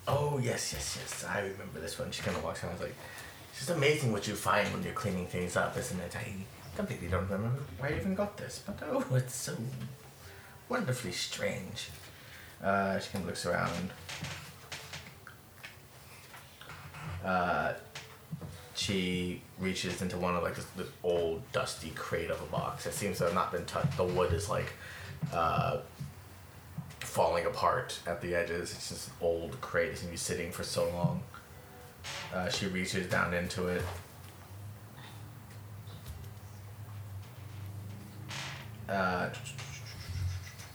Oh, yes, yes, yes. I remember this one. She kind of walks around and is like, it's just amazing what you find when you're cleaning things up, isn't it? I completely don't remember where I even got this, but oh, it's so wonderfully strange. Uh, she kind of looks around. Uh, she reaches into one of like this, this old dusty crate of a box. It seems to have not been touched. The wood is like uh, falling apart at the edges. It's just an old crate. It's gonna be sitting for so long. Uh, she reaches down into it. Uh,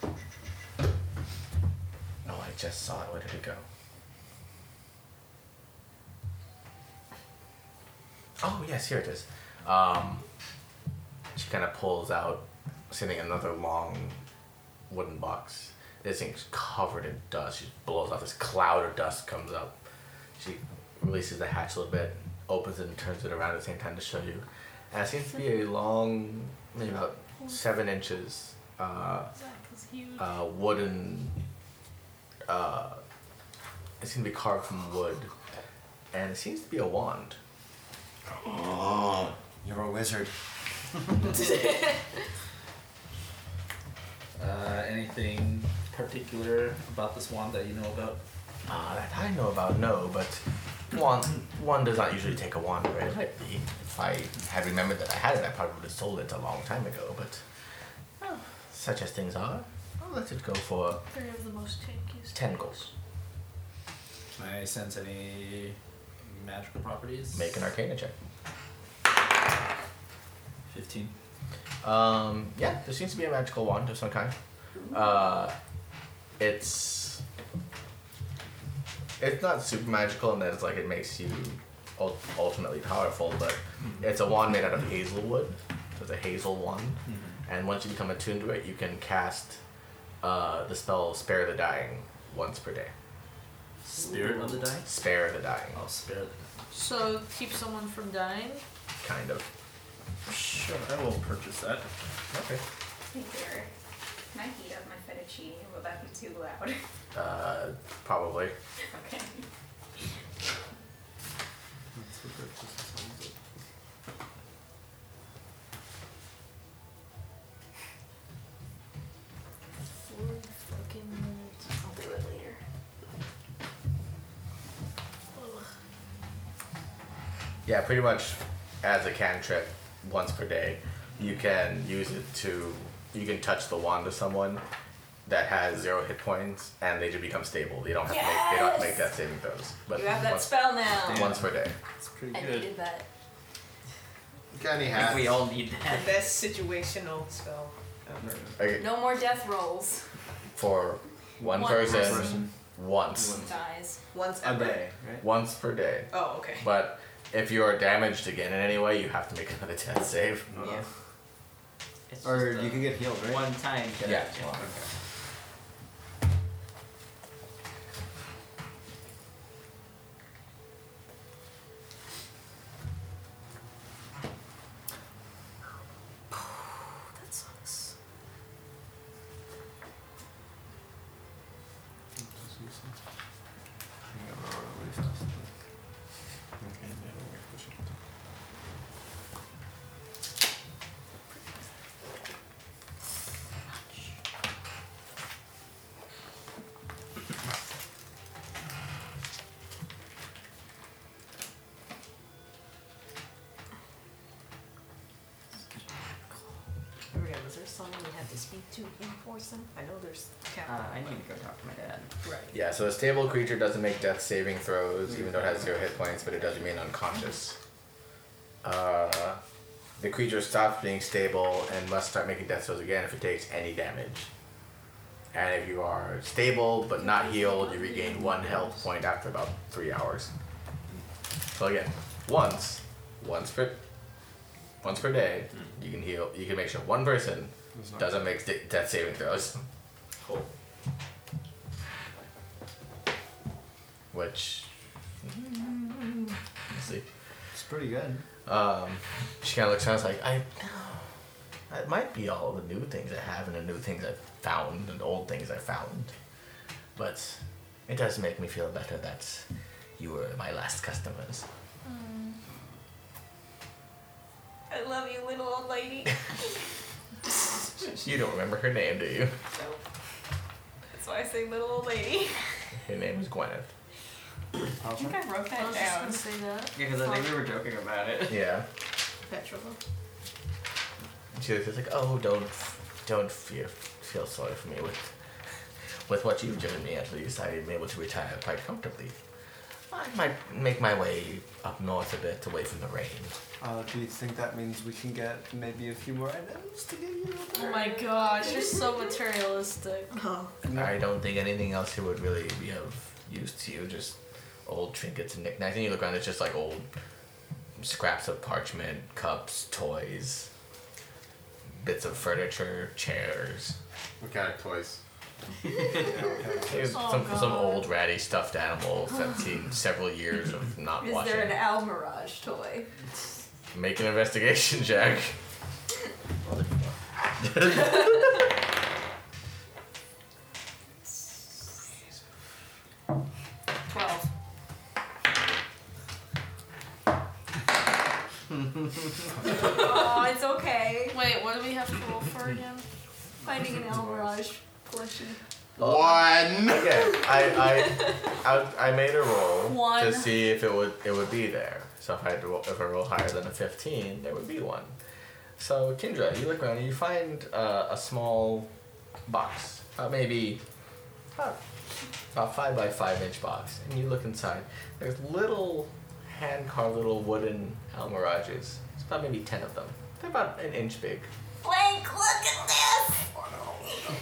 oh, I just saw it. Where did it go? Oh yes, here it is. Um, she kind of pulls out, sitting another long wooden box. This thing's covered in dust. She blows off this cloud of dust comes up. She releases the hatch a little bit, opens it and turns it around at the same time to show you. And it seems to be a long, maybe about seven inches, uh, uh, wooden. Uh, it seems to be carved from wood, and it seems to be a wand.
Oh, you're a wizard.
anything particular about this wand that you know about?
Ah, that I know about no, but one one does not usually take a wand very lightly. If I had remembered that I had it, I probably would have sold it a long time ago. But oh, such as things are, I'll let it go for
Three of the most tankiest.
ten goals.
Can I sense any magical properties?
Make an Arcana check.
Fifteen.
Um, yeah, there seems to be a magical wand of some kind. Uh, it's it's not super magical in that it's like it makes you ul- ultimately powerful, but
Mm-hmm.
it's a wand made out of hazelwood. So it's a hazel wand,
Mm-hmm.
and once you become attuned to it, you can cast uh, the spell Spare the Dying once per day.
Spirit of the dying.
Spare the Dying.
Oh, spare the dying.
So keep someone from dying.
Kind of.
Sure, I will purchase that.
Okay.
Hey there. Can I heat up my fettuccine? Will that be too loud?
Uh, probably.
okay.
Four fucking minutes.
I'll do it later.
Yeah, pretty much as a cantrip once per day, you can use it to you can touch the wand of someone that has zero hit points and they just become stable. They don't have to make they don't have to make that saving throws. But
You have that
once,
spell now.
Once per day.
It's pretty
I needed that.
Got any
hats? we all need
The best situational spell.
Okay.
No more death rolls.
For one,
One
person,
person.
once.
Dies.
Once
A
ever.
day. Once per day.
Oh, okay.
But if you are damaged again in any way, you have to make another death save.
Yeah.
Or you can get healed, right?
One time.
Yeah.
Well,
That sucks.
Maria, was there someone we had to speak to in person? I know there's.
Uh, I need to go talk to my dad.
Right.
Yeah, so a stable creature doesn't make death saving throws, even though it has zero hit points, but it does remain unconscious. Uh, the creature stops being stable and must start making death throws again if it takes any damage. And if you are stable but not healed, you regain one health point after about three hours. So again, once, once per, once per day, you can heal. You can make sure one person doesn't make de- death saving throws. Cool. Which Let's see.
It's pretty good.
Um, she kind of looks around. It's like I. It might be all the new things I have and the new things I found and old things I found, but it does make me feel better that you were my last customers.
I love you, little old lady.
You don't remember her name, do you?
That's why I say little old lady.
Her name is Gwyneth.
I
think I wrote
I
that
was just
down.
gonna say that.
Yeah, because I think we were joking about it.
Yeah.
Petrol.
And she was just like, "Oh, don't, don't fear, feel sorry for me with, with what you've given me. At least I am able to retire quite comfortably. I might make my way up north a bit, away from the rain.
Uh, do you think that means we can get maybe a few more items to get you?
Oh my gosh, you're so materialistic.
Oh.
I don't think anything else here would really be of use to you. Just old trinkets and knickknacks. And you look around, it's just like old scraps of parchment, cups, toys, bits of furniture, chairs."
What kind of toys?
There's
Oh,
some, some
God.
old ratty stuffed animal that's seen several years of not
Is
watching.
there an Al Mirage toy?
Make an investigation check.
Twelve.
oh, it's okay. Oh,
Wait, what do we have to roll for again?
Finding an Al Mirage. Plushy.
One. Again, I, I I I made a roll
One.
to see if it would it would be there. So if I had to roll, if I roll higher than a fifteen, there would be one. So Kendra, you look around and you find uh, a small box, uh, maybe about, about five by five inch box, and you look inside. There's little hand carved little wooden almirages. It's about maybe ten of them. They're about an inch big.
Blake, look at this!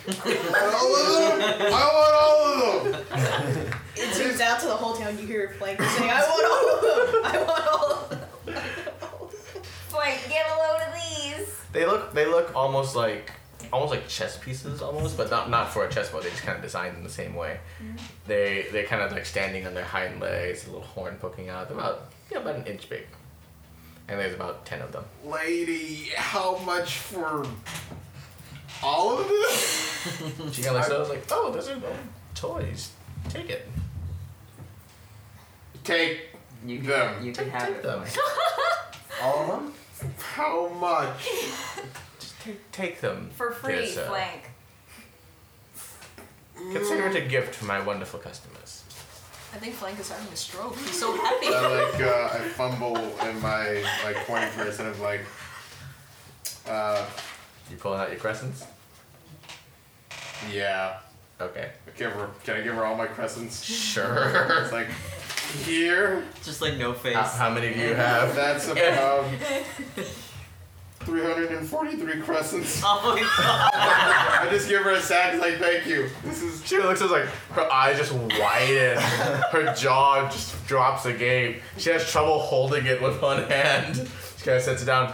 I
want all of them! It zooms out to the whole town. You hear Plank saying, I want all of them! I want all of them!
Blake, get a load of these!
They look they look almost like almost like chess pieces almost, but not not for a chessboard. They just kind of designed in the same way. They they're kind of like standing on their hind legs, a little horn poking out. They're about yeah about an inch big, and there's about ten of them.
Lady, how much for all of this?
She kind of looks at us like, oh, those are little toys. Take it.
Take you can, them.
You can have it.
Them.
all of them? How much?
Just take take them
For free,
dear sir.
Blank.
Consider it a gift for my wonderful customers.
I think Flank is having a stroke. He's so happy.
I like uh, I fumble in my like coin purse and I'm like, uh,
you pulling out your crescents?
Yeah.
Okay.
Give her. Can I give her all my crescents?
Sure.
it's like here.
Just like no face.
How, how many do you have?
That's about three hundred and forty-three crescents.
Oh my
god! I just give her a sack. Like thank you. This is.
She looks at us like her eyes just widen, her jaw just drops agape. She has trouble holding it with one hand. She kind of sits it down.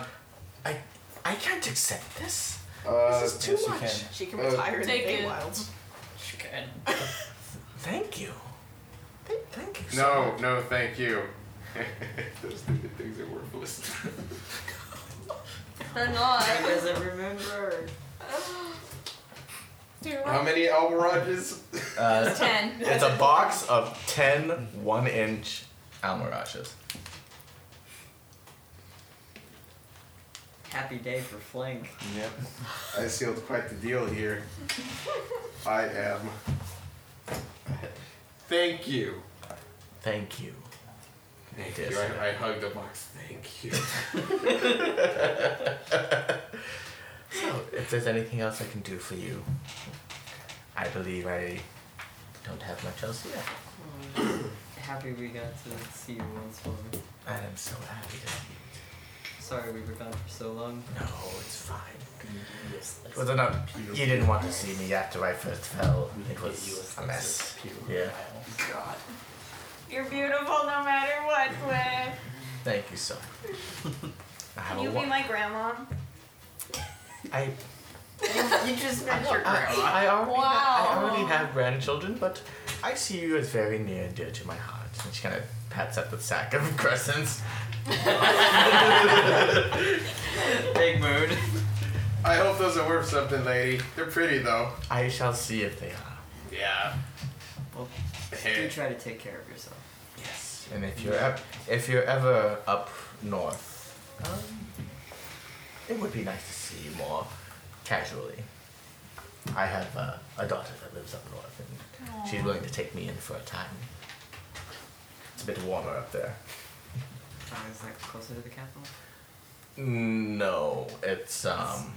I, I can't accept this.
Uh,
this is too
yes, you
much.
can.
She can
Uh,
retire in the
Take it.
Daywilds.
She can.
Thank you. Th- Thank you. so
No, no, thank you. Those stupid things are worthless.
They're not.
He doesn't remember.
How many almirages?
Uh,
Ten.
It's a box of 10 one inch almirages.
Happy day for Flank.
Yep. I sealed quite the deal here. I am. Thank you.
Thank you.
Thank
Yes.
you. I, I hugged the box. Thank you.
So, if there's anything else I can do for you, I believe I don't have much else here.
Happy we got to see you once more.
I am so happy to see you.
Sorry we were gone for so long.
No, it's fine. It was enough. uh, You didn't want to see me after I first fell. It was a mess. Yeah.
God.
You're beautiful no matter what, Blake.
Thank you, sir. I have
Can
a
you
wa-
be my grandma?
I,
you just met your
I, I, already ha- I
Wow.
already have grandchildren, but I see you as very near and dear to my heart. And she kind of pats up the sack of crescents.
Big mood.
I hope those are worth something, lady. They're pretty though.
I shall see if they are.
Yeah.
Well,
Hey.
do try to take care of yourself.
And if you're up, if you're ever up north, um, it would be nice to see you more casually. I have a, a daughter that lives up north, and she's
Aw.
willing to take me in for a time. It's a bit warmer up there.
Uh, is that closer to the capital?
No, it's um.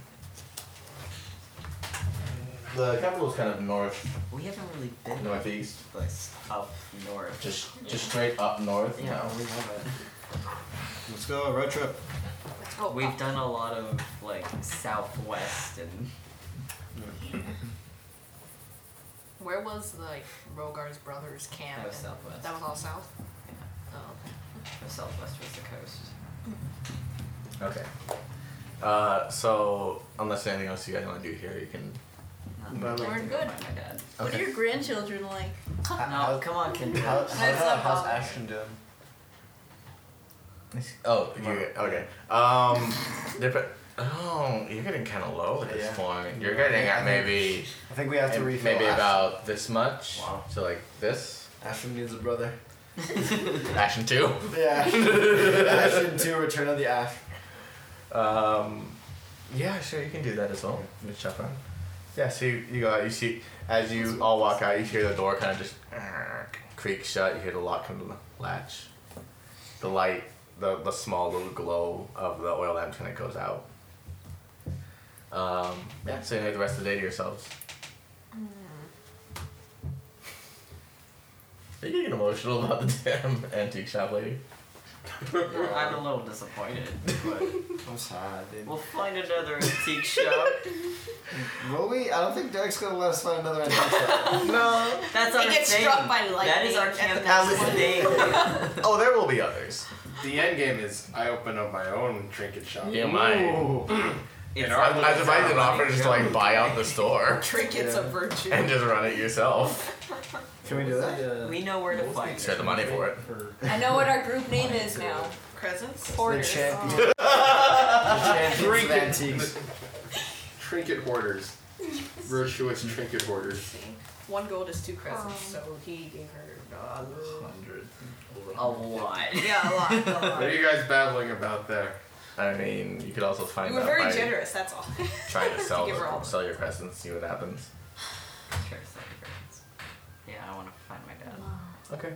The capital's kind of north,
We haven't really been
northeast,
like up north.
just just straight up north.
yeah, we haven't.
Let's go road trip.
We've done a lot of like southwest and
Where was like Rogar's brother's camp?
That was
and-
southwest.
That was all south. Oh.
the southwest was the coast.
Okay. Uh, so unless there's anything else you guys want to do here, you can.
Not
We're
good.
good.
My dad.
What are your grandchildren like?
No, come on, Kendra.
How, how's,
That's not
how's
bothering.
Ashton doing?
Oh, you okay? Um, dep- oh, you're getting kind of low at this
Yeah.
point. You're
Yeah, I
getting
think-
at maybe
I think we have to
m-
refill.
maybe
Ashton.
about this much. Wow. So like this.
Ashton needs a brother.
Action two.
Yeah. Ashton two, Return of the Ash.
Um, yeah, sure, you can do that as well. Miss Chapman. Yeah, so you, you go out, you see, as you all walk out, you hear the door kind of just creak shut. You hear the lock come to the latch. The light, the, the small little glow of the oil lamp kind of goes out. Um, yeah, so you have the rest of the day to yourselves. Are you getting emotional about the damn antique shop lady?
I'm a little disappointed. But
I'm sorry, dude.
we'll find another antique shop.
Will we? I don't think Derek's gonna let us find another antique shop. no.
That's
It
our
gets
thing.
struck by
That is
lightning
our
at
camp.
the
That was the
oh, there will be others.
The end game is I open up my own trinket shop.
Yeah, mine.
In
I, I devised an offer just to like buy out the store.
Trinkets of virtue.
And just run it yourself.
Can we do that?
We know where to find
Spend the money for it.
I know what our group name is now.
Crescents?
Hoarders.
The champion.
Trinket, trinket hoarders. Virtuous trinket hoarders.
Oh. One gold is two crescents, so he gave her a hundred.
A lot.
Yeah, a lot. A lot.
What are you guys babbling about there?
I mean, you could also find
You were
out
very
by
generous, that's all.
trying to sell
give her all
the, sell your presents, see what happens.
Sure, sell your friends. Yeah, I want to find my dad.
Okay.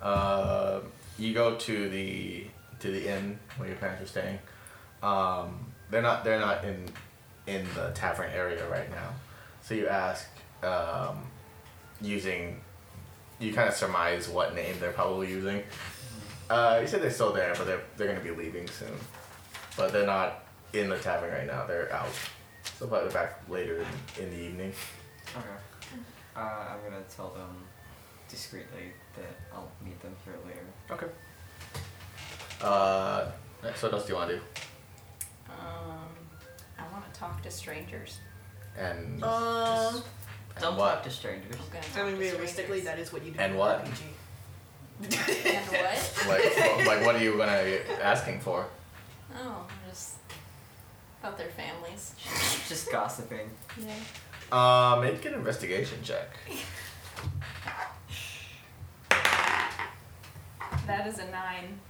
Uh, you go to the to the inn where your parents are staying. Um, they're not they're not in in the tavern area right now. So you ask um, using you kind of surmise what name they're probably using. Uh, you said they're still there, but they're they're gonna be leaving soon. But they're not in the tavern right now. They're out. So probably back later in, in the evening.
Okay. Uh, I'm gonna tell them discreetly that I'll meet them here later.
Okay. Uh, so what else do you want to do?
Um, I want to talk to strangers.
And
Oh,
Um,
Don't
what?
talk to strangers.
I'm gonna
I
talk
mean,
to
realistically, that is what you do.
And what?
in RPG.
And what?
like, what, like, what are you gonna be asking for?
Oh, just about their families.
Just gossiping.
Yeah.
Uh, make an investigation check.
That is a nine.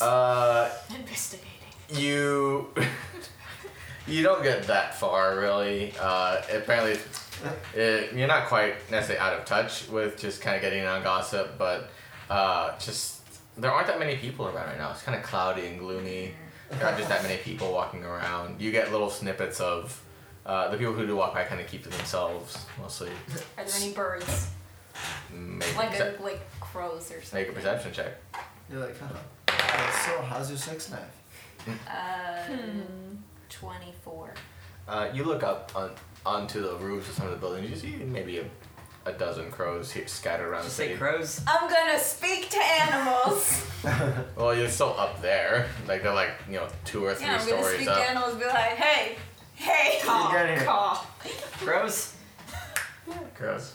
Uh,
Investigating.
you, you don't get that far really. Uh, apparently, it, you're not quite necessarily out of touch with just kind of getting in on gossip, but uh, just there aren't that many people around right now. It's kind of cloudy and gloomy. There aren't just that many people walking around. You get little snippets of. Uh, the people who do walk by kind of keep to themselves mostly.
Are there any birds?
Make,
Like
percep-
a, like crows or something.
make a perception check.
You're like, huh? Uh, so, how's your sex knife?
Uh, twenty-four.
Uh, you look up on, onto the roofs of some of the buildings. You see maybe a, a dozen crows here scattered around the city.
crows.
I'm gonna speak to animals.
Well, you're still up there. Like they're like you know two or three
yeah, I'm gonna
stories
speak
up.
to animals. and Be like, hey, hey,
Caw, You got it.
caw.
Crows.
Crows.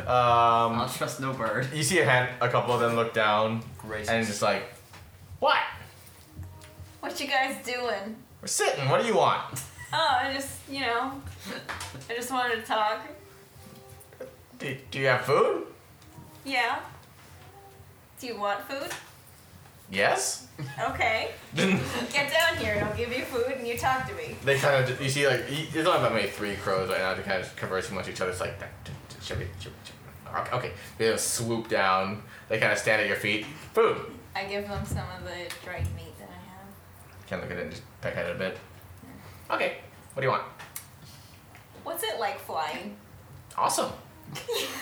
um, I'll
trust no bird.
You see a hand, a couple of them look down and just like, what?
What you guys doing?
We're sitting. What do you want?
Oh, I just, you know, I just wanted to talk.
Do, do you have food?
Yeah. Do you want food?
Yes.
Okay. Get down here and I'll give you food and you talk to me.
They kind of, you see, like, y- there's only about maybe three crows right now. They're kind of conversing amongst each other. It's like, "Dah, dah, dah, shibby, shibby, shibby." okay, okay. They just swoop down. They kind of stand at your feet. Food.
I give them some of the dried meat that I
Kind of look at it and just peck at it a bit. Okay. What do you want?
have. What's it like flying?
Awesome.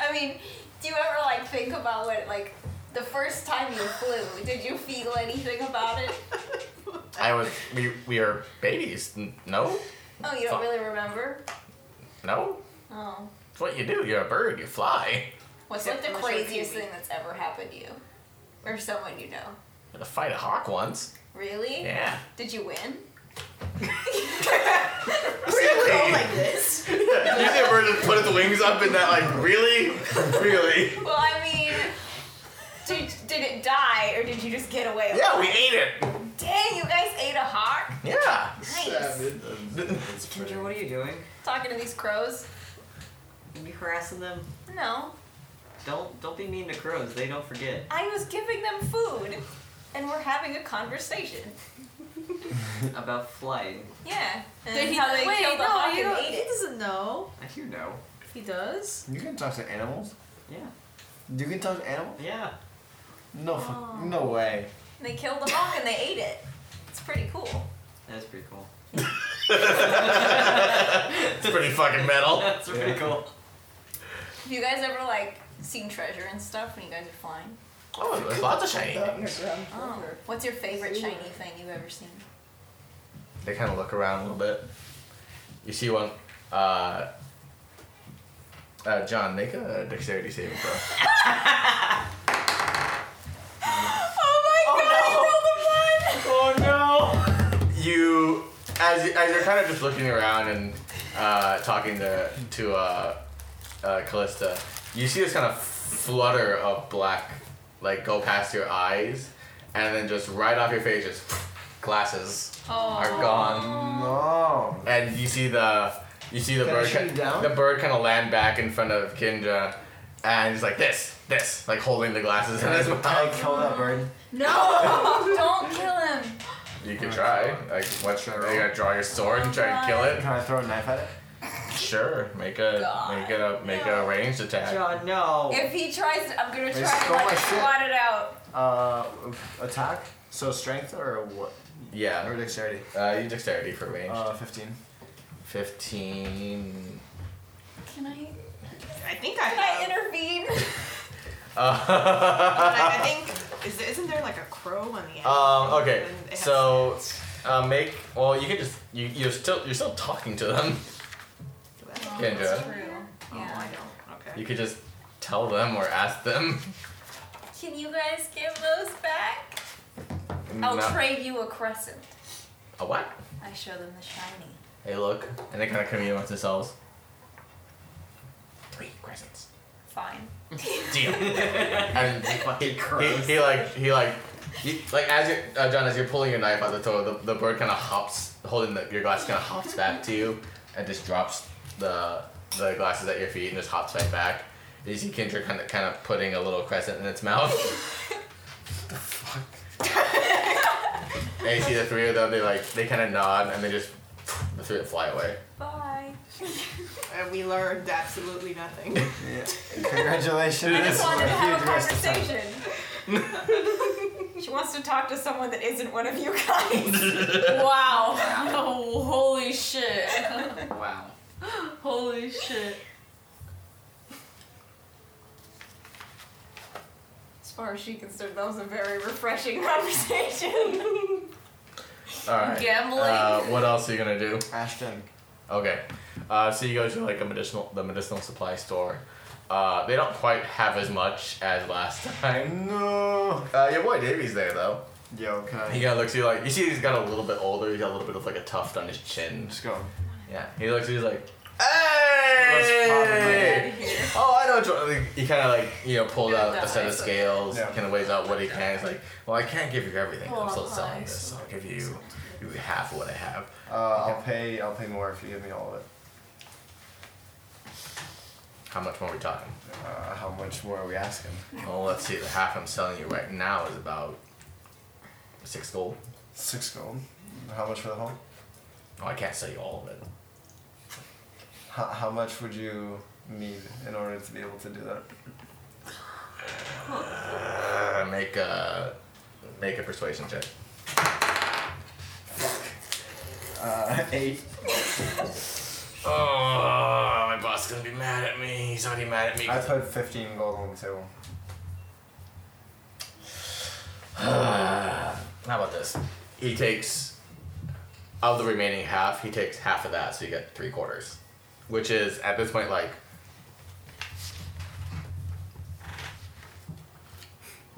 I mean, do you ever like think about what like the first time you flew? Did you feel anything about it?
I was, we, we are babies. N- No?
Oh, you don't really remember?
No?
Oh.
It's what you do. You're a bird. You fly.
What's
Except
like the
for sure
craziest
TV.
thing that's ever happened to you? Or someone you know?
You had to fight a hawk once.
Really?
Yeah.
Did you win?
Really?
this.
Yeah, you see a bird just put its wings up and that, like, really? Really?
Well, I mean, did, did it die or did you just get away with
Yeah, we
it?
ate it.
Dang, you guys ate a hawk?
Yeah.
Nice.
Ginger, what are you doing?
Talking to these crows?
You harassing them?
No.
Don't don't be mean to crows. They don't forget.
I was giving them food and we're having a conversation.
About flying.
Yeah.
And
Did he
how they
wait,
killed the
no,
hawk
he,
and
don't-
ate
he
it.
doesn't know.
I do know.
He does?
You can talk to animals.
Yeah.
You can talk to animals.
Yeah.
No, f
Oh.
no way.
They killed the hawk and they ate it. It's pretty cool.
That's pretty cool.
it's pretty fucking metal.
That's pretty cool.
Have you guys ever like seen treasure and stuff when you guys are flying?
Oh, there's lots of shiny things.
Oh. What's your favorite shiny thing you've ever seen?
They kind of look around a little bit. You see one. Uh, uh, John, make a dexterity saving throw.
Oh,
Oh no!
you as as you're kind of just looking around and uh, talking to to uh, uh, Callista, you see this kind of flutter of black like go past your eyes, and then just right off your face, just glasses
Oh,
are gone.
No.
And you see the you see the
Can I
bird
shoot
ki-
it down?
the bird kind of land back in front of Kinja, and he's like this this like holding the glasses in
Can I,
his
can I
mouth.
kill that bird?
No! Don't kill him!
You can try. Like, what's you gotta draw your sword and try and kill it.
Can I throw a knife at it?
Sure. Make a
God.
make it a make a ranged attack.
John, no.
If he tries to, I'm gonna
Just
try to
go
like
like shit.
swat it out.
Uh, attack. So strength or what?
Yeah.
Or dexterity.
Uh, you dexterity for range.
Uh, fifteen.
Fifteen.
Can I?
I think I
Can
have.
I Oh intervene?
but I, I
Uh,
think is there, isn't there like a crow on the end?
um. Okay.
And it has-
So, uh, make. Well, you can just you you're still you're still talking to them. Kendra,
Oh, I don't. Okay.
you could just tell them or ask them.
Can you guys give those back? I'll
No.
trade you a crescent.
A what?
I show them the shiny.
Hey, look, and they kind of commune amongst themselves. Three crescents.
Fine.
Deal. and he, he, he like he like he, like as you uh, John as you're pulling your knife out the toe, the, the bird kind of hops, holding the, your glass, kind of hops back to you, and just drops the the glasses at your feet and just hops right back. And you see Kendra kind of kind of putting a little crescent in its mouth. and you see the three of them. They like they kind of nod and they just the three fly away.
Bye. and we learned absolutely nothing.
Congratulations.
I just wanted to have a
Huge waste of time.
conversation. she wants to talk to someone that isn't one of you guys.
Wow. Oh, holy shit.
Wow.
holy shit.
As far as she concerned, that was a very refreshing conversation.
All right.
Gambling.
Uh, what else are you gonna do?
Ashton.
Okay. Uh, so you go to like a medicinal the medicinal supply store. Uh, they don't quite have as much as last time.
No.
Uh, your boy Davey's there though.
Yo, can I?
He kind of looks at you like you see he's got a little bit older. He's got a little bit of like a tuft on his chin. Let's
go.
Yeah. He looks at you he's like, hey. Oh, I know. What you, like, he kind of like you know pulled out a set of scales. Kind of weighs out what he can. He's like, well, I can't give you everything. I'm still selling this. So I'll give you, give you half of what I have.
Uh, I'll pay. I'll pay more if you give me all of it.
How much more are we talking?
Uh, how much more are we asking?
Well, let's see. The half I'm selling you right now is about six gold.
Six gold. How much for the home?
Oh, I can't sell you all of it.
How, how much would you need in order to be able to do that?
Uh, make a make a persuasion check.
Uh, eight.
Oh, my boss is gonna be mad at me. He's already mad at me.
I put fifteen gold on the table.
Uh, How about this? He takes of the remaining half. He takes half of that, so you get three quarters, which is at this point like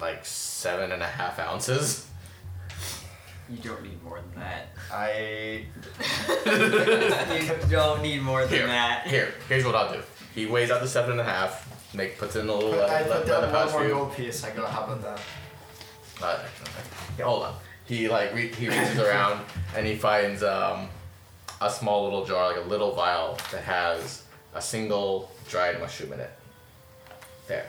like seven and a half ounces.
You don't need more than that.
I
you don't need more than
Here,
that.
here, here's what I'll do. He weighs out the seven and a half. Make puts it in a little
I
leather,
put
leather,
down
pouch
one
for
more
you.
gold piece. I go. How about that?
Uh, yeah, hold on. He like re- he reaches around and he finds um, a small little jar, like a little vial that has a single dried mushroom in it. There.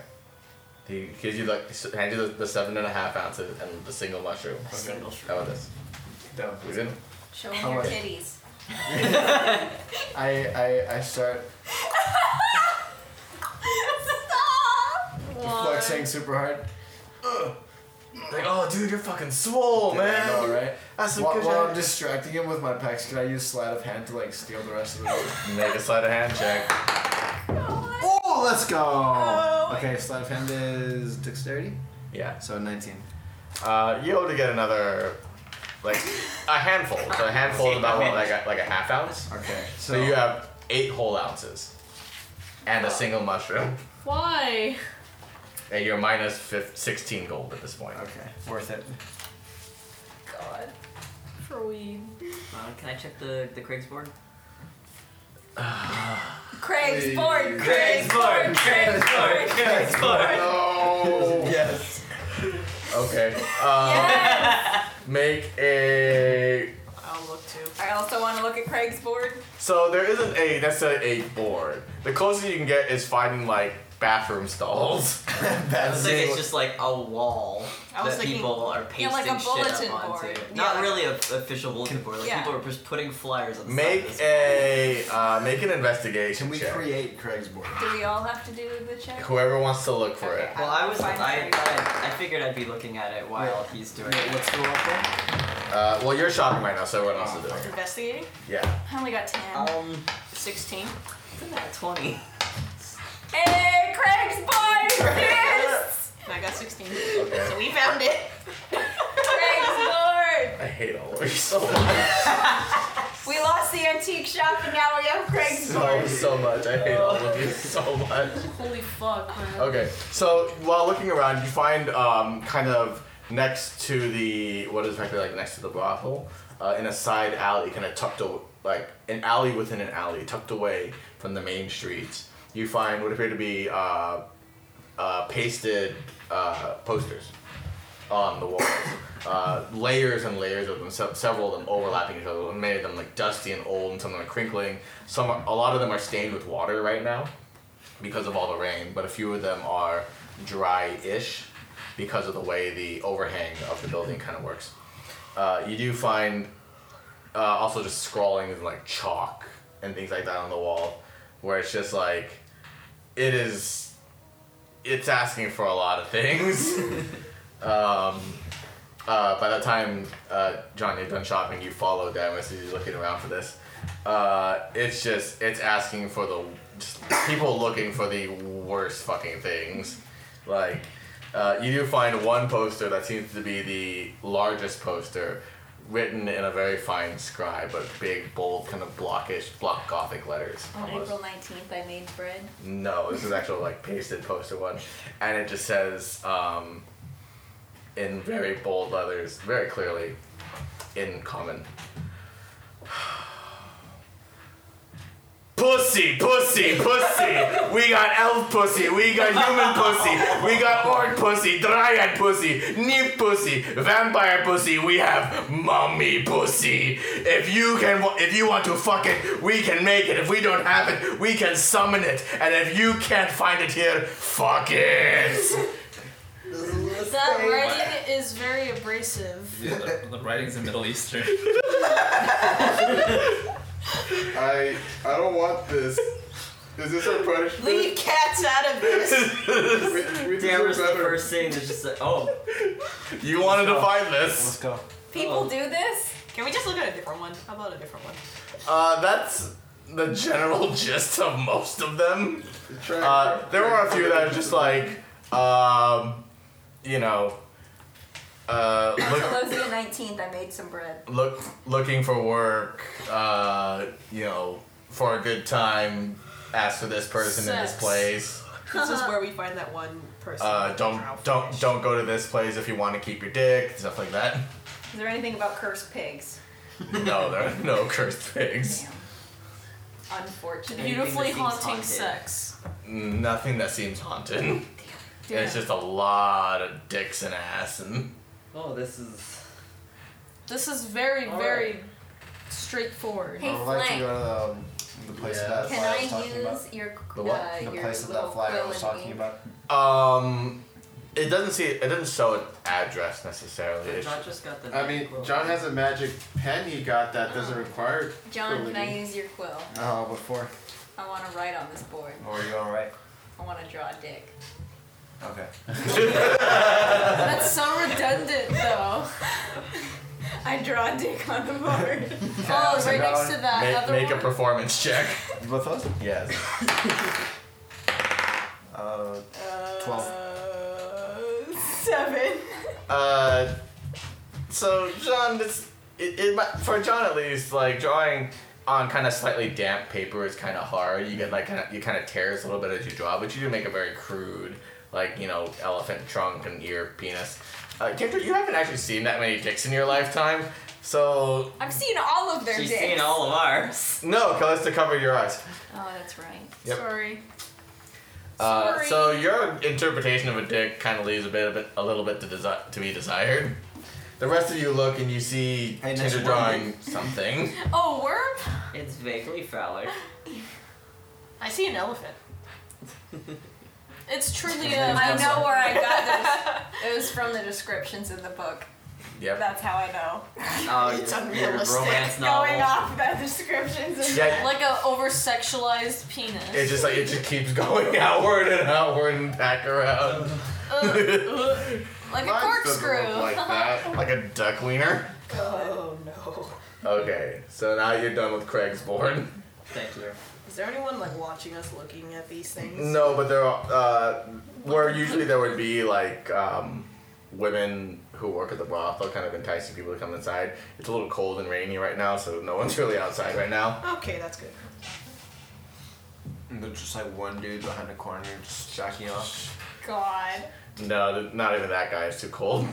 He gives you like s- hands you the, the seven and a half ounces and the single mushroom.
A single
How about this? Down. We're in.
Show me
How
your
much?
titties.
I, I I start
Stop!
flexing super hard.
Like, oh, dude, you're fucking swole,
Dude, I
man.
know, right?
That's some
while,
good
while
shit.
I'm distracting him with my pecs, can I use sleight of hand to like steal the rest of the room?
Make a sleight of hand check.
Oh, let's go. okay, sleight of hand is dexterity.
Yeah.
So 19.
Uh, you're able to get another, like, a handful. So a handful is about what, like a, like a half ounce.
Okay.
So, you have eight whole ounces, and a single mushroom,
Why?
and you're minus fif- sixteen gold at this point.
Okay, worth it.
God. For weed.
Uh, can I check the the Craig's board?
Craig's board.
Craig's board, Craig's board, Craig's board.
No.
yes.
Okay. Uh, Make a.
I'll look too. I also want to look at Craig's board.
So there isn't a necessarily a board. The closest you can get is finding like bathroom stalls.
I was thinking it's just like a wall
I was
that
thinking-
people are
Yeah,
pasting
like a
shit
bulletin
up onto.
board.
Not
Yeah.
really a official bulletin board. Like
Yeah.
people are just putting flyers on the
Make
side.
a uh, make an investigation.
Can we
check.
create Craig's board?
Do we all have to do the check?
Whoever wants to look for it.
Well, I was. I,
Fine,
I, I figured I'd be looking at it while he's doing it.
What's the up there?
Uh, well, you're shopping right now, so everyone else is doing it.
Investigating?
Yeah.
I only got 10.
Um,
16.
Not 20.
Hey, Craig's board. Yes.
And I got 16.
Okay.
So we found it.
Craig's board.
I hate all of you so much.
We lost the antique shop and now we have Craig's
So
board.
so much. I hate all of you so much.
Holy fuck, man.
Okay. So while looking around, you find um, kind of next to the what is effectively like next to the brothel, uh, in a side alley, kind of tucked away, like an alley within an alley, tucked away from the main streets. You find what appear to be uh, uh, pasted uh, posters on the walls. Uh, layers and layers of them, se- several of them overlapping each other, and many of them like dusty and old, and some of them are crinkling. Some, are, a lot of them are stained with water right now because of all the rain, but a few of them are dry-ish because of the way the overhang of the building kind of works. Uh, you do find uh, also just scrawling with like chalk and things like that on the wall, where it's just like it is. It's asking for a lot of things. um, uh, by the time uh, John you're done shopping, you follow them as he's looking around for this. Uh, it's just it's asking for the just people looking for the worst fucking things. Like uh, you do find one poster that seems to be the largest poster, written in a very fine scribe, but big, bold, kind of blockish, block gothic letters.
On
almost.
April 19th, I made bread.
No, this is actual like pasted poster one, and it just says um, in very bold letters, very clearly, in common. Pussy, pussy, pussy. We got elf pussy. We got human pussy. We got orc pussy, dryad pussy, nymph pussy, vampire pussy. We have mummy pussy. If you can, if you want to fuck it, we can make it. If we don't have it, we can summon it. And if you can't find it here, fuck it.
That writing is very abrasive.
Yeah, the, the writing's in Middle Eastern.
I I don't want this. Is this our punishment?
Leave cats out of this.
Damn, was the first thing that's just like, oh.
You wanted to find this. Let's
go.
People do this?
Can we just look at a different one? How about a different one?
Uh, that's the general gist of most of them. Uh, there were a few that are just like, um, you know, uh, look,
Closing the 19th, I made some bread.
look, looking for work, uh, you know, for a good time, ask for this person in this
Sex.
place.
This is where we find that one person.
Uh, don't don't don't go to this place if you want to keep your dick, stuff like that.
Is there anything about cursed pigs?
No, there are no cursed pigs.
Unfortunate.
Beautifully haunting sex.
Nothing that seems haunted.
Yeah.
It's just a lot of dicks and ass and.
Oh, this is.
This is very,
All
very straightforward.
I would like to go to the, the place that
Can
fly I was
I
talking about.
use your
The what?
Uh,
the
your
place of
little
that flyer I
quill
was
and
talking
ink?
about.
Um, It doesn't see. It doesn't show an address necessarily. It
John
sh-
just got the.
I mean, John has a magic pen he got that doesn't require.
John, can I
ability.
use your quill?
Oh, before.
I want to write on this board.
Or Oh, are you alright?
I want to draw a dick.
Okay.
That's so redundant,
Oh,
though.
I draw a dick on the board.
Oh, right next to that
make,
other
make
one.
a performance check.
Both of us?
Yes.
Oh,
Uh, twelve.
Seven.
Uh, so John, this it, it might- for John at least, like drawing on kind of slightly damp paper is kind of hard. You get like kind of you kind of tears a little bit as you draw, but you do make a very crude, like you know, elephant trunk and ear penis. Uh, Kendra, you haven't actually seen that many dicks in your lifetime, so
I've seen all of their dicks.
of ours. No, Callista, cover your eyes.
Oh, that's right.
Yep.
Sorry.
Uh,
Sorry.
so your interpretation of a dick kind of leaves a bit, a bit, a little bit to, desi- to be desired. The rest of you look and you see
Hey,
hey,
nice
drawing
work.
something.
Oh, worm?
It's vaguely phallic.
I see an elephant.
It's truly a.
I know where I got this. It was from the descriptions in the book.
Yep.
That's how I know.
Oh, it's
unrealistic.
romance
Going
novel.
off the descriptions. And
Yeah.
Like a over sexualized penis.
It just like it just keeps going outward and outward and back around.
like a corkscrew.
like that, like a duck wiener.
Oh no.
Okay, so now you're done with Craig's born.
Thank you.
Is there anyone like watching us looking at these things?
No, but there are uh, where usually there would be like um, women who work at the brothel, kind of enticing people to come inside. It's a little cold and rainy right now, so no one's really outside right now.
Okay, that's good.
And There's just like one dude behind the corner just jacking off.
God.
No, th- not even that guy. It's too cold.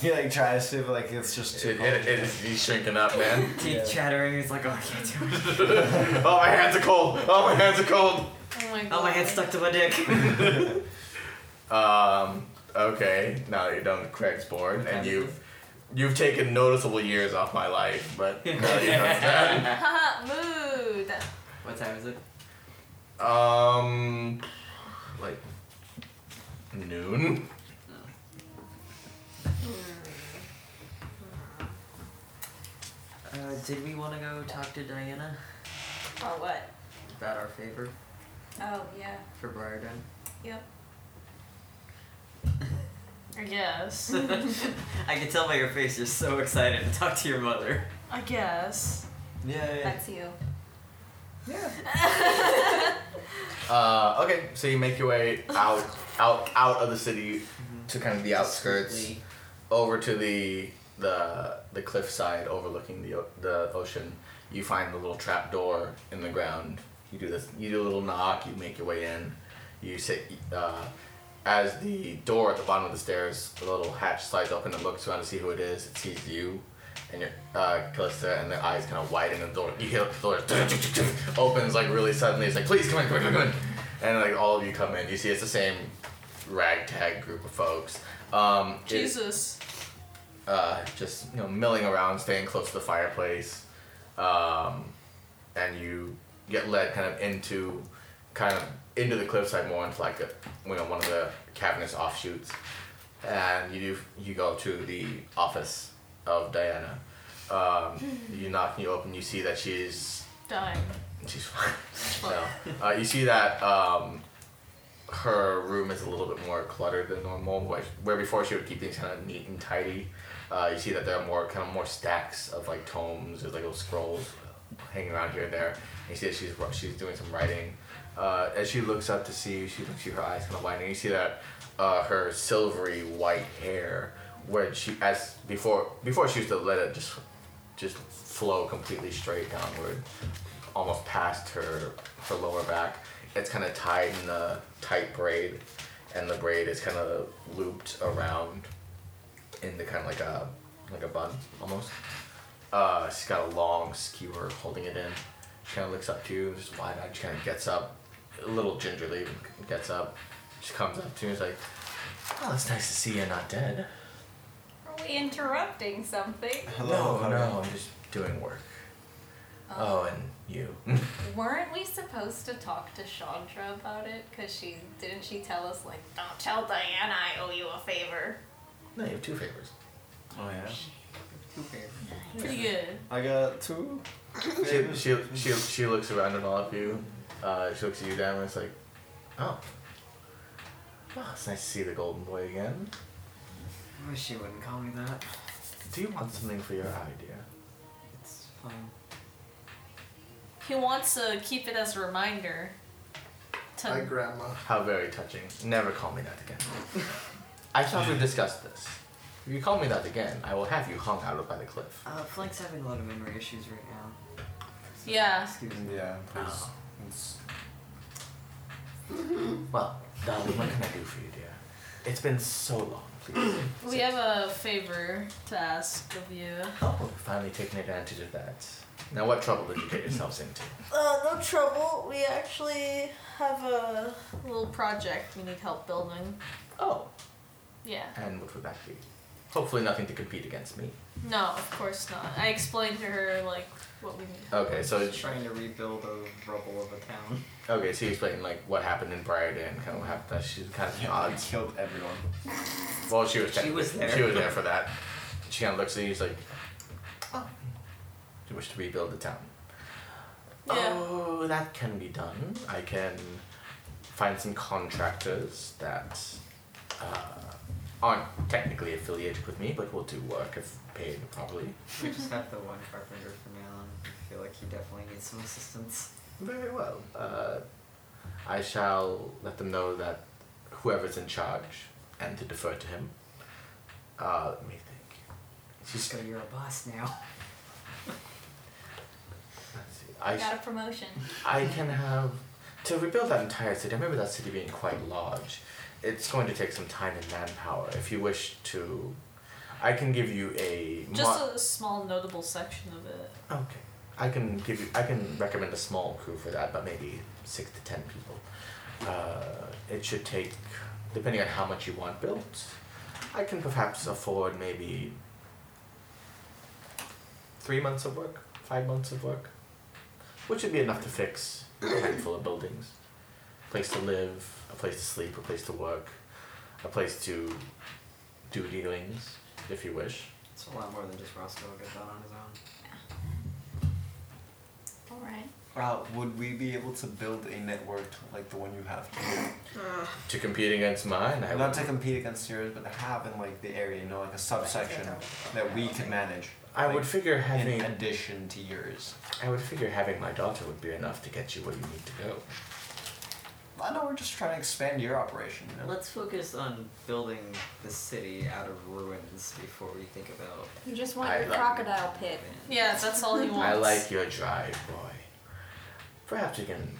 He like tries to, but like it's just too
It, it, it is, he's shrinking up, man.
Teeth chattering. He's like, oh, I can't do it.
oh, my hands are cold. Oh, my hands are cold.
Oh my god.
Oh, my head's stuck to my dick.
Um, okay, now that you're done with Craig's board, and you've you've taken noticeable years off my life, but now that you're done with that.
Haha, mood.
What time is it?
Um, like noon.
Hmm.
Uh, did we want to go talk to Diana
Oh,
Or what?
about our favor
Oh, yeah.
for Briarden?
Yep.
I guess.
I can tell by your face you're so excited to talk to your mother.
I guess.
Yeah,
That's you.
Uh, okay, so you make your way out, out, out of the city to kind of the outskirts, over to the the the cliffside overlooking the o- the ocean. You find the little trap door in the ground. You do this. You do a little knock. You make your way in. You sit. Uh, as the door at the bottom of the stairs, the little hatch slides open. It looks around to see who it is. It sees you. And your uh, Calista and their eyes kind of widen, and the door you hear the door opens like really suddenly. It's like, please come in, come in, come in, and like all of you come in. You see, it's the same ragtag group of folks. Um, it-
Jesus.
uh, just you know milling around, staying close to the fireplace, um, and you get led kind of into kind of into the cliffside more into like a, you know one of the cavernous offshoots, and you do you go to the office of Diana. Um, you knock and you open. You see that she's
Dying.
she's fine. no. Uh, you see that um, her room is a little bit more cluttered than normal, where, where before she would keep things kind of neat and tidy. Uh, you see that there are more kind of more stacks of like tomes or like little scrolls hanging around here and there. And you see that she's ru- she's doing some writing. Uh, as she looks up to see, you, she looks you, her eyes kind of widen. You see that uh, her silvery white hair, where she as before before she used to let it just just flow completely straight downward, almost past her her lower back. It's kind of tied in a tight braid, and the braid is kind of looped around in the kind of like a like a bun almost. Uh, she's got a long skewer holding it in. She kind of looks up to you, just wide eyed. She kind of gets up, a little gingerly, gets up. She comes up to you and is like, "Oh, it's nice to see you're not dead."
Are we interrupting something?
Oh, no, no, I'm just doing work.
Oh.
Oh, and you.
Weren't we supposed to talk to Chandra about it? Cause she didn't she tell us like, don't tell Diana I owe you a favor.
No, you have two favors.
Oh yeah.
Pretty good.
I got two. She, she, she, she looks around at all of you. Uh, she looks at you down and it's like, oh. oh. It's nice to see the golden boy again.
I wish you wouldn't call me that.
Do you want something for your eye, dear?
It's fine.
He wants to keep it as a reminder. To
Grandma. How very touching. Never call me that again. I thought we discussed this. If you call me that again, I will have you hung out by the cliff.
Uh, Flank's having a lot of memory issues right now.
Yeah.
Excuse me.
Yeah.
Oh. Well, Darwin, what can I do for you, dear? It's been so long. Please.
We have a favor to ask of you.
Oh, finally taking advantage of that. Now, what trouble did you get yourselves into?
Uh, no trouble. We actually have a
little project we need help building.
Oh.
Yeah.
And what would that be? Hopefully, nothing to compete against me.
No, of course not. I explained to her like what we need.
Okay, so
Just trying to rebuild a rubble of a town.
Okay, so you explained like what happened in Briarden, kind of what happened. That she kind of nods.
Killed everyone.
Well, she was.
She
technically-
was there.
She was there for that. She kind of looks at you. She's like, "Oh, you wish to rebuild the town? Oh, that can be done. I can find some contractors that uh, aren't technically affiliated with me, but will do work if paid properly.
We just have the one carpenter for now, and I feel like he definitely needs some assistance.
Very well. Uh, I shall let them know that whoever's in charge and to defer to him. Uh, let me think. She's
So you're a boss now.
Let's see. I,
got a
sh-
promotion.
I can have. To rebuild that entire city, I remember that city being quite large. It's going to take some time and manpower. If you wish to. I can give you a.
Just
mo-
a small notable section of it.
Okay. I can give you. I can recommend a small crew for that, but maybe six to ten people. Uh, it should take, depending on how much you want built, I can perhaps afford maybe three months of work, five months of work, which would be enough to fix a handful of buildings, a place to live, a place to sleep, a place to work, a place to do dealings, if you wish.
It's a lot more than just Roscoe will get done on his own.
Alright.
Wow, would we be able to build a network like the one you have?
To compete against mine, I
Not
would-
to compete against yours, but to have in like the area, you know, like a subsection that we could manage.
I
like,
would figure having
in addition to yours.
I would figure having my daughter would be enough to get you where you need to go.
I know we're just trying to expand your operation. You know?
Let's focus on building the city out of ruins before we think about.
You just want
I
your
love-
crocodile pit.
Yeah, that's all he wants.
I like your drive, boy. Perhaps we can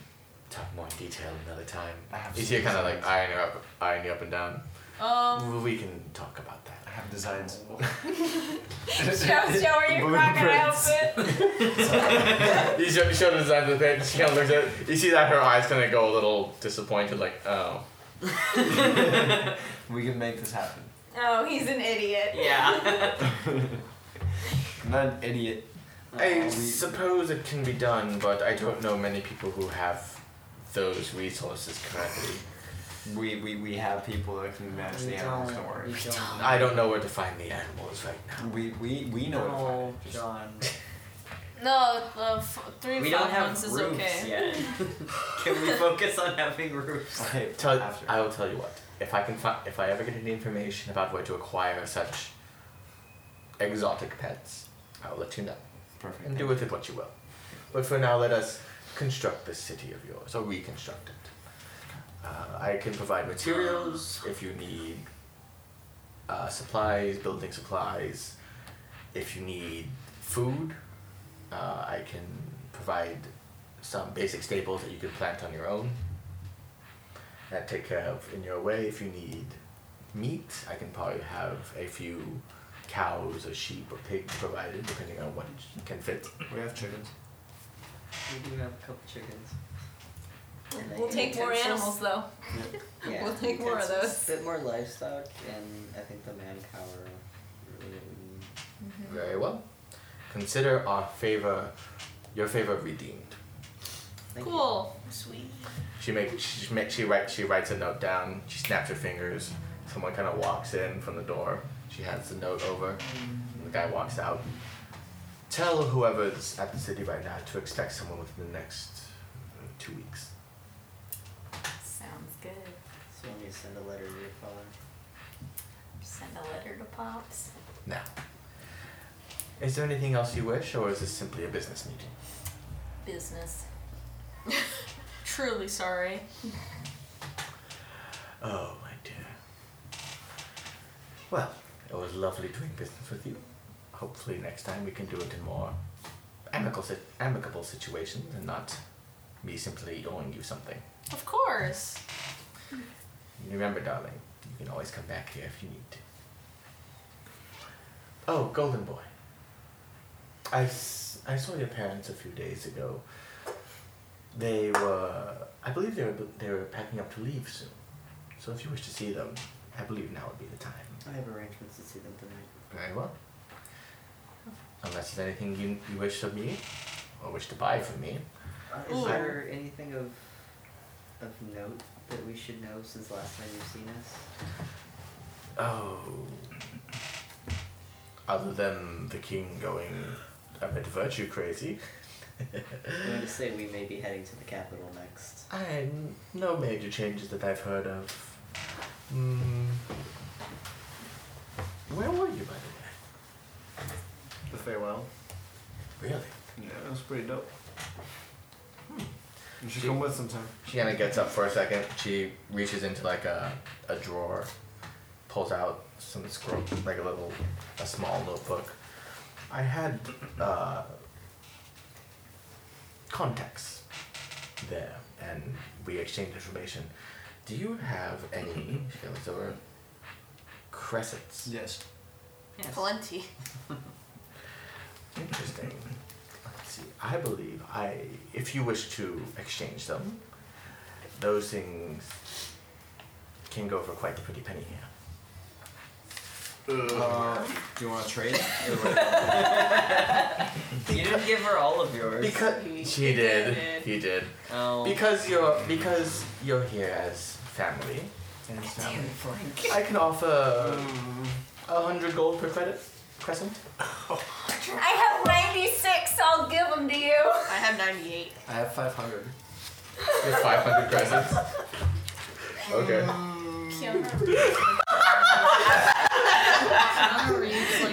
talk more in detail another time. You see,
some
it kind of like eyeing her up, eyeing you up and down.
Um.
we can talk about that.
I have designs.
Show, show her your crocodile pit.
you show, show the design of the page. She kind of looks at it. You see that her eyes kind of go a little disappointed, like oh.
we can make this happen.
Oh, he's an idiot.
Yeah.
I'm not an idiot.
I suppose it can be done, but I don't know many people who have those resources currently.
We, we, we have people that can manage the
We
animals,
don't,
don't worry.
we don't.
I don't know where to find the animals right now.
We, we, we know what to find.
No, Oh, John.
No, the f- three
We
five
don't have
months is
roofs
okay.
yet. Can we focus on having roofs?
Okay,
Tell, I will tell you what. If I can find, if I ever get any information about where to acquire such exotic pets, I will let you know.
Perfect.
And do with it what you will. But for now, let us construct this city of yours, or reconstruct it. Uh, I can provide materials if you need uh, supplies, building supplies. If you need food, uh, I can provide some basic staples that you can plant on your own and take care of in your way. If you need meat, I can probably have a few cows or sheep or pigs provided, depending on what can fit.
We have chickens.
We do have a couple chickens. And they
We'll
can-
take more animals though.
Yeah,
We'll take more of
utensils,
those.
Bit more livestock, and I think the manpower really.
Very well. Consider our favor
Your favor redeemed.
Cool. Sweet.
She makes she, make, she writes she writes a note down. She snaps her fingers. Someone kind of walks in from the door. She hands the note over. And the guy walks out. Tell whoever's at the city right now to expect someone within the next uh, two weeks.
Sounds good.
So you want me to send a letter to your father?
Send a letter to Pops.
Now, is there anything else you wish, or is this simply a business meeting?
Business.
Truly sorry.
Oh, my dear. Well, it was lovely doing business with you. Hopefully, next time we can do it in more amicable, sit- amicable situations and not me simply owing you something.
Of course.
Remember, darling, you can always come back here if you need to. Oh, Golden Boy. I, s- I saw your parents a few days ago. They were, I believe they were, they were packing up to leave soon. So if you wish to see them, I believe now would be the time.
I have arrangements to see them tonight.
Very well. Unless there's anything you, you wish of me, or wish to buy from me.
Uh, is
Ooh.
there anything of of note that we should know since last time you've seen us?
Oh. Other than the king going a bit virtue crazy.
I'm going to say we may be heading to the capital next.
I no major changes that I've heard of. Mm. Where were you, by the
The farewell.
way? Really? Hmm.
Yeah, that was pretty dope. You should come with sometime.
She kind of gets up for a second. She reaches into like a, a drawer, pulls out some scroll, like a little, a small notebook. I had uh, contacts there, and we exchanged information. Do you have any? She looks over. Cressets.
Yes.
Plenty.
Interesting. Let's see. I believe I, if you wish to exchange them, those things can go for quite a pretty penny here.
Uh, do you want to trade?
You didn't give her all of yours.
Because she did, he did.
Oh.
Because you're because you're here as family. And as family. I can offer a hundred gold per credit crescent.
I have 96, I'll give them to you.
I have 98.
I have 500.
You're five hundred crescents. Okay.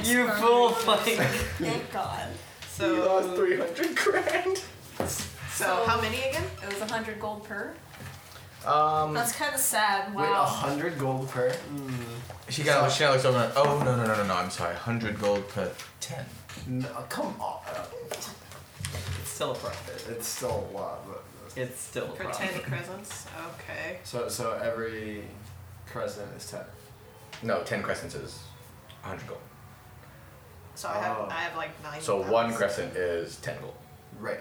you fool fucking.
Thank God.
So you lost three hundred grand.
So, how many again? It was 100 gold per.
Um.
That's kind of sad.
Wait, a
Wow.
hundred gold per?
She kind of she kinda looks over. And, oh no no no no no! I'm sorry. Hundred gold per ten.
No, uh, come on. It's still a profit. It's still a lot, but uh,
it's still
For 10 crescents? Okay.
So so every crescent is ten.
No, ten crescents is hundred gold.
So I have
Oh.
I have like 9.
So one crescent is ten gold.
Right.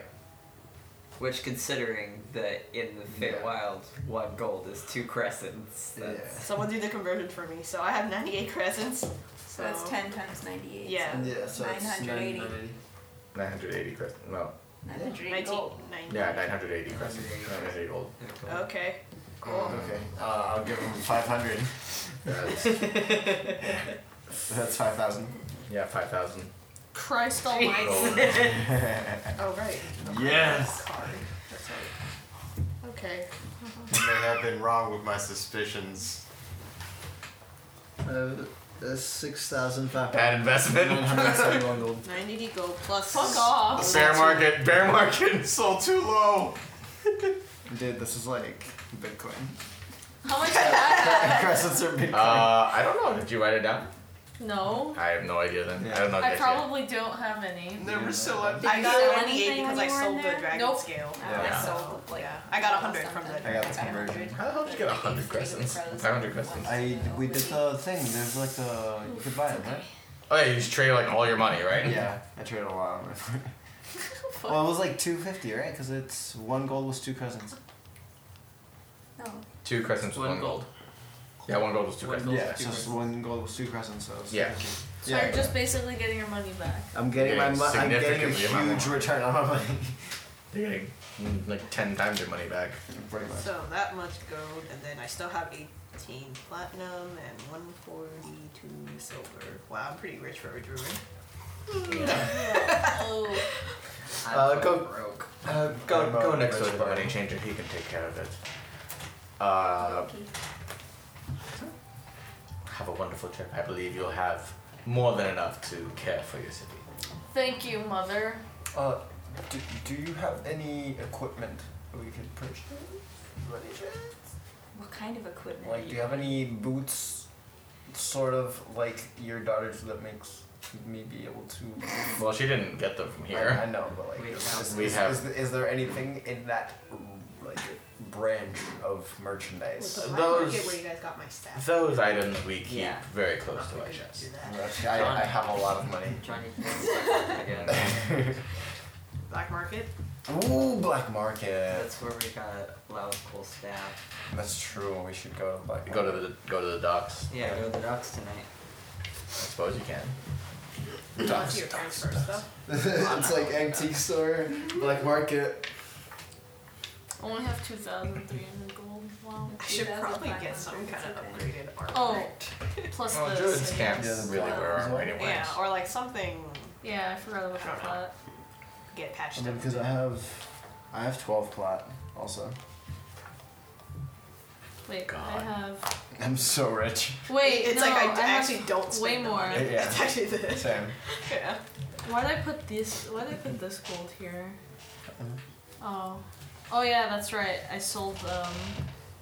Which, considering that in the Fair Wild, one gold is two crescents. That's,
Someone do the conversion for me. So I have 98 crescents.
So that's 10 times 98.
Yeah.
Yeah, so it's
980.
980.
Nine hundred eighty crescent. No.
980 gold.
19.
Yeah, nine hundred eighty crescents. Nine hundred eighty gold.
Oh,
Okay. Cool.
Okay. Uh, I'll give him 500.
That's,
That's 5,000.
yeah, five thousand.
Christ almighty.
Oh, right.
Yes.
Card. That's right. Okay.
may have been wrong with my suspicions.
Uh, that's 6,500.
Bad investment.
971 gold.
980 gold plus.
Fuck off.
The fair market-
bear market sold too low.
Dude, this is like Bitcoin.
How much did I
Crescents are Bitcoin.
Uh, I don't know. Did you write it down?
have? No.
I have no idea then. I don't know.
I
this
probably don't have any.
Never sell it.
I
sell
E
got 98
anything when
because I
you were
sold
in
the
there?
dragon
Nope.
scale.
Yeah.
So, yeah. I got 100 from the
I got the
dragon scale.
conversion.
How the hell did you get 100 crescents? 500 crescents.
I, we did the thing. There's like the. You could buy it, right?
Oh, yeah, you just trade like all your money, right?
Yeah, I traded a lot. well, it was like 250, right? Because it's one gold was two cousins.
No.
Two crescents with one gold. Yeah, one gold was two crescents.
yeah, so it's one gold was two crescents. So it's
Yeah.
So you're just basically getting your money back.
I'm getting my
Getting
money. I'm getting a
significantly amount
huge return on my money.
They're getting mm, like ten times your money back. Pretty
So that much gold, and then I still have 18 platinum and 142 silver. Wow, I'm pretty rich for a druid.
oh.
Uh, go, uh, go,
about
go next door
rich
to the
boy?
money changer. He can take care of it. Uh, Have a wonderful trip. I believe you'll have more than enough to care for your city.
Thank you, mother.
Uh, do, do you have any equipment that we could purchase? Money chance?
What kind of equipment?
Like, do you have any boots, sort of like your daughter's that makes me be able to?
Well, she didn't get them from here.
I, I know, but like,
We
is,
have-
is,
We
is-
have-
is- is there anything in that like branch of merchandise?
With the black
Those-
market where you guys got my staff.
Those items we keep
Yeah.
very close to our chest.
Actually, I, I have a lot of money.
Black market?
Ooh, black market.
That's where we got Loud Cool Staff.
That's true. We should go to black.
Go to the go to the docks.
Yeah, go to the docks tonight.
I suppose you can.
Unless your parents first, though.
it's like antique store, black market.
Only have 2,300 gold. Wow.
I should probably get some kind of upgraded armor.
Oh, plus
Well,
the.
Oh, druids
city.
can't really wear armor anyways.
Yeah, or like something
Yeah, I forgot about
I don't
that.
get patched
I mean,
up.
because I have, I have twelve plot also.
Wait, I have.
I'm so rich.
Wait,
It's
no,
like I d-
I have
actually don't spend
way
the
more.
money.
Yeah.
It's actually the
Same.
Yeah.
Why did I put this? Why did I put this gold here?
Uh-huh.
Oh, oh yeah, that's right. I sold. Um, I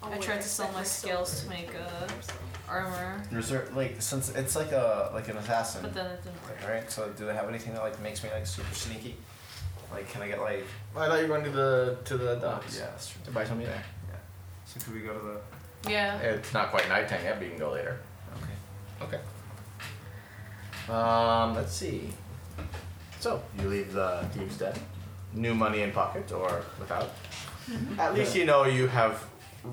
Oh, wait,
tried
I
to sell
spent
my
my
scales to make uh, armor,
Reserve like since it's like a like an assassin.
but then it didn't work.
Like, right. So do they have anything that like makes me like super sneaky? Like, can I get like?
I thought you were going to the to the docks.
Yeah, that's true.
To buy something there.
So could we go to the?
Yeah.
It's not quite nighttime yet, but you can go later.
Okay.
Okay. Um, let's see. So you leave the thieves' den, new money in pocket or without.
Mm-hmm.
At least you know you have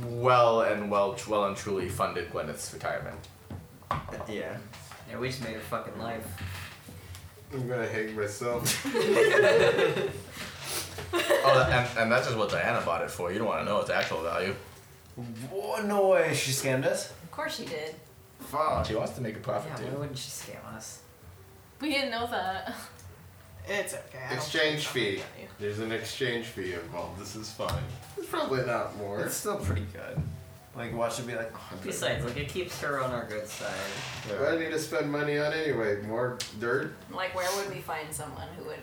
well and well, well and truly funded Gwyneth's retirement.
Yeah.
Yeah, we just made her fucking life.
I'm gonna hang myself.
oh, that, and, and that's just what Diana bought it for. You don't want to know its actual value.
Whoa, no way. She scammed us.
Of course she did.
Fuck. She wants to make a profit
Yeah,
too.
why wouldn't she scam us?
We didn't know that.
It's okay. I don't
Exchange
think
fee.
it's something
There's an exchange fee involved. This is fine. It's probably not more.
It's still pretty good. Like, watch it be like. Oh, good.
Besides, like it keeps her on our good side.
What do I need to spend money on anyway? More dirt?
Like, where would we find someone who would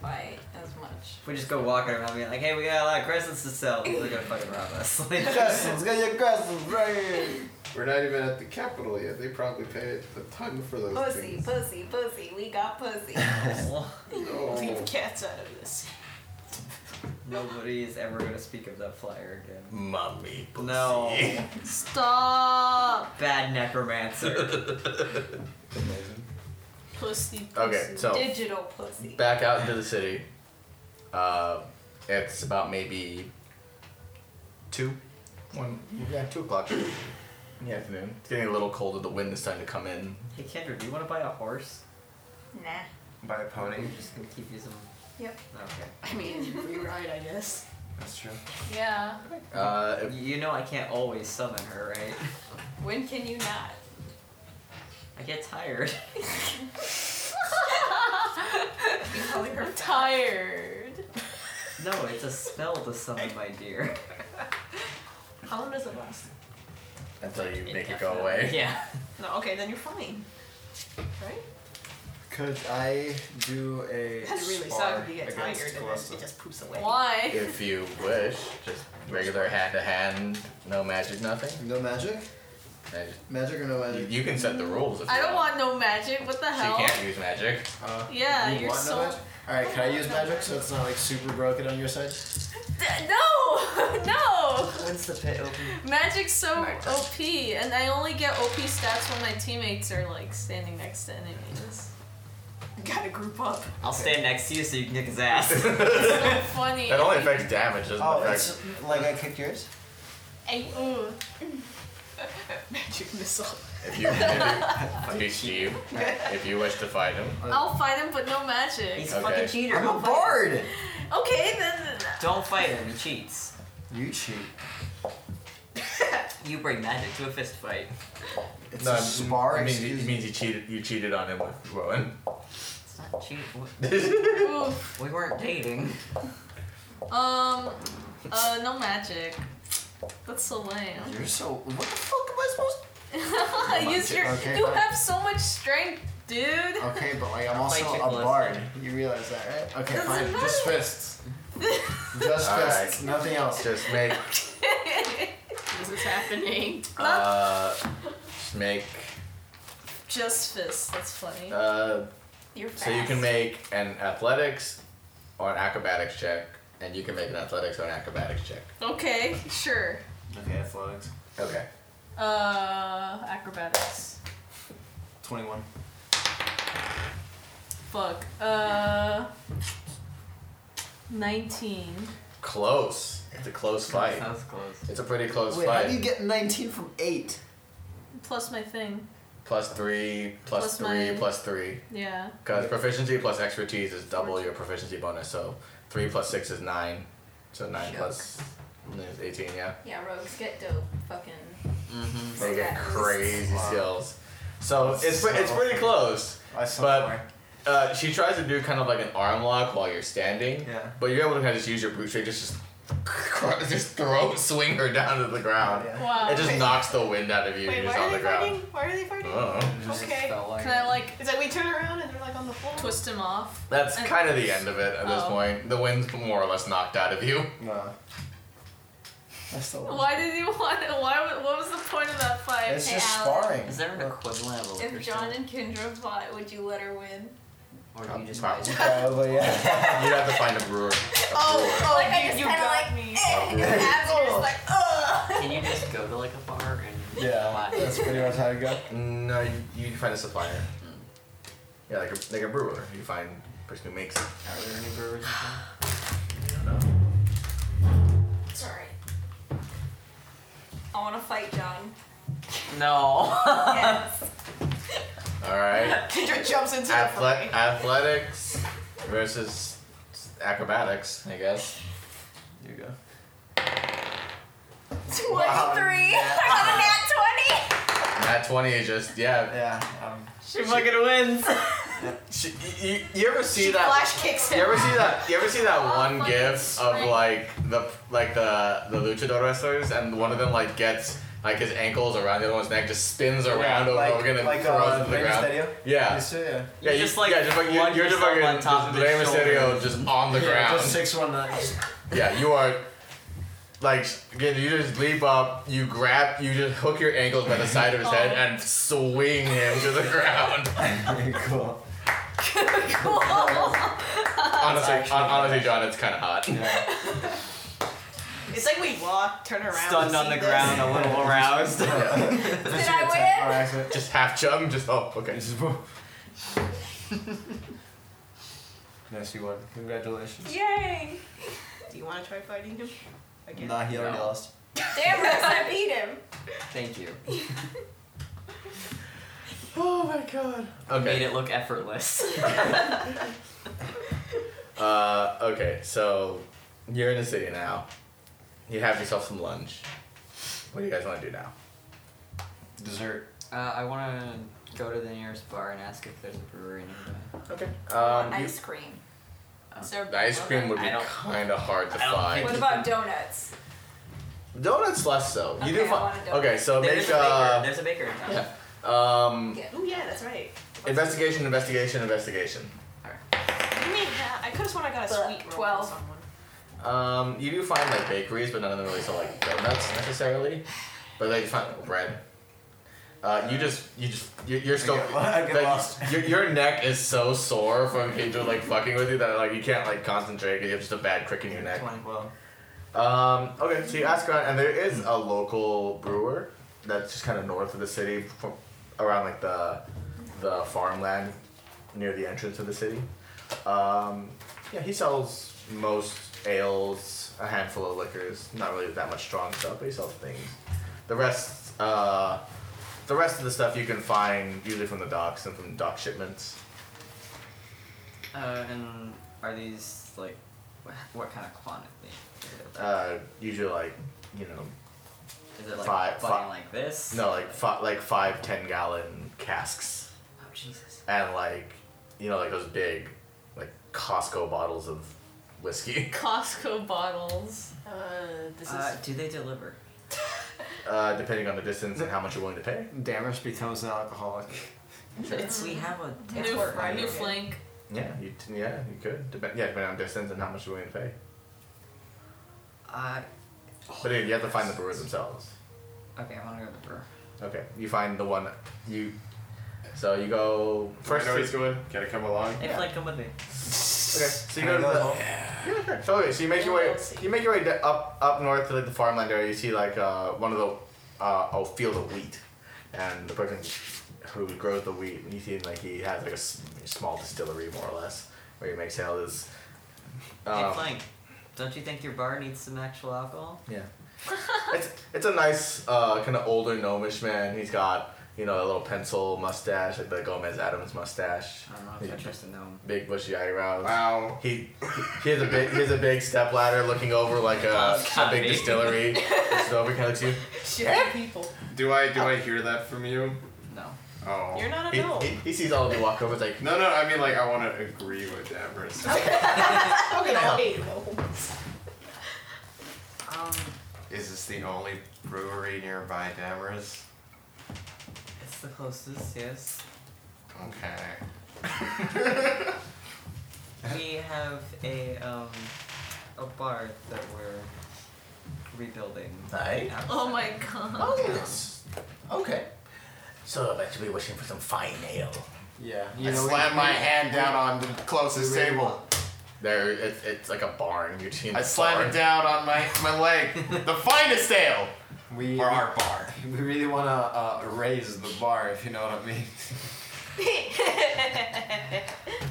buy as much?
If we just go walking around being like, hey, we got a lot of crescents to sell, they're gonna fucking rob us. Like,
Crescents, get your crescents right here.
We're not even at the capital yet. They probably pay a ton for
Oh.
those
Pussy,
things.
pussy, pussy. We got pussy.
about you.
No.
Leave cats out of this.
Nobody is ever gonna speak of that flyer again.
Mummy.
No.
Stop,
Bad necromancer.
pussy.
Okay,
pussy.
Oh.
so-
Digital pussy.
back out into the city. Uh, it's about maybe two, one, yeah, two o'clock in the afternoon. It's getting a little colder. The wind is starting to come in.
hey, Kendra, do you wanna buy a horse?
Nah.
By a pony.
We're just gonna keep using.
Yep.
Okay.
I mean, free ride, I guess.
That's true.
yeah.
Uh,
Y- you know I can't always summon her, right?
When can you not?
I get tired.
I'm tired.
No, it's a spell to summon, my dear.
How long does it last?
Until you make it go away.
Yeah.
No, okay, then you're fine. Right?
Could I do a
It has really
spar
suck if you get tired
against
and
Calista?
then it just poops away.
Why?
If you wish, just regular hand to hand, no magic, nothing.
No magic?
Magic.
Magic or no
You,
magic?
you can set the rules. If
I
you
don't want no magic. What the
She
hell?
can't use magic.
Uh,
Yeah,
you
you're
want no
so-
magic? All right, can I use magic so it's not like super broken on your side?
D- no, no.
When's the pit open?
Magic's so OP, and I only get OP stats when my teammates are like standing next to enemies.
Gotta group up.
I'll stand next to you so you can kick his ass.
So funny.
That only affects damage, doesn't
Oh,
affect.
mm.
it's like I kicked yours.
Ay, ooh.
magic missile.
If you, if you, speaks to you. If you wish to fight him,
Uh,
I'll fight him, but no magic.
He's
a fucking Okay. cheater.
I'm
Don't
a
fight him.
bard.
Okay, then.
Don't fight him. He cheats.
You cheat.
you bring magic to a fist fight.
It's
no,
a
it
spar.
means, you- it means you cheated. You cheated on him with Rowan.
It's not cheat.
Oof.
We weren't dating.
Um. Uh. No magic. That's so lame.
You're so. What the fuck?
Use your.
Okay,
you
fine.
have so much strength, dude.
Okay, but like I'm
I'll
also
fight you
a
close
bard. You realize that, right? Okay,
Doesn't
fine.
matter.
Just fists. Just
All right.
fists. Nothing else.
Just make,
This is happening.
uh, just make,
Just fists. That's funny.
uh,
You're
so you can make an athletics or an acrobatics check, and you can make an athletics or an acrobatics check.
Okay. Sure.
Okay, athletics. Okay.
Uh. Acrobatics.
Twenty-one.
Fuck. Uh. Nineteen.
Close. It's a close fight.
That's close.
It's a pretty close
Wait,
fight.
how do you get 19 from eight?
Plus my thing.
Plus three, plus,
Plus
three,
my-
plus three.
Yeah.
Because proficiency plus expertise is double your proficiency bonus, so three plus six is nine. So nine plus is eighteen, yeah.
Yeah, rogues get dope. Fucking.
Mm-hmm. They get
Yes.
crazy skills. So it's pre- it's
so-
pretty close.
so
But uh, she tries to do kind of like an arm lock while you're standing.
Yeah.
But you're able to kind of just use your brute strength, just just just throw swing her down to the ground.
Wow.
It just knocks the wind out of you.
Wait,
you're
why
just
are
on
they
the
fighting?
ground. Uh-huh.
Why are they fighting?
I don't know.
Okay.
Can I like
It's like we turn around and they're like on the floor.
twist him off?
That's
And-
kind of the end of it at this
Oh.
point. The wind's more or less knocked out of you.
No. That's the one.
Why did you want? Why? wa- What was the point of that fight?
It's just sparring.
Is there an equivalent of a
If
liquor
John and Kendra fought, would you let her win?
store? Or do you just
Probably.
Probably, yeah.
You'd have to find a brewer.
Oh, oh,
Like, I
you,
just
you
kinda
got
like,
me.
Oh,
like, ugh.
Can you just go to like a bar and
Yeah, that's pretty much how you go.
No, you, you can find a supplier.
Hmm.
Yeah, like a, like a brewer. You find a person who makes it.
Are there any brewers? in town?
It's alright. I want to fight John.
No.
Yes.
All right.
Kendra jumps into the fray.
Athle- athletics versus acrobatics, I guess. There you go.
23. I got a nat
Nat
20.
20 is just, yeah.
Yeah. um,
She fucking wins.
She, you, you ever see
She
that?
flash kicks him. Oh,
You ever see that? You ever see that one
fucking
gif of
spring.
like the like the the luchador wrestlers, and one of them like gets like his ankles around the other one's neck, just spins around over
like,
and over again, and
like
throws
uh,
it to the
Rey
ground.
Mysterio?
Yeah.
Yes, sir, yeah.
Yeah, you
just, like,
yeah, just like you're,
plunge
you're just
yourself
fucking
on top of
just Rey
his
Mysterio
shoulder.
just on the ground.
Just six one nine.
Yeah, you are. Like again, you just leap up, you grab, you just hook your ankles by the side of his head
Oh.
and swing him to the ground.
Very cool.
honestly, hon- honestly, John, it's kind of hot.
Yeah.
It's like we walk, turn around.
Stunned
see
on the
this.
ground, a little aroused.
Did I win?
Just half chum, just oh, okay.
Yes, you won. Congratulations.
Yay.
Do you want to try fighting him? Again?
Nah, he already lost.
Damn, Rex, I beat him.
Thank you.
Oh my god.
You Made it look effortless.
Uh, okay, so you're in the city now. You have yourself some lunch. What do you guys want to do now?
Dessert.
Uh, I want to go to the nearest bar and ask if there's a brewery nearby.
Okay.
I
Um,
want
you-
ice cream. Is there
the ice cream would be
I don't-
kind of hard to
I don't
find.
What about donuts?
Donuts less so. you do
Okay, I
find.
want a donut.
Okay, so
There's
make
a baker.
uh,
There's a baker in town.
yeah. Um,
Oh yeah, that's right.
investigation, investigation, investigation.
Give me that. I could have sworn I got a
But
sweet roll from
12.
someone.
Um, you do find like bakeries, but none of them really sell like donuts necessarily. But like you find bread. Uh, you just, you just, you're, you're still.
get lo- I get
like,
lost.
Your, your neck is so sore from people like fucking with you that like you can't like concentrate 'cause you have just a bad crick in your neck.
Twenty. Well,
Um, okay, so you ask around, and there is a local brewer that's just kind of north of the city, from, around like the the farmland near the entrance of the city. Um, yeah, he sells most ales, a handful of liquors, not really that much strong stuff, but he sells things. The rest uh,
The rest of the stuff you can find usually from the docks and from dock shipments.
Uh, and are these like what, what kind of quantity?
Uh, usually like you know.
Is it like
five,
fucking
fi-
like this?
No, like fi- like five ten gallon casks.
Oh Jesus.
And like you know like those big like Costco bottles of whiskey.
Costco bottles. Uh, this is.
Uh, do they deliver?
Uh, depending on the distance and how much you're willing to pay.
Damash becomes an alcoholic.
It's- we have a
New-
teleport right
new
here.
flank.
Yeah, you t- yeah you could. Dep- yeah, depending on distance and how much you're willing to pay.
Uh,
But again, you have to find the brewers themselves.
okay, I want to go to the brewer.
Okay, you find the one you. So you go first.
know
to-
he's going. Can I come along?
Hey, Flake, come with me.
Okay, so you go to the. Yeah, sure. So okay, so you make your way. You make your way da- up up north to like the farmland area. You see like uh, one of the uh, a field of wheat, and the person who grows the wheat. And you see like he has like a s- small distillery more or less where he makes all his.
hey,
um,
Flank, don't you think your bar needs some actual alcohol?
Yeah. it's it's a nice uh, kind of older gnomish man. He's got you know a little pencil mustache, like the Gomez Adams mustache.
I don't know if I trust a gnome.
Big bushy eyebrows. Wow. He he has a big he has a big step ladder looking over like a, a big distillery. It's over kind of to you.
Shit, people.
Do I do I hear that from you?
No.
Oh.
You're not a
He-
gnome.
He, he sees all of you walk over. It's like
No, no. I mean, like, I want to agree with that for a second.
Okay,
Now.
wait, no.
Um,
Is this the only brewery nearby Damaris?
it's the closest, yes.
Okay.
We have a um, a bar that we're rebuilding.
Aye.
outside.
Oh my god.
Okay. So I should be wishing for some fine ale.
Yeah.
I slam my hand down on the closest
Really
table.
there, it, it's like a barn. You're seeing.
I
a
slam
barn.
it down on my, my leg. the finest ale.
We
for our bar.
We really want to uh, raise the bar, if you know what I mean.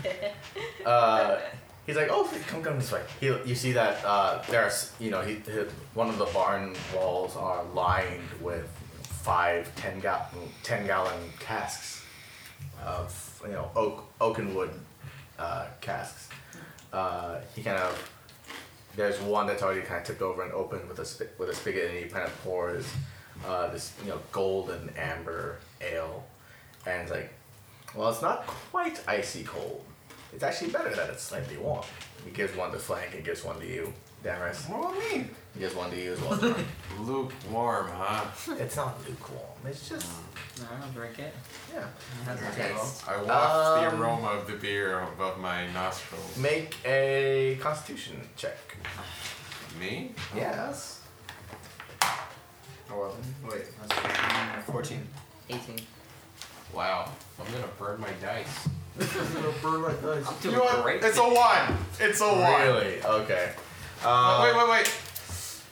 Uh, he's like, oh, come come this way. He, you see that uh, there's, you know, he, he- one of the barn walls are lined with five ten ga- ten gallon casks of you know oak oak and wood uh, casks. Uh, he kind of there's one that's already kind of tipped over and open with a sp- with a spigot, and he kind of pours uh, this you know golden amber ale, and it's like, well, it's not quite icy cold. It's actually better that it's slightly warm. He gives one to Flank, he gives one to you, Damaris.
What do I mean?
He gives one to you as well.
Lukewarm, huh?
it's not lukewarm. It's just
No, I don't drink it.
yeah.
That's
Okay.
taste.
I waft the
Um,
aroma of the beer above my nostrils.
Make a Constitution check.
Me?
Yes.
Oh, well. Wait. That's 14.
18.
Wow. I'm gonna burn my dice.
I'm
You
doing
know what?
great.
It's a one. It's a one.
Really? Okay.
Oh,
Uh,
wait, wait, wait.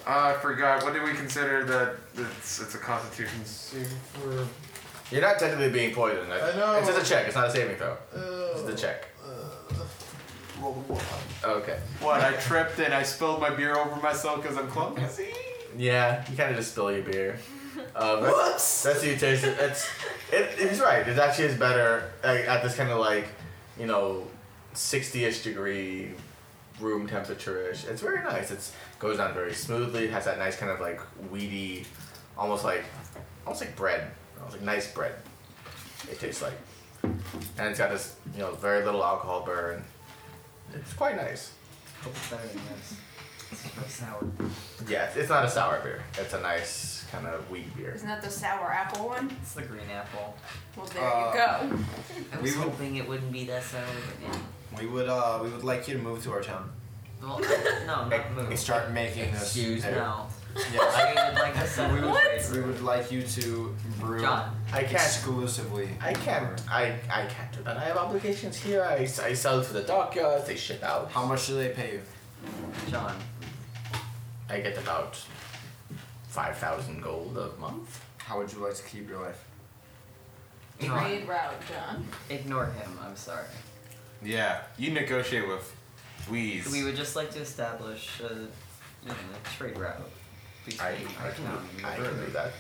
Uh, I forgot. What did we consider that it's, it's a constitution save for?
You're not technically being poisoned.
I know.
It's just a check. It's not a saving throw. It's just a check. Okay.
What? I tripped and I spilled my beer over myself because I'm clumsy?
Yeah, you kind of just spill your beer. Um, Whoops! That's you taste it. It's, it, he's right. It actually is better like, at this kind of like, you know, 60-ish degree room temperature-ish. It's very nice. It's goes down very smoothly. It has that nice kind of like weedy, almost like, almost like bread. Almost like nice bread. It tastes like. And it's got this, you know, very little alcohol burn. It's quite nice.
Hope it's better than this. This is very sour.
Yeah, it's- it's not a sour beer. It's a nice kind of wheat beer.
Isn't that the sour apple one?
It's the green apple.
Well, there
Uh,
you go.
I
We
was
will-
hoping it wouldn't be that sour, but yeah.
We would uh, we would like you to move to our town
Well, no, not move.
and start making this.
Excuse
beer.
no.
Yes.
I would like to set
we,
up a
would,
place.
we would like you to brew
John.
I can't-
exclusively.
I can't. I, I can't do that. I have obligations here. I, s- I sell to the dockyards. They ship out.
How much do they pay you?
John,
I get about five thousand gold a month.
How would you like to keep your life?
John,
Trade route, John.
ignore him. I'm sorry.
Yeah, you negotiate with Wheeze.
We would just like to establish a, you know, a trade route
I,
between
I
our
can
town and
I
the
can do that.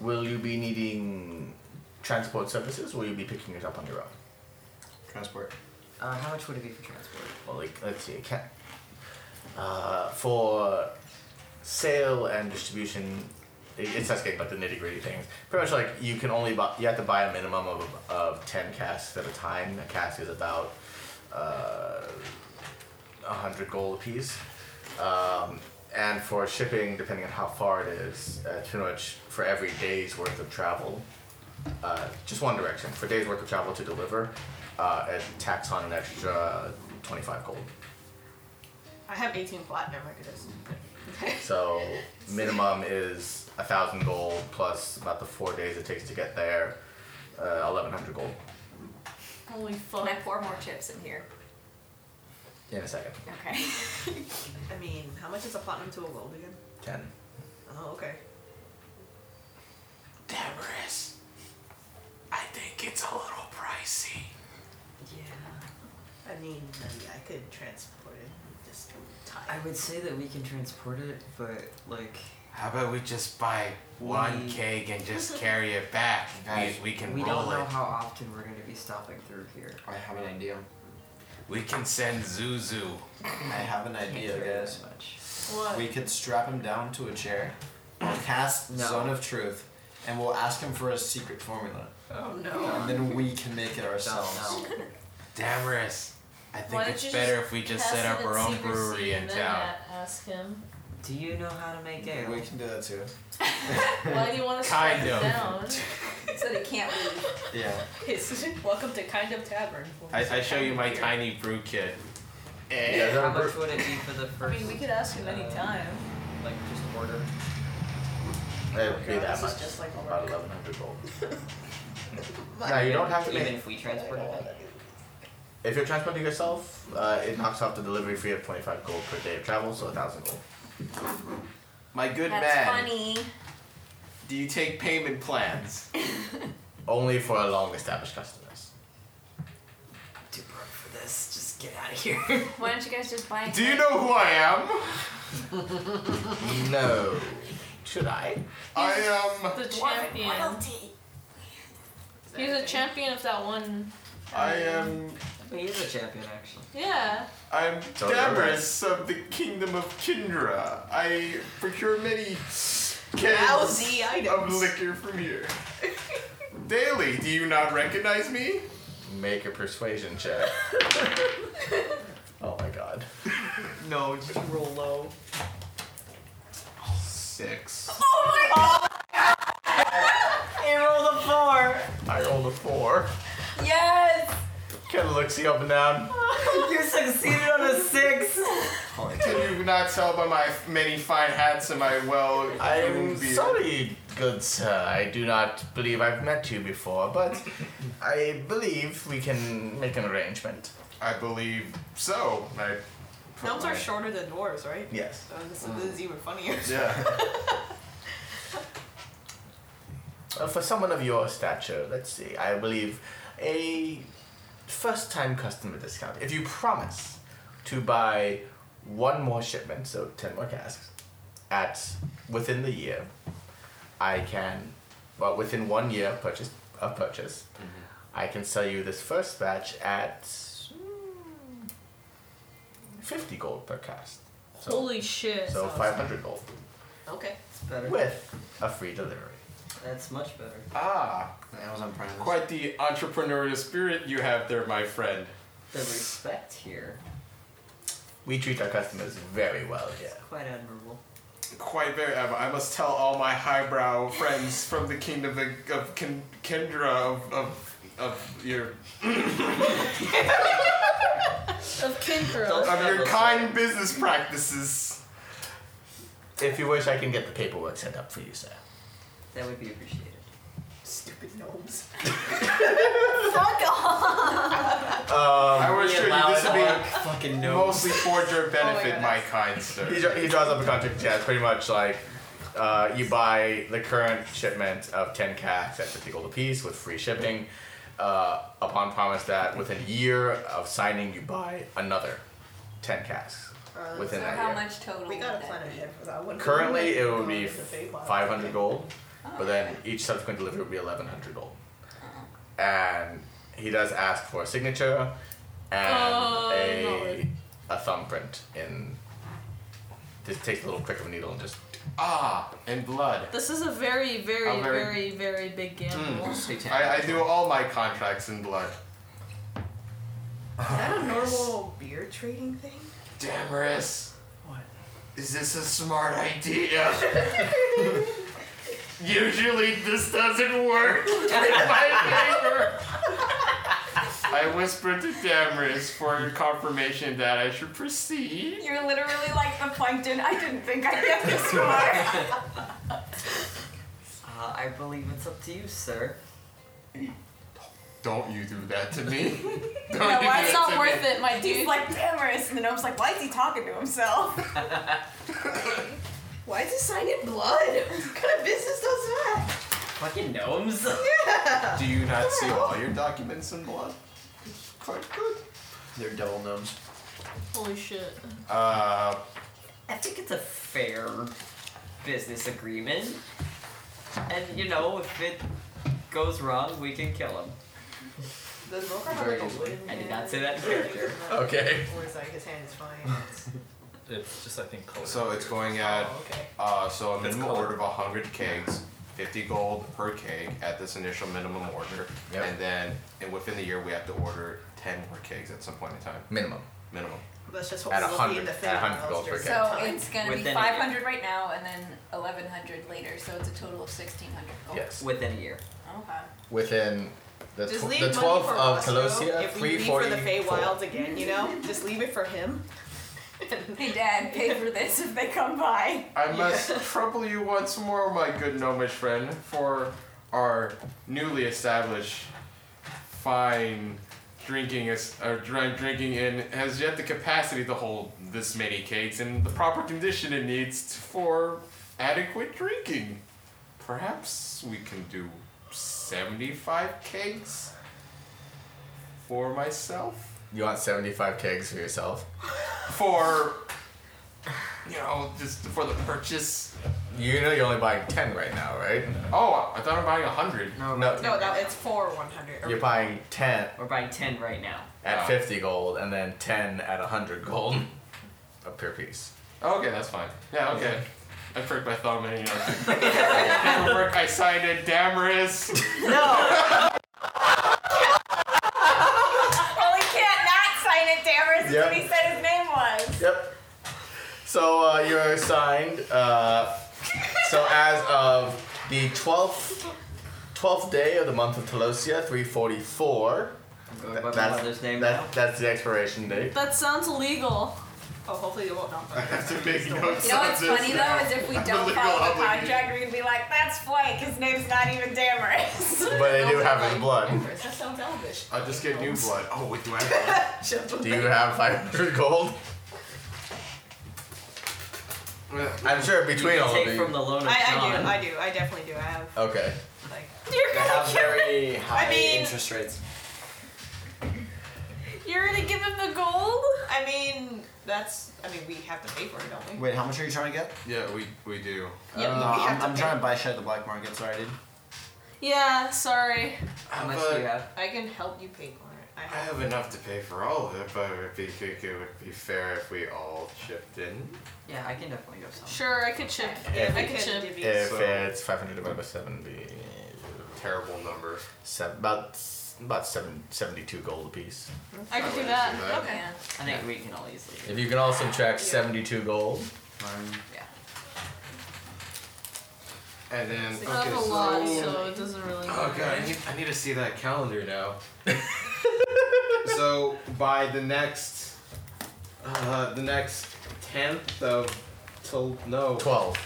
Will you be needing transport services? Or will you be picking it up on your own?
Transport.
Uh, how much would it be for transport?
Well, like, let's see, can, uh, for sale and distribution, it, it's us getting like the nitty gritty things. Pretty much like you can only buy, you have to buy a minimum of, of 10 casks at a time. A cask is about uh, 100 gold apiece. Um, and for shipping, depending on how far it is, uh, pretty much for every day's worth of travel, uh, just one direction, for days worth of travel to deliver, uh, it tax on an extra 25 gold.
I have 18 platinum. I could just.
So minimum is a thousand gold plus about the four days it takes to get there, uh, 1100 gold
Holy fuck.
Can I pour more chips in here?
in a second.
Okay.
I mean, how much is a platinum to a gold again?
10.
Oh, okay.
Damaris, I think it's a little pricey.
Yeah. I mean, I could transport it. Just time.
I would say that we can transport it, but like.
How about we just buy one
We-
keg and just carry it back? we, we can
We
roll
don't know
it.
how often we're going to be stopping through here.
I have an idea.
We can send Zuzu.
I have an idea, guys.
What?
We could strap him down to a chair, and cast Zone of Truth, and we'll ask him for a secret formula.
Oh
And then we can make it ourselves.
Damaris, I
Why
think
don't
it's
you
better if we just set
pass
up
it in
our own
secrecy
brewery in
and then
town.
a- Ask him.
Do you know how to make ale?
We can do that too.
Why do you want to
Kind
strap
of.
it down?
so they can't leave.
Yeah.
It's, welcome to Kind of Tavern.
I, I show you my tiny brew kit. Eh.
Yeah, how much would it be for the
I
first?
mean, we could ask him anytime.
Like just order.
It would be
Yeah, this
that
is
much.
just like a
about
work.
1100 gold. no, you don't have to
Even
make-
if we transport it.
If you're transporting yourself, uh, it knocks off the delivery fee of 25 gold per day of travel, so 1,000 gold.
My good
That's
man,
funny.
do you take payment plans?
Only for long established customers.
Too broke for this. Just get out of here.
Why don't you guys just buy?
Do you know who I am?
No. Should I?
I am.
The champion. He's a champion of that one.
I am.
Um,
He is a champion, actually.
Yeah.
I'm
Don't remember.
Damaris of the Kingdom of Kindra. I procure many cans
Lousy
of
items.
liquor from here. Daily, do you not recognize me?
Make a persuasion check. oh my god.
No, just roll low. Six.
He rolled a four.
I rolled a four.
Yes.
Kind of looks you up and down.
you succeeded on a six.
Can you not tell by my many fine hats and my well
I'm
beard?
sorry, good sir. I do not believe I've met you before, but I believe we can make an arrangement.
I believe so. I
Elves are shorter than dwarves, right?
Yes.
So this,
Mm.
this is even funnier.
Yeah.
Uh, for someone of your stature, let's see, I believe a first time customer discount. If you promise to buy one more shipment, so 10 more casks, at within the year, I can, well, within one year of purchase, of purchase I can sell you this first batch at mm, 50 gold per cast. So,
Holy shit.
so 500 gold
Okay.
It's better.
with a free delivery.
That's much better.
Ah,
Amazon Prime.
quite the entrepreneurial spirit you have there, my friend.
The respect here
We treat our customers very well here.
is quite admirable.
Quite very. I I must tell all my highbrow friends from the kingdom of, of Ken, Kendra of, of of your
Of Kindra.
of your kind business practices.
If you wish, I can get the paperwork set up for you, sir.
That would be appreciated.
Stupid gnomes.
Fuck off.
I would
we
assure you
allow
this
it
would Um, be
all.
Fucking
mostly for your benefit, Oh my kind sir.
He, dra- he draws up a contract. Yeah, it's pretty much like uh, you buy the current shipment of 10 casks at 50 gold apiece with free shipping. Uh, upon promise that within a year of signing, you buy another 10 casks
Uh,
within
so
that
how
year.
much total?
We
would
got a
that
planet
be?
ship for that one.
Currently, it would be
Five
500 gold.
Oh.
but then each subsequent delivery will be 1100 gold. And he does ask for a signature and
Oh,
a, a thumbprint in. Just takes a little prick of a needle and just ah and blood.
This is a very, very,
How very-
very, very big gamble.
I, I do all my contracts in blood.
Is that a normal beer trading thing?
Damaris. What? Is this a smart idea? Usually this doesn't work in my favor. I whispered to Damaris for confirmation that I should proceed.
You're literally like the plankton. I didn't think I'd get this far.
Uh, I believe it's up to you, sir.
Don't you do that to me.
You
Don't
know
you
why
do
it's
that
not
to
worth
me.
it, my dude. He's like Damaris, and then I was like, why is he talking to himself?
Why is this sign in blood? What kind of business does that?
Fucking gnomes.
Yeah.
Do you not see all your documents in blood? Quite good.
They're devil gnomes.
Holy shit.
Uh,
I think it's a fair business agreement. And you know, if it goes wrong, we can kill him.
Does Roker have like a wooden
I did
hand?
not say that in character.
Okay.
Or is like his hand is fine?
It's just I think color. So it's going at uh, so a minimum order of hundred kegs, fifty gold per keg at this initial minimum order, and then and within the year we have to order ten more kegs at some point in time.
Minimum.
Minimum.
That's just
At 100 at 100 gold per
So it's gonna be
Within a year.
500 right now, and then 1100 later. So it's a total of 1600 gold.
Yes.
Within a year.
Okay.
Within the,
Just
tw-
leave
the
money
12th
for
of
Roscoe
Colosia,
if we leave for the
344.
Feywilds again, you know? Just leave it for him.
Hey, Dad, pay for this if they come by.
I must trouble you once more, my good gnomish friend, for our newly established fine drinking is or drink, drinking in has yet the capacity to hold this many cakes in the proper condition it needs for adequate drinking. Perhaps we can do seventy-five cakes for myself.
You want 75 kegs for yourself?
For you know, just for the purchase.
You know you're only buying 10 right now, right?
Oh, I thought I'm buying 100.
No,
No, that it's for 100.
You're buying 10.
We're buying 10 right now.
At
Oh.
50 gold and then 10 at 100 gold. A per piece.
Okay, that's fine. Yeah, okay. I pricked my thumb and you know. paperwork I signed in Damaris.
No. well, he can't not sign it, Damaris. is
Yep.
what he said his name was.
Yep. So uh, you're assigned. Uh, so as of the 12th, 12th day of the month of Telosia, 344.
by my
that's,
mother's name
that- that's the expiration date.
That sounds illegal.
Oh, hopefully they won't know.
I have to make
You know what's funny though is if we don't follow the contract, we're gonna be like, "That's Flake. His name's not even Damaris."
But they do have his blood.
That sounds elvish.
I just get new blood. Oh, wait, do I have
Do you have 500 gold? I'm sure between
You
all of
take
you.
from the loan
I, I do, I do, I definitely do. I have.
Okay.
You're
They
gonna
have
kill
very high
mean-
interest rates.
You're gonna give him the gold?
I mean, that's. I mean, we have to pay for it, don't we?
Wait, how much are you trying to get?
Yeah, we we do.
Yeah,
Uh,
we have
I'm,
to
I'm
pay.
trying to buy shit at the black market. Sorry, dude.
Yeah, sorry.
How
much
do you
have?
I can help you pay for it. I
I have enough to pay for all of it, but it would be it would be fair if we all chipped in.
Yeah, I can definitely go some.
Sure, I could chip.
If-
I could chip.
If
So-
it's 500 divided by 70.
Terrible number.
Seven, about about seven, 72 gold apiece.
I could do that. Okay.
I think we can all easily. do
If you can all subtract 72 gold.
Yeah.
And then
I
okay,
Oh,
have a
so-
lot, so it doesn't really matter.
Okay, I need, I need to see that calendar now. so by the next, uh, the next tenth of till no
twelve.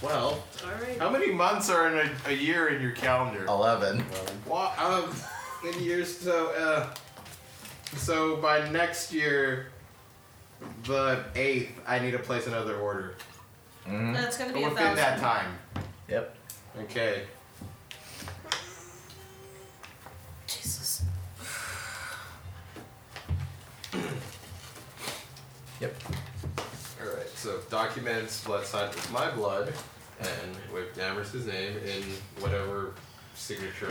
Twelve.
Alright.
How many months are in a, a year in your calendar?
Eleven.
Well, um, in years so uh, so by next year, the eighth, I need to place another order.
Mm-hmm.
That's gonna be a
But within that
thousand.
time.
Yep.
Okay.
Jesus.
Yep.
All right. So documents blood signed with my blood.
and with Dameris's name in whatever signature,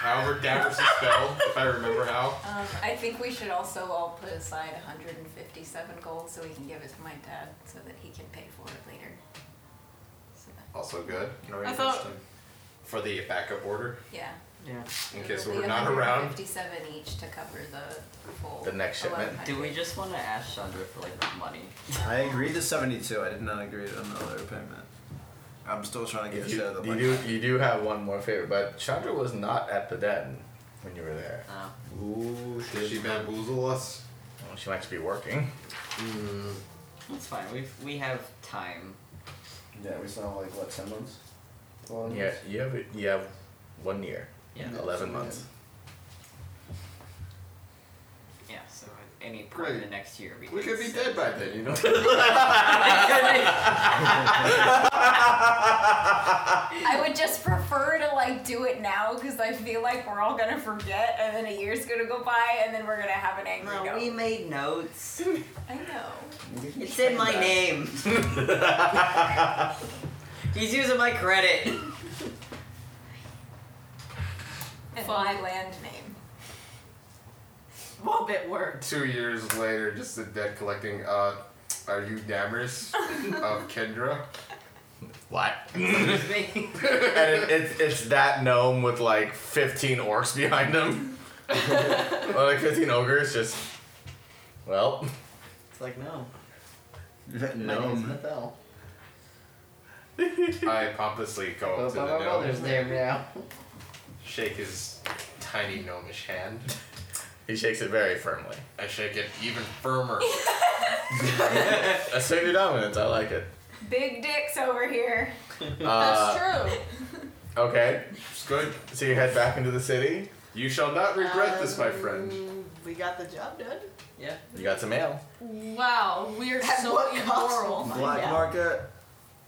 however Damaris is spelled, if I remember how.
Um, I think we should also all put aside 157 gold so we can give it to my dad so that he can pay for it later.
Also good.
I thought-
For the backup order.
Yeah.
Yeah.
In case
It'll
we're
be
not around.
157 each to cover the full.
Do
1100.
we just want to ask Chandra for like money?
I agreed to 72. I did not agree to another payment. I'm still trying to
You,
get shit out of the
you
money.
do you do have one more favor, but Chandra was not at the den when you were there.
Ooh, did she bamboozle us?
Well, she might be working.
That's fine. We we have time.
Yeah, we saw like what ten months.
Yeah, you have you have one year.
Yeah.
eleven months.
Yeah. So at any point in the next year, we,
We could be dead by then, you know?
I would just prefer to like do it now because I feel like we're all gonna forget, and then a year's gonna go by, and then we're gonna have an angry.
No,
note.
we made notes.
I know.
It's in my name. He's using my credit.
And my land name.
Well, it worked.
Two years later, just the debt collecting. Uh, are you Damaris of Kendra?
What? and it, it's it's that gnome with like fifteen orcs behind him, or like fifteen ogres. Just well,
It's like no.
no.
Bell.
I pompously go up to the
my mother's
gnome,
there now.
shake his tiny gnomish hand.
He shakes it very firmly.
I shake it even firmer.
Assume your dominance. I like it.
Big dicks over here.
Uh,
true.
Okay.
It's good.
So you head back into the city.
You shall not
regret this, my friend.
We got the job done.
Yeah.
You got some mail.
Wow, we're
At
so
what cost?
immoral.
Black Yeah.
market.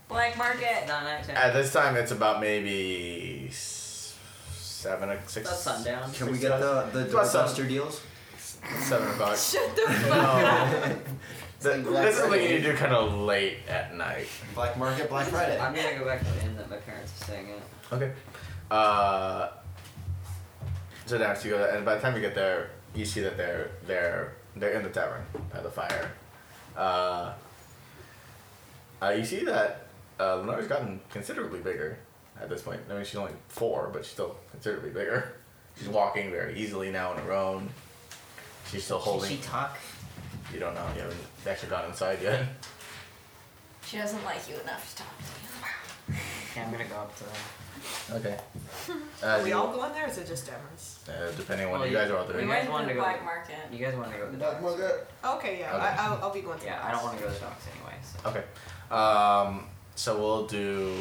Black market.
At this time, it's about maybe s- seven, o- six.
About sundown.
Can we get the the
It's about sun-
doorbuster deals?
Seven o'clock.
Shut
the fuck up. this is what
Friday.
you do kind of late at night.
Black market, Black Friday.
I'm gonna go back to the inn that my parents are staying at.
Okay. Uh, so next you go, and by the time you get there, you see that they're they're they're in the tavern by the fire. Uh, uh, you see that uh, Lenore's gotten considerably bigger at this point. I mean, she's only four, but she's still considerably bigger. She's walking very easily now on her own. She's still holding.
Can she talk?
You don't know. You haven't actually gone inside yet.
She doesn't like you enough to talk to
Okay, I'm gonna go up to them.
Okay.
Are
Uh,
we
you-
all Oh, going there, or is it just Demers?
uh, depending on what you guys are out there.
You guys want to go.
black market.
You guys want to go to the
Black market.
Okay, yeah,
Okay.
I, I'll, I'll be going.
Yeah, I don't want to go to the docks anyway. So.
Okay. Um, so we'll do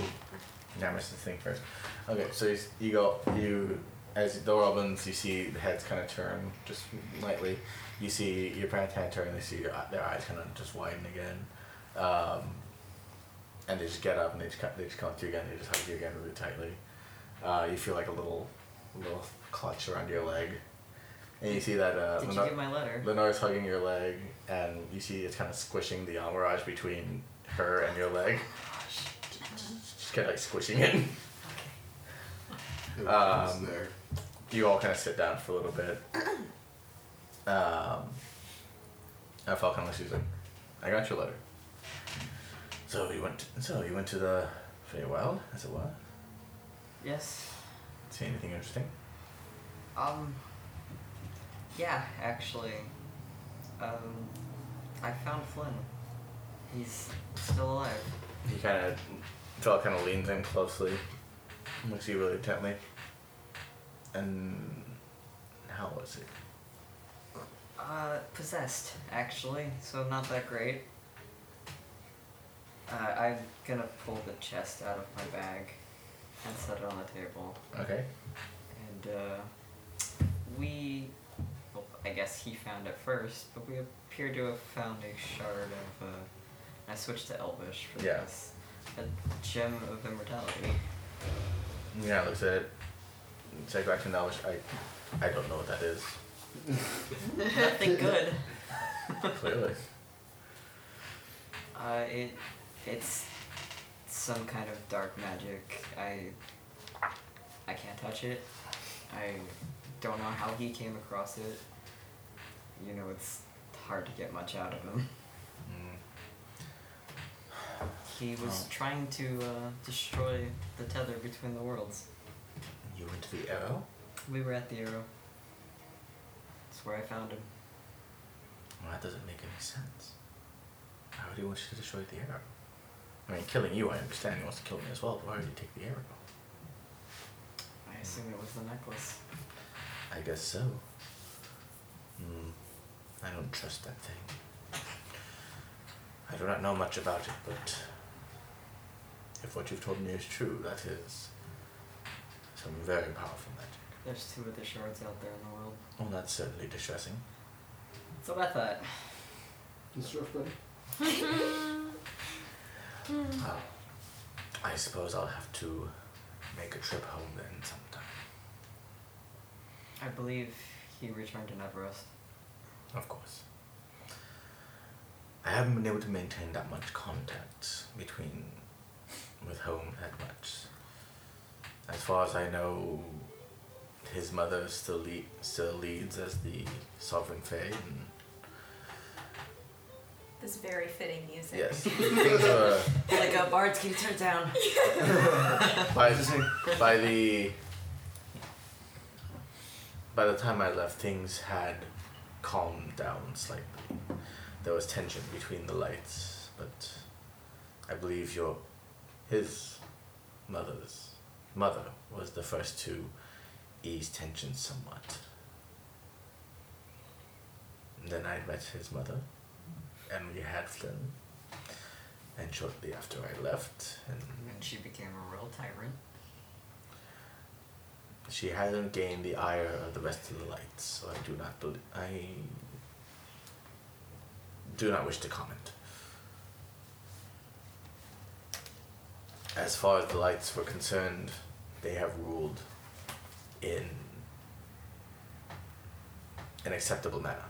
Nemesis thing first. Okay, so you, s- you go, you, as the door opens, you see the heads kind of turn just lightly. You see your parents' head turn, they see your, eye- their eyes kind of just widen again. Um, and they just get up and they just, co- they just come up to you again, they just hug you again really tightly. Uh, you feel like a little, little clutch around your leg. And you see that uh,
Did you
Lenore-
get my letter?
Lenore's hugging your leg, and you see it's kind of squishing the entourage between her and your leg. Just kind of like squishing it. Um, You all kind of sit down for a little bit. Um, I felt kind of like she's like, I got your letter. So you went. so you went to the Feywild, as it was.
Yes.
See anything interesting?
Um. Yeah, actually. Um, I found Flynn. He's still alive.
He kind of, Phil kind of leans in closely, looks at you really intently. And how was it?
Uh, possessed, actually, so not that great. Uh, I'm gonna pull the chest out of my bag and set it on the table.
Okay.
And, uh, we. Well, I guess he found it first, but we appear to have found a shard of. Uh, I switched to Elvish for
Yeah.
this. A gem of immortality.
Yeah, looks at it. Check back to knowledge. I, I don't know what that is.
Nothing good.
Clearly.
Uh, it, it's some kind of dark magic. I I can't touch it. I don't know how he came across it. You know, it's hard to get much out of him. He was
Oh.
trying to uh, destroy the tether between the worlds.
You went to the arrow?
We were at the arrow. That's where I found him.
Well, that doesn't make any sense. Why would he want you to destroy the arrow? I mean, killing you, I understand. He wants to kill me as well, but why would he take the arrow?
I assume it was the necklace.
I guess so. Hmm. I don't trust that thing. I do not know much about it, but if what you've told me is true, that is some very powerful magic.
There's two other shards out there in the world.
Well, that's certainly distressing.
So I thought.
It's rough, buddy.
Well, Ah, I suppose I'll have to make a trip home then sometime.
I believe he returned to Everest.
Of course. I haven't been able to maintain that much contact between with home that much. As far as I know, his mother still lead, still leads as the sovereign fae. And
This is very fitting music.
yes, things are
Like a bard's can turn down.
by by the by the time I left, things had calmed down slightly. There was tension between the lights, but I believe your his mother's mother was the first to ease tension somewhat. And then I met his mother, and we had Flynn. And shortly after I left, and
And she became a real tyrant.
she hasn't gained the ire of the rest of the lights, so I do not believe. I do not wish to comment. As far as the lights were concerned, they have ruled in an acceptable manner.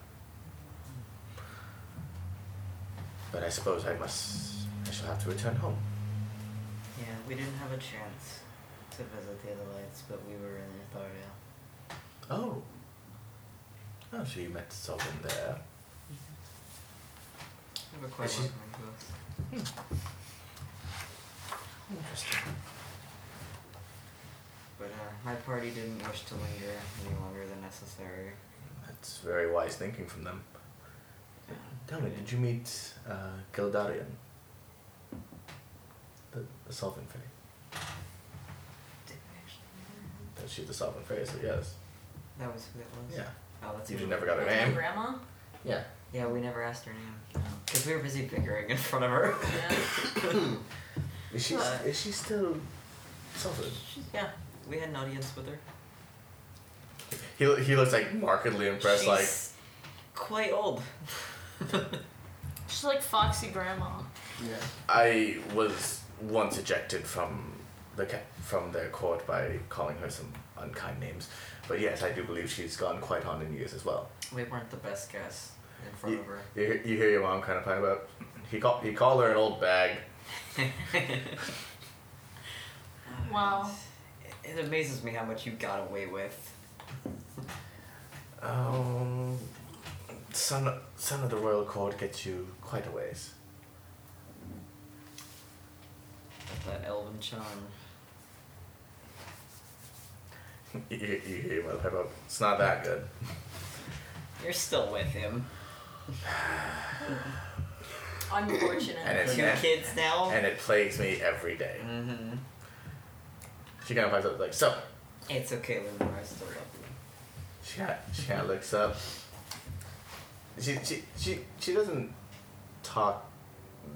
But I suppose I must. I shall have to return home.
Yeah, we didn't have a chance to visit the other lights, but we were in Itharia.
Oh. Oh, so you met Sovereign there.
They were quite
Is she-
welcoming to us.
Interesting.
Hmm. But uh, my party didn't wish to linger any longer than necessary.
That's very wise thinking from them. Tell me, did you meet uh, Gildarian? The, the Sovereign Fae. That she's the Sovereign Fae, so yes.
That was who that was?
Yeah.
Oh, that's
You
who-
never got her name.
Grandma?
Yeah.
Yeah, we never asked her name. Because we were busy bickering in front of her.
Is she,
Uh,
is she still Sovereign?
yeah, we had an audience with her.
He, lo- he looks like markedly impressed, like.
She's quite old.
She's like Foxy Grandma.
Yeah. I was once ejected from the ca- from their court by calling her some unkind names, but yes, I do believe she's gone quite on in years as well.
We weren't the best guests in front
You,
of her.
you, hear- you hear your mom kind of talking about he called he called her an old bag.
Wow.
It amazes me how much you got away with.
Um, son son of the royal court gets you quite a ways.
That elven charm.
You, you you hear your mother talk about it's not that good.
You're still with him.
Unfortunate.
And it's
Two kids now.
And it plagues me every day.
Mm-hmm.
She kind of pipes up like so.
It's okay, Lenore. I still love you.
She kind she kind of looks up. She, she she she doesn't talk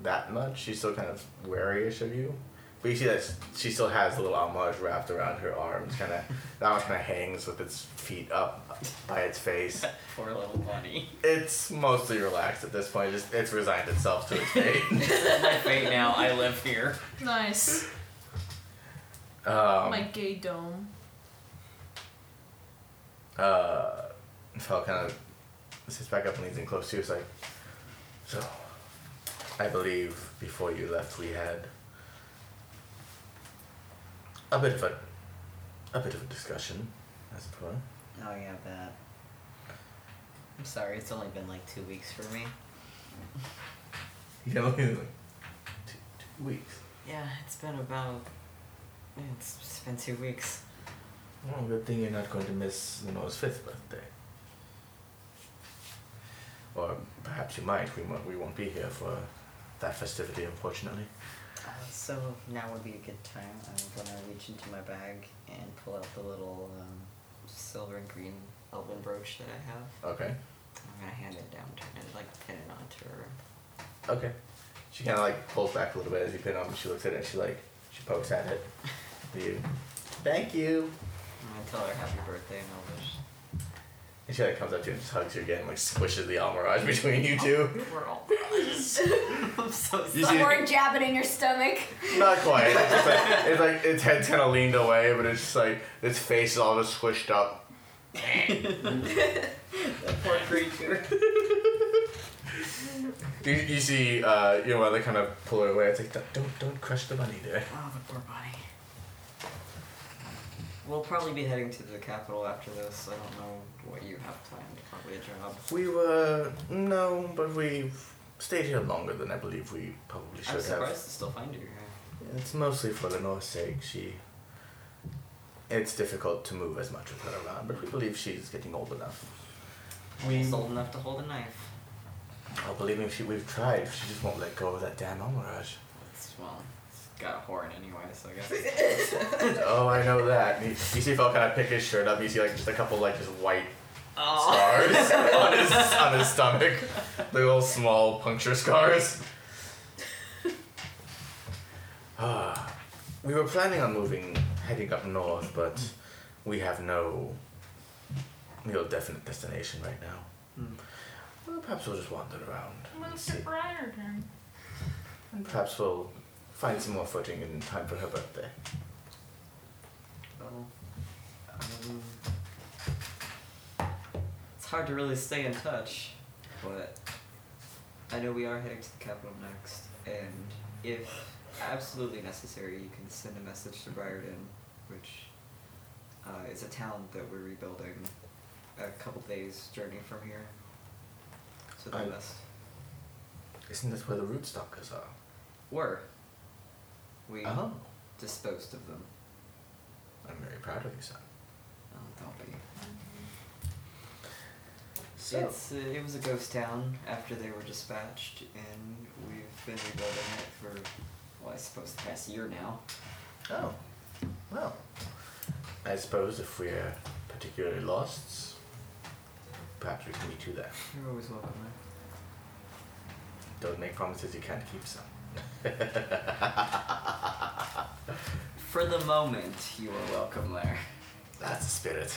that much. She's still kind of wary-ish of you, but you see that she still has the little homage wrapped around her arms. Kind of that one kind of hangs with its feet up by its face.
Poor little bunny.
It's mostly relaxed at this point. Just it's resigned itself to its fate.
This is my fate now. I live here.
Nice.
Um,
My gay dome.
uh, Fel kind of sits back up and leans in close to you. It's like, so, I believe before you left, we had a bit of a, a bit of a discussion, as it were.
Oh yeah, that. I'm sorry, it's only been like two weeks for me.
You know, like two, two weeks.
Yeah, it's been about. It's, it's been two weeks.
Well, good thing you're not going to miss Lenore's fifth birthday. Or perhaps you might. We won't, we won't be here for that festivity, unfortunately.
Uh, so now would be a good time. I'm gonna reach into my bag and pull out the little um, silver and green elven brooch that I have.
Okay.
I'm gonna hand it down to her and like pin it onto her.
Okay. She kind of like pulls back a little bit as you pin on, and she looks at it and she like she pokes at it. you. Thank you.
I'm gonna tell her happy birthday and all this.
And she like comes up to you and just hugs you again, and, like squishes the almirage between you two.
We're all.
I'm
so
You see-
Or jab it in your stomach.
Not quite. It's, just like, it's like its head's kind of leaned away, but it's just like its face is all just squished up.
Poor creature.
You, you see uh, your mother kind of pull her away. It's like don't don't- don't crush the bunny there.
Oh, the poor body. We'll probably be heading to the capital after this. I don't know what you have planned. Probably a job.
We were no, but we've stayed here longer than I believe we probably should
I'm
have.
surprised to still find you here.
It's mostly for Lenore's sake. She. It's difficult to move as much with her around, but we believe she's getting old enough.
He's old enough to hold a knife.
Oh, believe me, she, we've tried. She just won't let go of that damn almirage.
It's, well, it's got a horn anyway, so I guess.
oh, I know that. You, you see Phil kind of pick his shirt up. You see like just a couple like just white scars on his on his stomach, the little small puncture scars. Ah, we were planning on moving, heading up north, but we have no real definite destination right now. Well, perhaps we'll just wander around.
Mr. Briarton.
And perhaps we'll find some more footing in time for her birthday.
Well, um, it's hard to really stay in touch, but I know we are heading to the capital next, and if absolutely necessary, you can send a message to Briarden, which uh, is a town that we're rebuilding a couple days' journey from here. So the
I-
best.
Isn't this where the rootstockers are?
Were. We
Oh.
disposed of them.
I'm very proud of you, son.
Oh, don't be.
So-
It's, uh, it was a ghost town after they were dispatched, and we've been rebuilding it for, well, I suppose the past year now.
Oh, well. I suppose if we're particularly lost, perhaps we can meet you there.
You're always welcome there.
Don't make promises you can't keep, son.
For the moment, you are welcome there.
That's the spirit.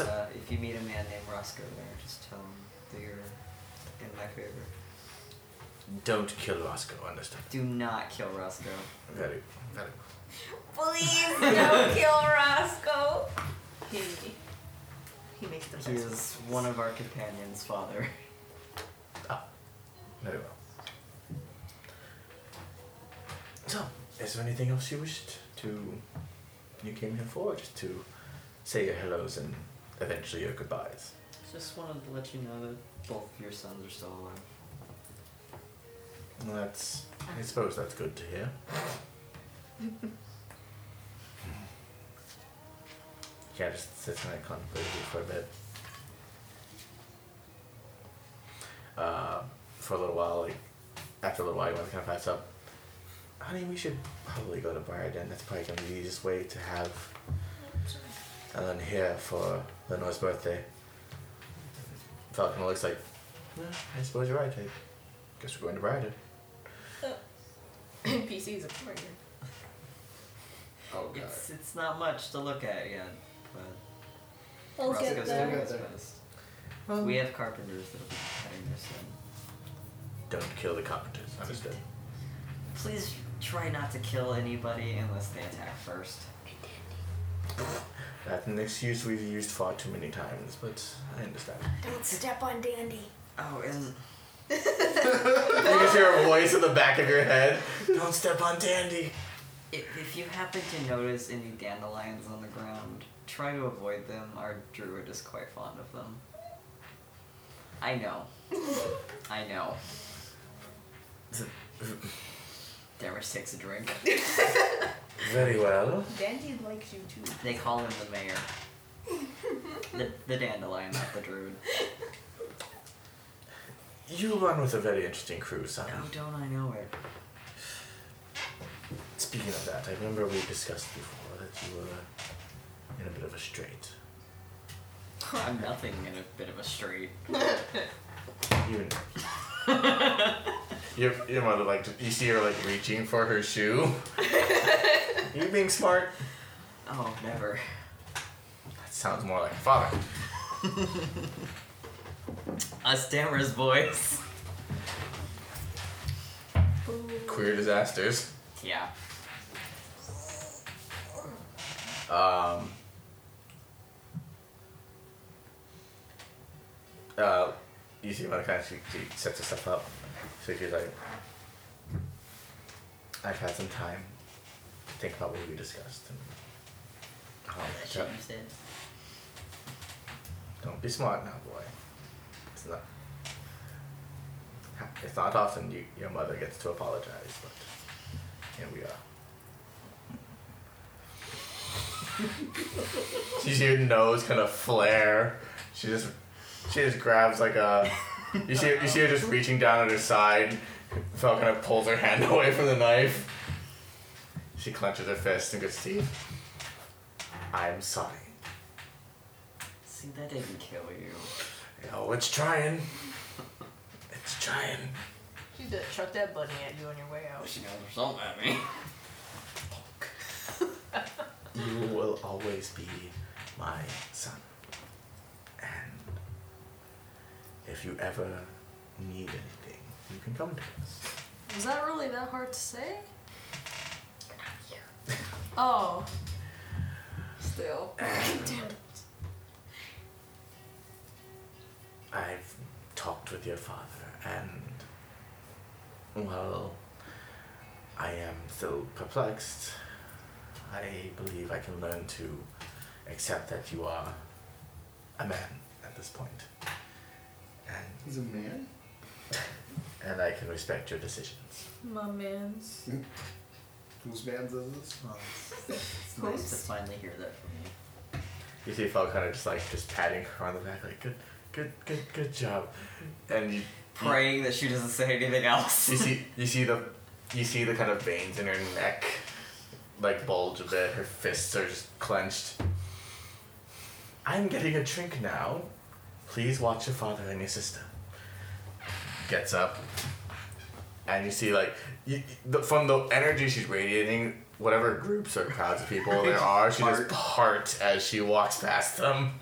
uh, if you meet a man named Roscoe there, just tell him that you're in my favor.
Don't kill Roscoe, understand?
Do not kill Roscoe.
Very, very.
Please don't kill Roscoe.
He, he makes the best.
He is one of our companions' father.
Very well. So, is there anything else you wished to. you came here for? Just to say your hellos and eventually your goodbyes.
Just wanted to let you know that both your sons are still alive.
Well, that's. I suppose that's good to hear. yeah, just sit and I contemplate it for a bit. Uh, for a little while, like after a little while, you want to kind of pass up. Honey, we should probably go to Briarden. That's probably gonna be the easiest way to have Ellen here for Lenore's birthday. Falcon looks like. Yeah, I suppose you're right. I guess we're going to Briarden.
PC's a partner.
Oh, It's, it's not much to look at yet, but.
We'll
Roscoe's
get there.
doing
We'll
his
get there.
best.
Um,
we have carpenters that'll be cutting this in.
Don't kill the carpenters. Understood.
Please try not to kill anybody unless they attack first.
That's an excuse we've used far too many times, but I understand.
Don't step on Dandy.
Oh, and
you just hear a voice in the back of your head. Don't step on Dandy.
If, if you happen to notice any dandelions on the ground, try to avoid them. Our druid is quite fond of them. I know. I know. There were six a drink.
Very well.
Dandy likes you too.
They call him the mayor. The, the dandelion, not the druid.
You run with a very interesting crew, son.
Oh, don't I know it?
Speaking of that, I remember we discussed before that you were in a bit of a strait.
I'm nothing in a bit of a street.
You your, your mother like you see her like reaching for her shoe. you being smart.
Oh, never.
That sounds more like a father.
A stammer's voice.
Queer disasters.
Yeah.
Um. Uh, you see what I kind of she, she sets her stuff up. So she's like, I've had some time to think about what we discussed. And, um, so- don't be smart now, boy. It's not. It's not often you, your mother gets to apologize, but here we are. She's your nose kind of flare. She just she just grabs like a you see you see her just reaching down at her side. Fel kind of pulls her hand away from the knife. She clenches her fist and goes, Steve, I'm sorry.
See, that didn't kill you.
Oh, it's trying. It's trying.
She did chuck that bunny at you on your way out.
Oh, She knows her salt at me.
You will always be my son. And if you ever need anything, you can come to us.
Was that really that hard to say? Oh.
Still.
Damn.
I've talked with your father, and well, I am still perplexed. I believe I can learn to accept that you are a man at this point. And
He's a man?
and I can respect your decisions.
My man's.
Whose man's is this?
It's nice to finally hear that from you.
You see Fel kind of just like just patting her on the back, like good, good, good, good job, and you
Praying that she doesn't say anything else.
you see, you see the, you see the kind of veins in her neck, like bulge a bit. Her fists are just clenched. I'm getting a drink now. Please watch your father and your sister. Gets up, and you see like you, the, from the energy she's radiating, whatever groups or crowds of people there are, she just parts as she walks past them.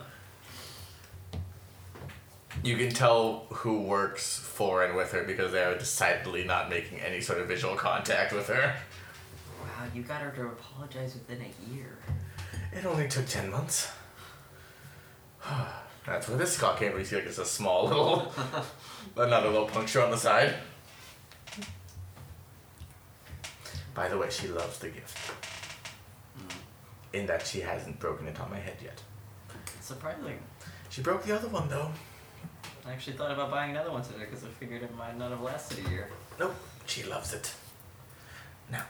You can tell who works for and with her because they are decidedly not making any sort of visual contact with her.
Wow, you got her to apologize within a year.
It only took ten months. That's where this Scott came from. You see, like, it's a small little, another little puncture on the side. By the way, she loves the gift. In that she hasn't broken it on my head yet.
Surprising.
She broke the other one, though.
I actually thought about buying another one today because I figured it might not have lasted a year.
Nope, she loves it. Now,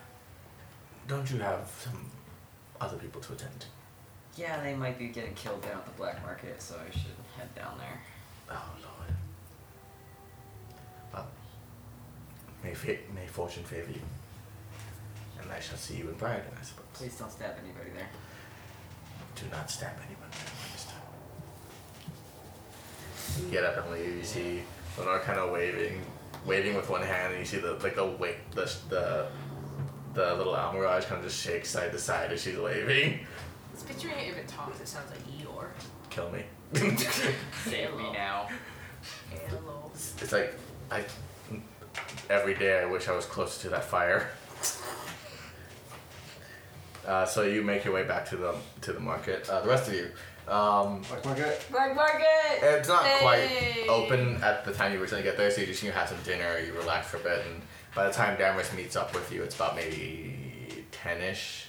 don't you have some other people to attend to?
Yeah, they might be getting killed down at the black market, so I should head down there.
Oh lord. Well, may, fa- may fortune favor you. And I shall see you in Brighton, I suppose.
Please don't stab anybody there.
Do not stab anyone during this time. You get up and leave. You see Lenore kind of waving, waving with one hand, and you see the like the wait the the, the little Almirage kind of just shakes side to side as she's waving.
It's picturing it if it talks, it sounds like Eeyore.
Kill me.
Save me now.
Hello.
It's like I every day I wish I was closer to that fire. Uh, so you make your way back to the to the market. Uh, the rest of you, um,
Black market.
it's not
Hey.
quite open at the time you originally get there. So you just you have some dinner, you relax for a bit, and by the time Damaris meets up with you, it's about maybe
ten ish,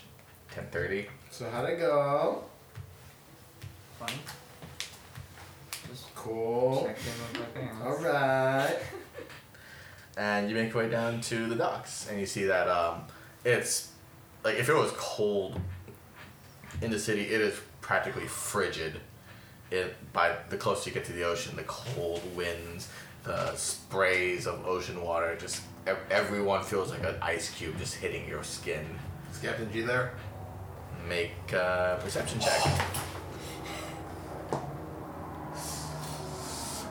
ten thirty.
So how'd it go?
Fine.
Cool.
All right. and you make your way down to the docks, and you see that um, it's like if it was cold in the city, it is practically frigid. It by the closer you get to the ocean, the cold winds, the sprays of ocean water, just ev- everyone feels like an ice cube just hitting your skin. Is Captain G there? Make a perception check.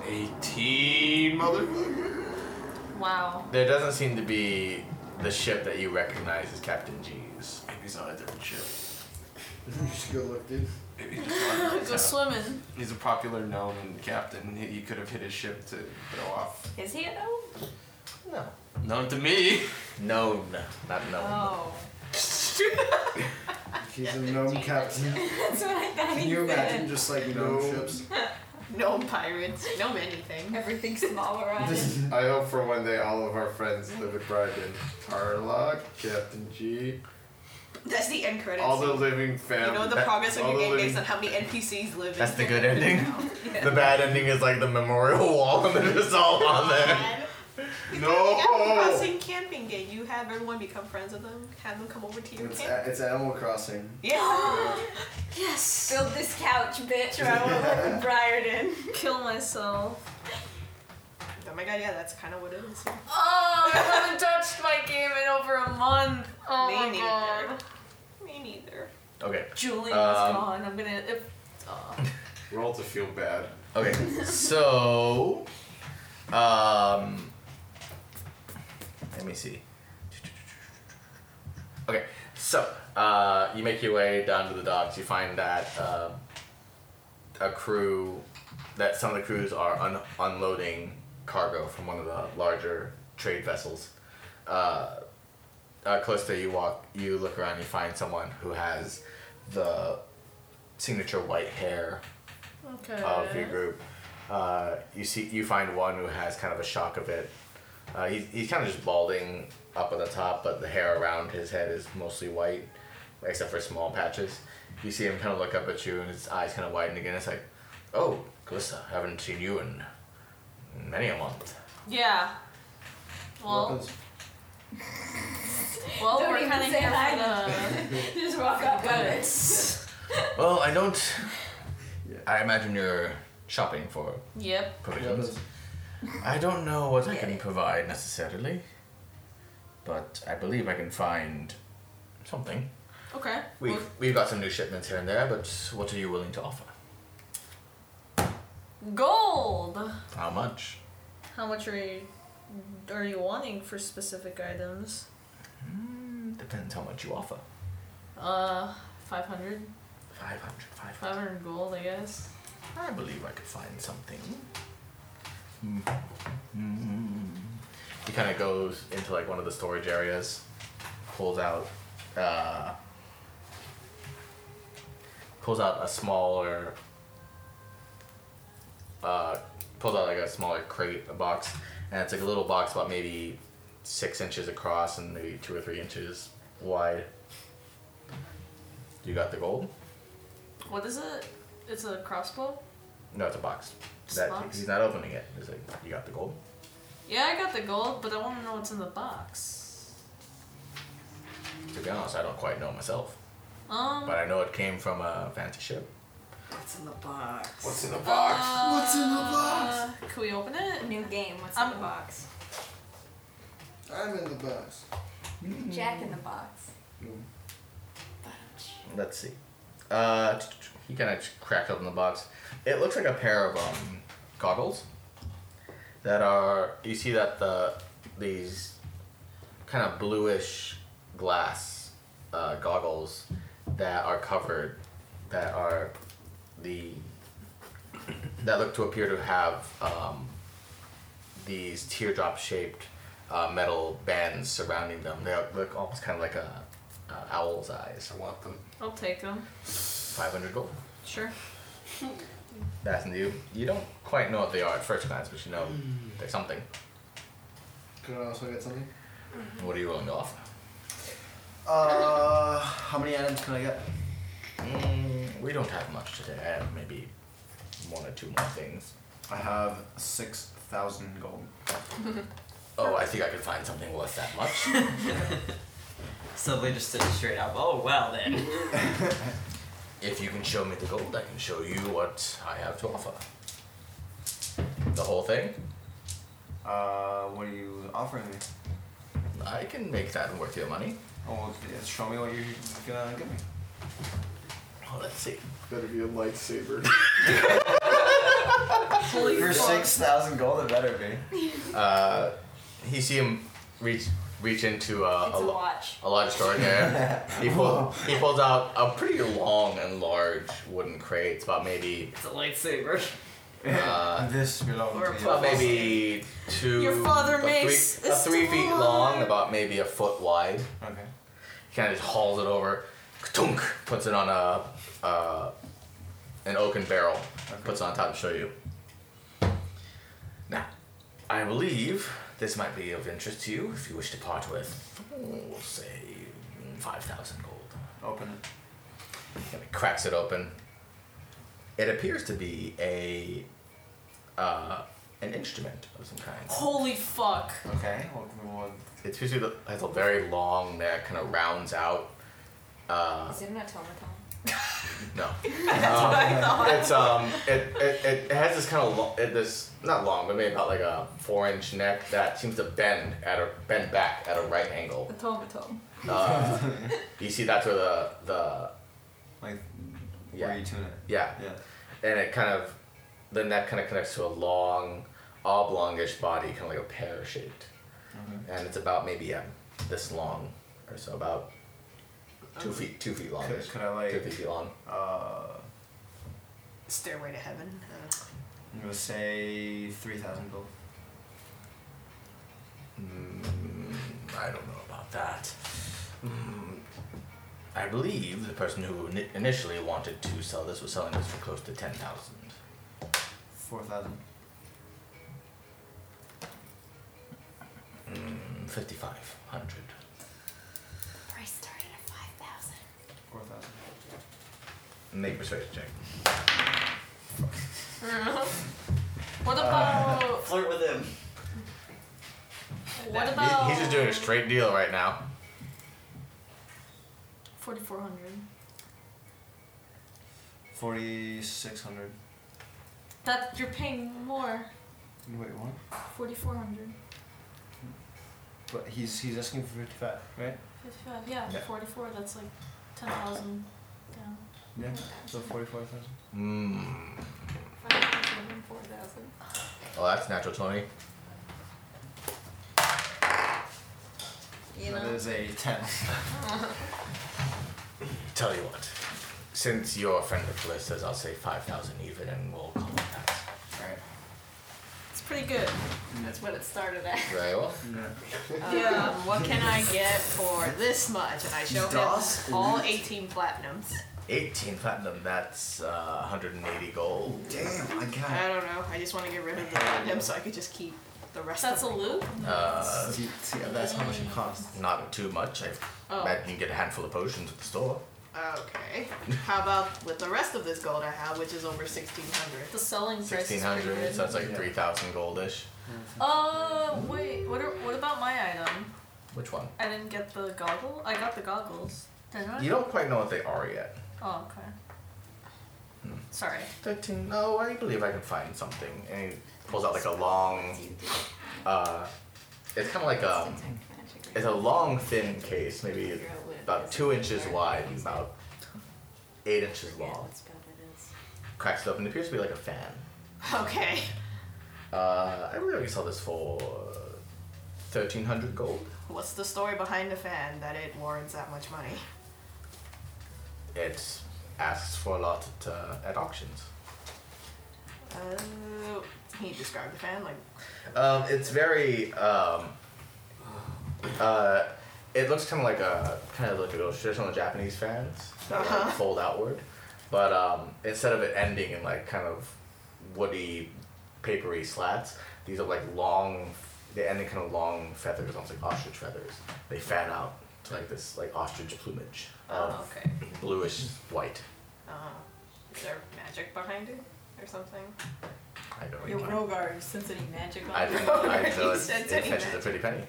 18, motherfucker.
Wow.
There doesn't seem to be the ship that you recognize as Captain G's. Maybe he's on a different ship.
You should go look, dude.
Go swimming.
He's a popular known captain. He, he could have hit his ship to throw off.
Is he a gnome?
No.
Known to me.
Known, not known.
Oh.
He's a gnome captain.
That's what I thought
Can
he
you
said.
imagine just like gnome ships?
No pirates, no anything.
Everything's smaller
I hope for one day all of our friends live at Brighton. Tarlock, Captain G,
That's the end credits.
all the living family.
you know the progress of
all
your
the
game
living-
based on how many NPCs live
That's
in
the good ending. The bad ending is like the memorial wall and they're just all on there.
Oh,
Animal
No!
Crossing camping game. You have everyone become friends with them. Have them come over to your
It's,
camp.
a- it's Animal Crossing.
yeah. Oh
Yes.
Build this couch, bitch, or I won't live in Briarden. Kill myself.
Oh my god, yeah, that's kind of what it is.
Oh, I haven't touched my game in over a month. Oh
Me
my
neither.
god.
Me neither.
Okay.
Julian's
Um,
gone. I'm gonna. If, oh.
We're all to feel bad.
Okay, so. Um, let me see. Okay, so uh, you make your way down to the docks. You find that uh, a crew, that some of the crews are un- unloading cargo from one of the larger trade vessels. Uh, uh, close to you walk, you look around, you find someone who has the signature white hair
Okay.
of your group. Uh, you see, you find one who has kind of a shock of it. Uh, he, he's kind of just balding up at the top, but the hair around his head is mostly white, except for small patches. You see him kind of look up at you, and his eyes kind of widen again. It's like, oh, Glissa, haven't seen you in many a month.
Yeah. Well. Well,
Don't
we're
even
kind of
say
here
hi.
for the.
Just walk up on it.
goods.
Well, I don't. I imagine you're shopping for
Yep.
provisions. I don't know what I can provide necessarily, but I believe I can find something.
Okay.
We've, we've got some new shipments here and there, but what are you willing to offer?
Gold.
How much?
How much are you are you wanting for specific items?
Depends how much you offer.
Uh, 500?
500, 500.
500 gold, I guess.
I believe I could find something. Mm. Mm. He kind of goes into like one of the storage areas, pulls out, uh, pulls out a smaller, uh, pulls out like a smaller crate, a box, and it's like a little box about maybe six inches across and maybe two or three inches wide. You got the gold?
What is it? It's a crossbow?
No, it's a box.
It's a
That
box?
he's not opening it. He's like, you got the gold.
Yeah, I got the gold, but I want to know what's in the box.
To be honest, I don't quite know myself,
Um,
but I know it came from a fancy ship.
what's in the box?
What's in the
What's in the box? uh, Can we open it?
New game. What's in the box?
I'm in the box.
Jack in the box.
Let's see. Uh, t- t- he kind of cracked open the box. It looks like a pair of um, goggles that are. You see that the these kind of bluish glass uh, goggles that are covered that are the that look to appear to have um, these teardrop shaped uh, metal bands surrounding them. They look almost kind of like a, a owl's eyes. I want them.
I'll take them.
Five hundred gold.
Sure.
That's new. You don't quite know what they are at first glance, but you know they're something.
Could I also get something?
What are you willing to offer?
Uh, how many items can I get?
Mm, we don't have much today. I have maybe one or two more things.
I have six thousand gold.
oh, I think I can find something worth that much.
Suddenly just sitting straight up. Oh, well then.
if you can show me the gold, I can show you what I have to offer. The whole thing?
Uh, what are you offering me?
I can make that worth your money.
Oh, well, yeah, show me what you're gonna give me.
Oh, let's see.
Better be a lightsaber.
Holy For six thousand gold, it better be.
Uh, you see him reach reach into uh,
It's a
lo-
watch.
a large store there. he, pull, he pulls out a pretty long and large wooden crate. It's about maybe. It's
a lightsaber.
Uh,
this belongs
to you.
About maybe two.
Your father
about
makes
Three, about
is
three
still
feet long, about maybe a foot wide.
Okay.
He kind of just hauls it over, tunk, puts it on a uh, an oaken barrel, puts it on top to show you. Now, I believe this might be of interest to you if you wish to part with, we'll say, five thousand gold.
Open it.
And he cracks it open. It appears to be a uh, an instrument of some kind.
Holy fuck.
Okay. Well, well,
It's usually the, has a very long neck, kind of rounds out. Uh,
Is it an automaton?
no.
That's what I thought.
It's um, it, it, it has this kind of lo- it, this not long, but maybe about like a four inch neck that seems to bend at a bend back at a right angle.
Automaton.
Uh, you see, that's where the the
like
yeah
where you tune it.
yeah yeah, and it kind of the neck kind of connects to a long oblongish body, kind of like a pear shaped, and it's about maybe um, this long or so, about two feet two feet long.
Could, could I like?
two feet long?
Uh,
Stairway to heaven. Uh,
I'm gonna say three thousand gold.
Mm, I don't know about that. Mm, I believe the person who ni- initially wanted to sell this was selling this for close to 10,000.
Four thousand.
Mm, 5,500.
Price started at five thousand.
Four thousand.
Make a persuasion check.
what about
Uh, Flirt with him.
what
He-
about
he's just doing a straight deal right now.
forty four hundred?
Forty six hundred.
That you're paying more.
Wait, what?
Forty four hundred.
But he's he's asking for fifty five, right?
Fifty five, yeah,
Yeah.
forty four, that's like ten thousand down.
Yeah. So forty four thousand.
Mm.
Four thousand.
Well, that's natural 20.
You
That
know.
is a ten.
Tell you what, since you're a friend of Callista's, I'll say 5,000 even and we'll call it that.
Right.
It's pretty good. That's what it started at.
Very well.
Yeah.
Um, what can I get for this much? And I show
Das
him all
Loot.
18 platinums.
18 platinum, that's uh, 180 gold.
Damn, I got
I don't know. I just want to get rid of the platinum so I could just keep the rest
That's a
of
loop?
Uh,
that's how much it costs.
Not too much. I
Oh.
imagine you can get a handful of potions at the store.
Okay. How about with the rest of this gold I have, which is over 1600?
The selling price is pretty
1600,
good.
so it's like 3,000 goldish.
Uh, wait, what, are, what about my item?
Which one?
I didn't get the goggle. I got the goggles. Did I?
You don't quite know what they are yet.
Oh, okay.
Hmm.
Sorry.
13. No, I believe I can find something. And he pulls out like a long. Uh, it's kind of like a. It's a long, thin case, maybe about two inches wide and about eight inches long. Cracks it open. It appears to be like a fan.
Okay.
Uh, I believe I can sell this for 1,300 gold.
What's the story behind the fan that it warrants that much money?
It asks for a lot at, uh, at auctions.
Uh, can you describe the fan? Like,
Um, it's very. Um, uh, it looks kind of like a kind of like a traditional Japanese fans that like,
Uh-huh.
fold outward, but um, instead of it ending in like kind of woody, papery slats, these are like long. They end in kind of long feathers, almost like ostrich feathers. They fan out. to like this like ostrich plumage.
Oh,
of
okay.
Bluish white.
Uh, is there magic behind it or something?
I don't
Your
know.
Rogar, you sense any magic on
I
your
think I
Rogar?
feel
You
it's, it
sense any
fetches a
magic?
pretty penny.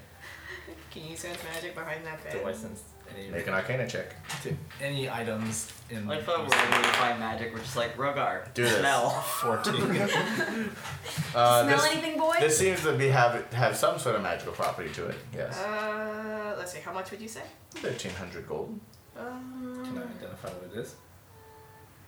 Can you sense magic behind that bed?
Do I sense any?
Make an Arcana check.
To any items in.
I thought we were going to find magic, which is like Rogar.
Do this.
Smell.
Fourteen.
Uh,
Smell
this,
anything, boy?
This seems to be have have some sort of magical property to it. Yes.
Uh, let's see. How much would you say?
Thirteen hundred gold.
Can I
Um,
identify what it is?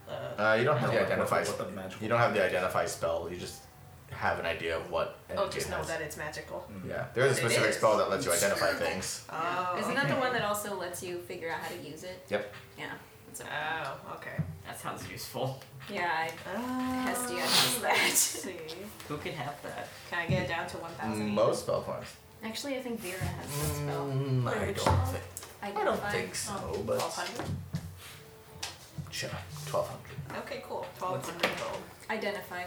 Uh, you don't have
No,
the
what-
identify.
what- what
sp-
the magical-
you don't have the identify spell. You just have an idea of what. an
oh,
idiot
just know
has.
that it's magical.
Hmm.
Yeah, there is a
It
specific
is.
spell that lets you identify things.
Oh,
Isn't that the
okay.
one that also lets you figure out how to use it?
Yep.
Yeah. That's a-
Oh, okay.
That sounds useful.
yeah, I Hestia has
Let's
that.
see.
Who could have that?
Can I get it down to one thousand?
Most spell points.
Actually, I think Vera has that spell.
Mm, I
Which
don't think.
Identify.
I don't think so, but.
Twelve hundred.
Sure, twelve hundred.
Okay, cool. Twelve hundred gold.
Identify.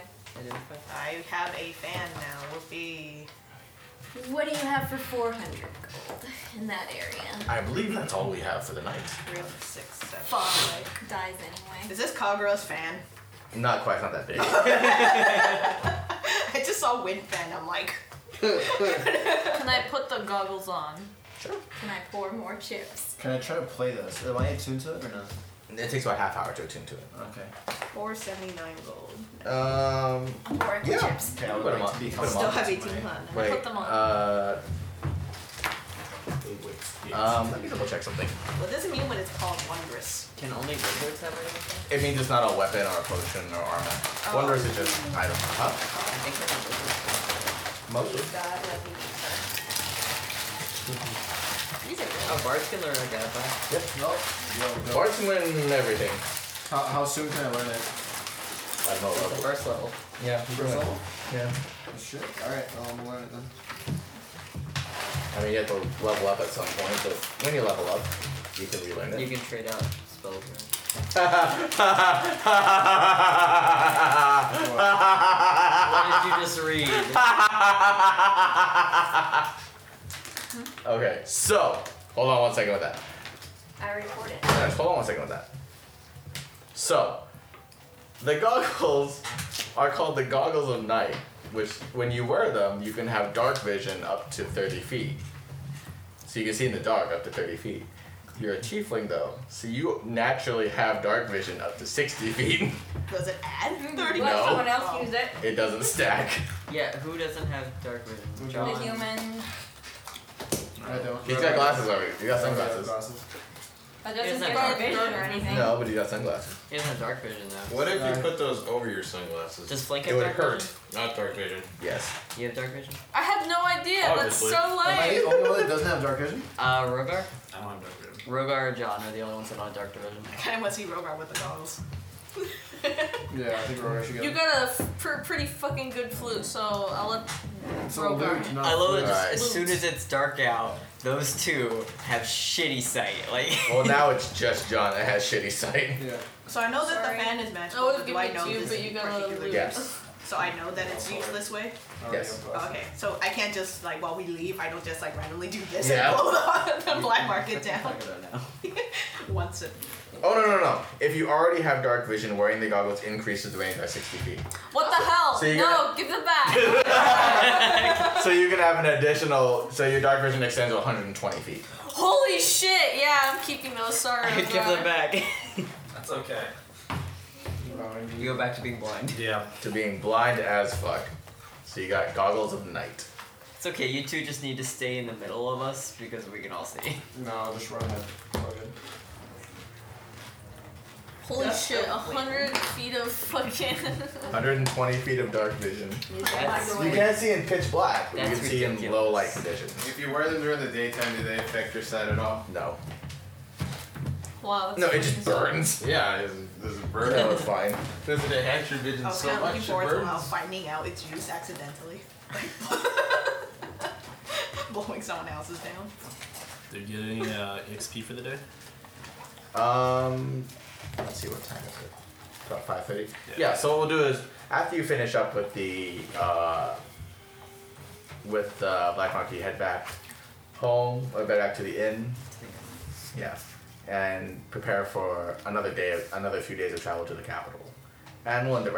I have a fan now. Whoopee.
What do you have for 400 gold in that area?
I believe that's all we have for the night.
Three, six, seven.
Fuck. Dies anyway.
Is this Kagro's fan?
Not quite, not that big.
I just saw wind fan. I'm like,
Can I put the goggles on?
Can I pour more chips?
Can I try to play this? Am I attuned to it or no?
It takes about half hour to attune to it.
Okay.
four seventy nine gold.
Um.
Four
Yeah.
chips.
Okay, I'll put them on. Put them
Still
on.
have eighteen platinum.
Wait,
Put them on.
Uh. Um, let me double check something.
well, it doesn't mean when it's called wondrous.
Can only wizards have anything?
It means it's not a weapon or a potion or armor.
Oh.
Wondrous is just item. Huh?
I think
Most
Please, God, let me use her.
Mm-hmm.
These are good.
Oh, bards can learn Agatha.
Yep. Bards can learn everything.
How, how soon can I learn it?
At low level.
First level.
Yeah.
First level?
Yeah.
Oh, Shit. All right. Well, I'm gonna learn it then.
I mean, you have to level up at some point, but when you level up, you can relearn it.
You can trade out spells. right? What did you just read?
okay, so hold on one second with that.
I report it.
Guys, hold on one second with that. So, the goggles are called the goggles of night, which when you wear them, you can have dark vision up to 30 feet. So you can see in the dark up to 30 feet. You're a tiefling though, so you naturally have dark vision up to 60 feet.
Does it add thirty?
Let No. someone
else use it.
It doesn't stack.
yeah, who doesn't have dark vision?
The
John.
human.
I don't.
He's got glasses already. He got sunglasses.
That
Isn't
doesn't give
that
her vision or anything.
No, but he got sunglasses.
He doesn't have dark vision though.
What if
Uh,
you put those over your sunglasses?
Does Flink
It
have
would
dark
hurt.
vision?
Not dark vision.
Yes.
You have dark vision?
I had no idea.
Obviously.
That's so
Am I
lame.
the only one that doesn't have dark vision?
Uh, Rogar?
I don't have dark vision.
Rogar or John are the only ones that don't have dark vision.
I kind of want to see Rogar with the goggles.
Yeah, I think Rory should get
You got a f- pr- pretty fucking good flute, so I'll let
So
Rogar.
Luke, not
I love it.
Luke.
Just,
Alright.
As soon as it's dark out, those two have shitty sight. Like,
Well, now it's just John that has shitty sight.
Yeah.
So I know that
Sorry.
the fan is
I
magical.
would
but
have
do I
given it
know
to you,
this
but you got
particular
another loot.
Yes.
So I know that it's used this way.
Already
Yes.
have glasses.
Okay, so I can't just like while we leave, I don't just like randomly do this
Yeah.
and blow the, the black market down
Talk about it now.
once. It,
Oh no no no! If you already have dark vision, wearing the goggles increases the range by sixty feet.
What the hell?
So you
no,
gotta-
give them back.
so you can have an additional. So your dark vision extends to one hundred and twenty feet.
Holy shit! Yeah, I'm keeping those. Sorry.
Give them back.
That's okay.
you go back to being blind.
Yeah.
To being blind as fuck. So you got goggles of night.
It's okay, you two just need to stay in the middle of us because we can all see.
No, just run it. Fucking-
Holy
That's
shit!
so
A hundred feet of fucking.
One hundred and twenty feet of dark vision.
That's,
You can't see in pitch black, but you
That's
can see in
ridiculous.
low light conditions.
If you wear them during the daytime, do they affect your sight at all?
No.
wow. that's
No, it just
fucking-
burns.
Yeah, is, does it burn?
No, it's fine.
Does it enhance your vision
I was
so
kind of looking
much?
forward
it
to
burns?
uh, finding out it's used accidentally, blowing someone else's down.
Did you get any uh, XP for the day?
Um, let's see what time is it. About five thirty.
Yeah.
Yeah. So what we'll do is after you finish up with the uh, with uh, Black Monkey, head back home or head back to the inn.
Yeah, and prepare for another day, another few days of travel to the capital, and we'll end it right.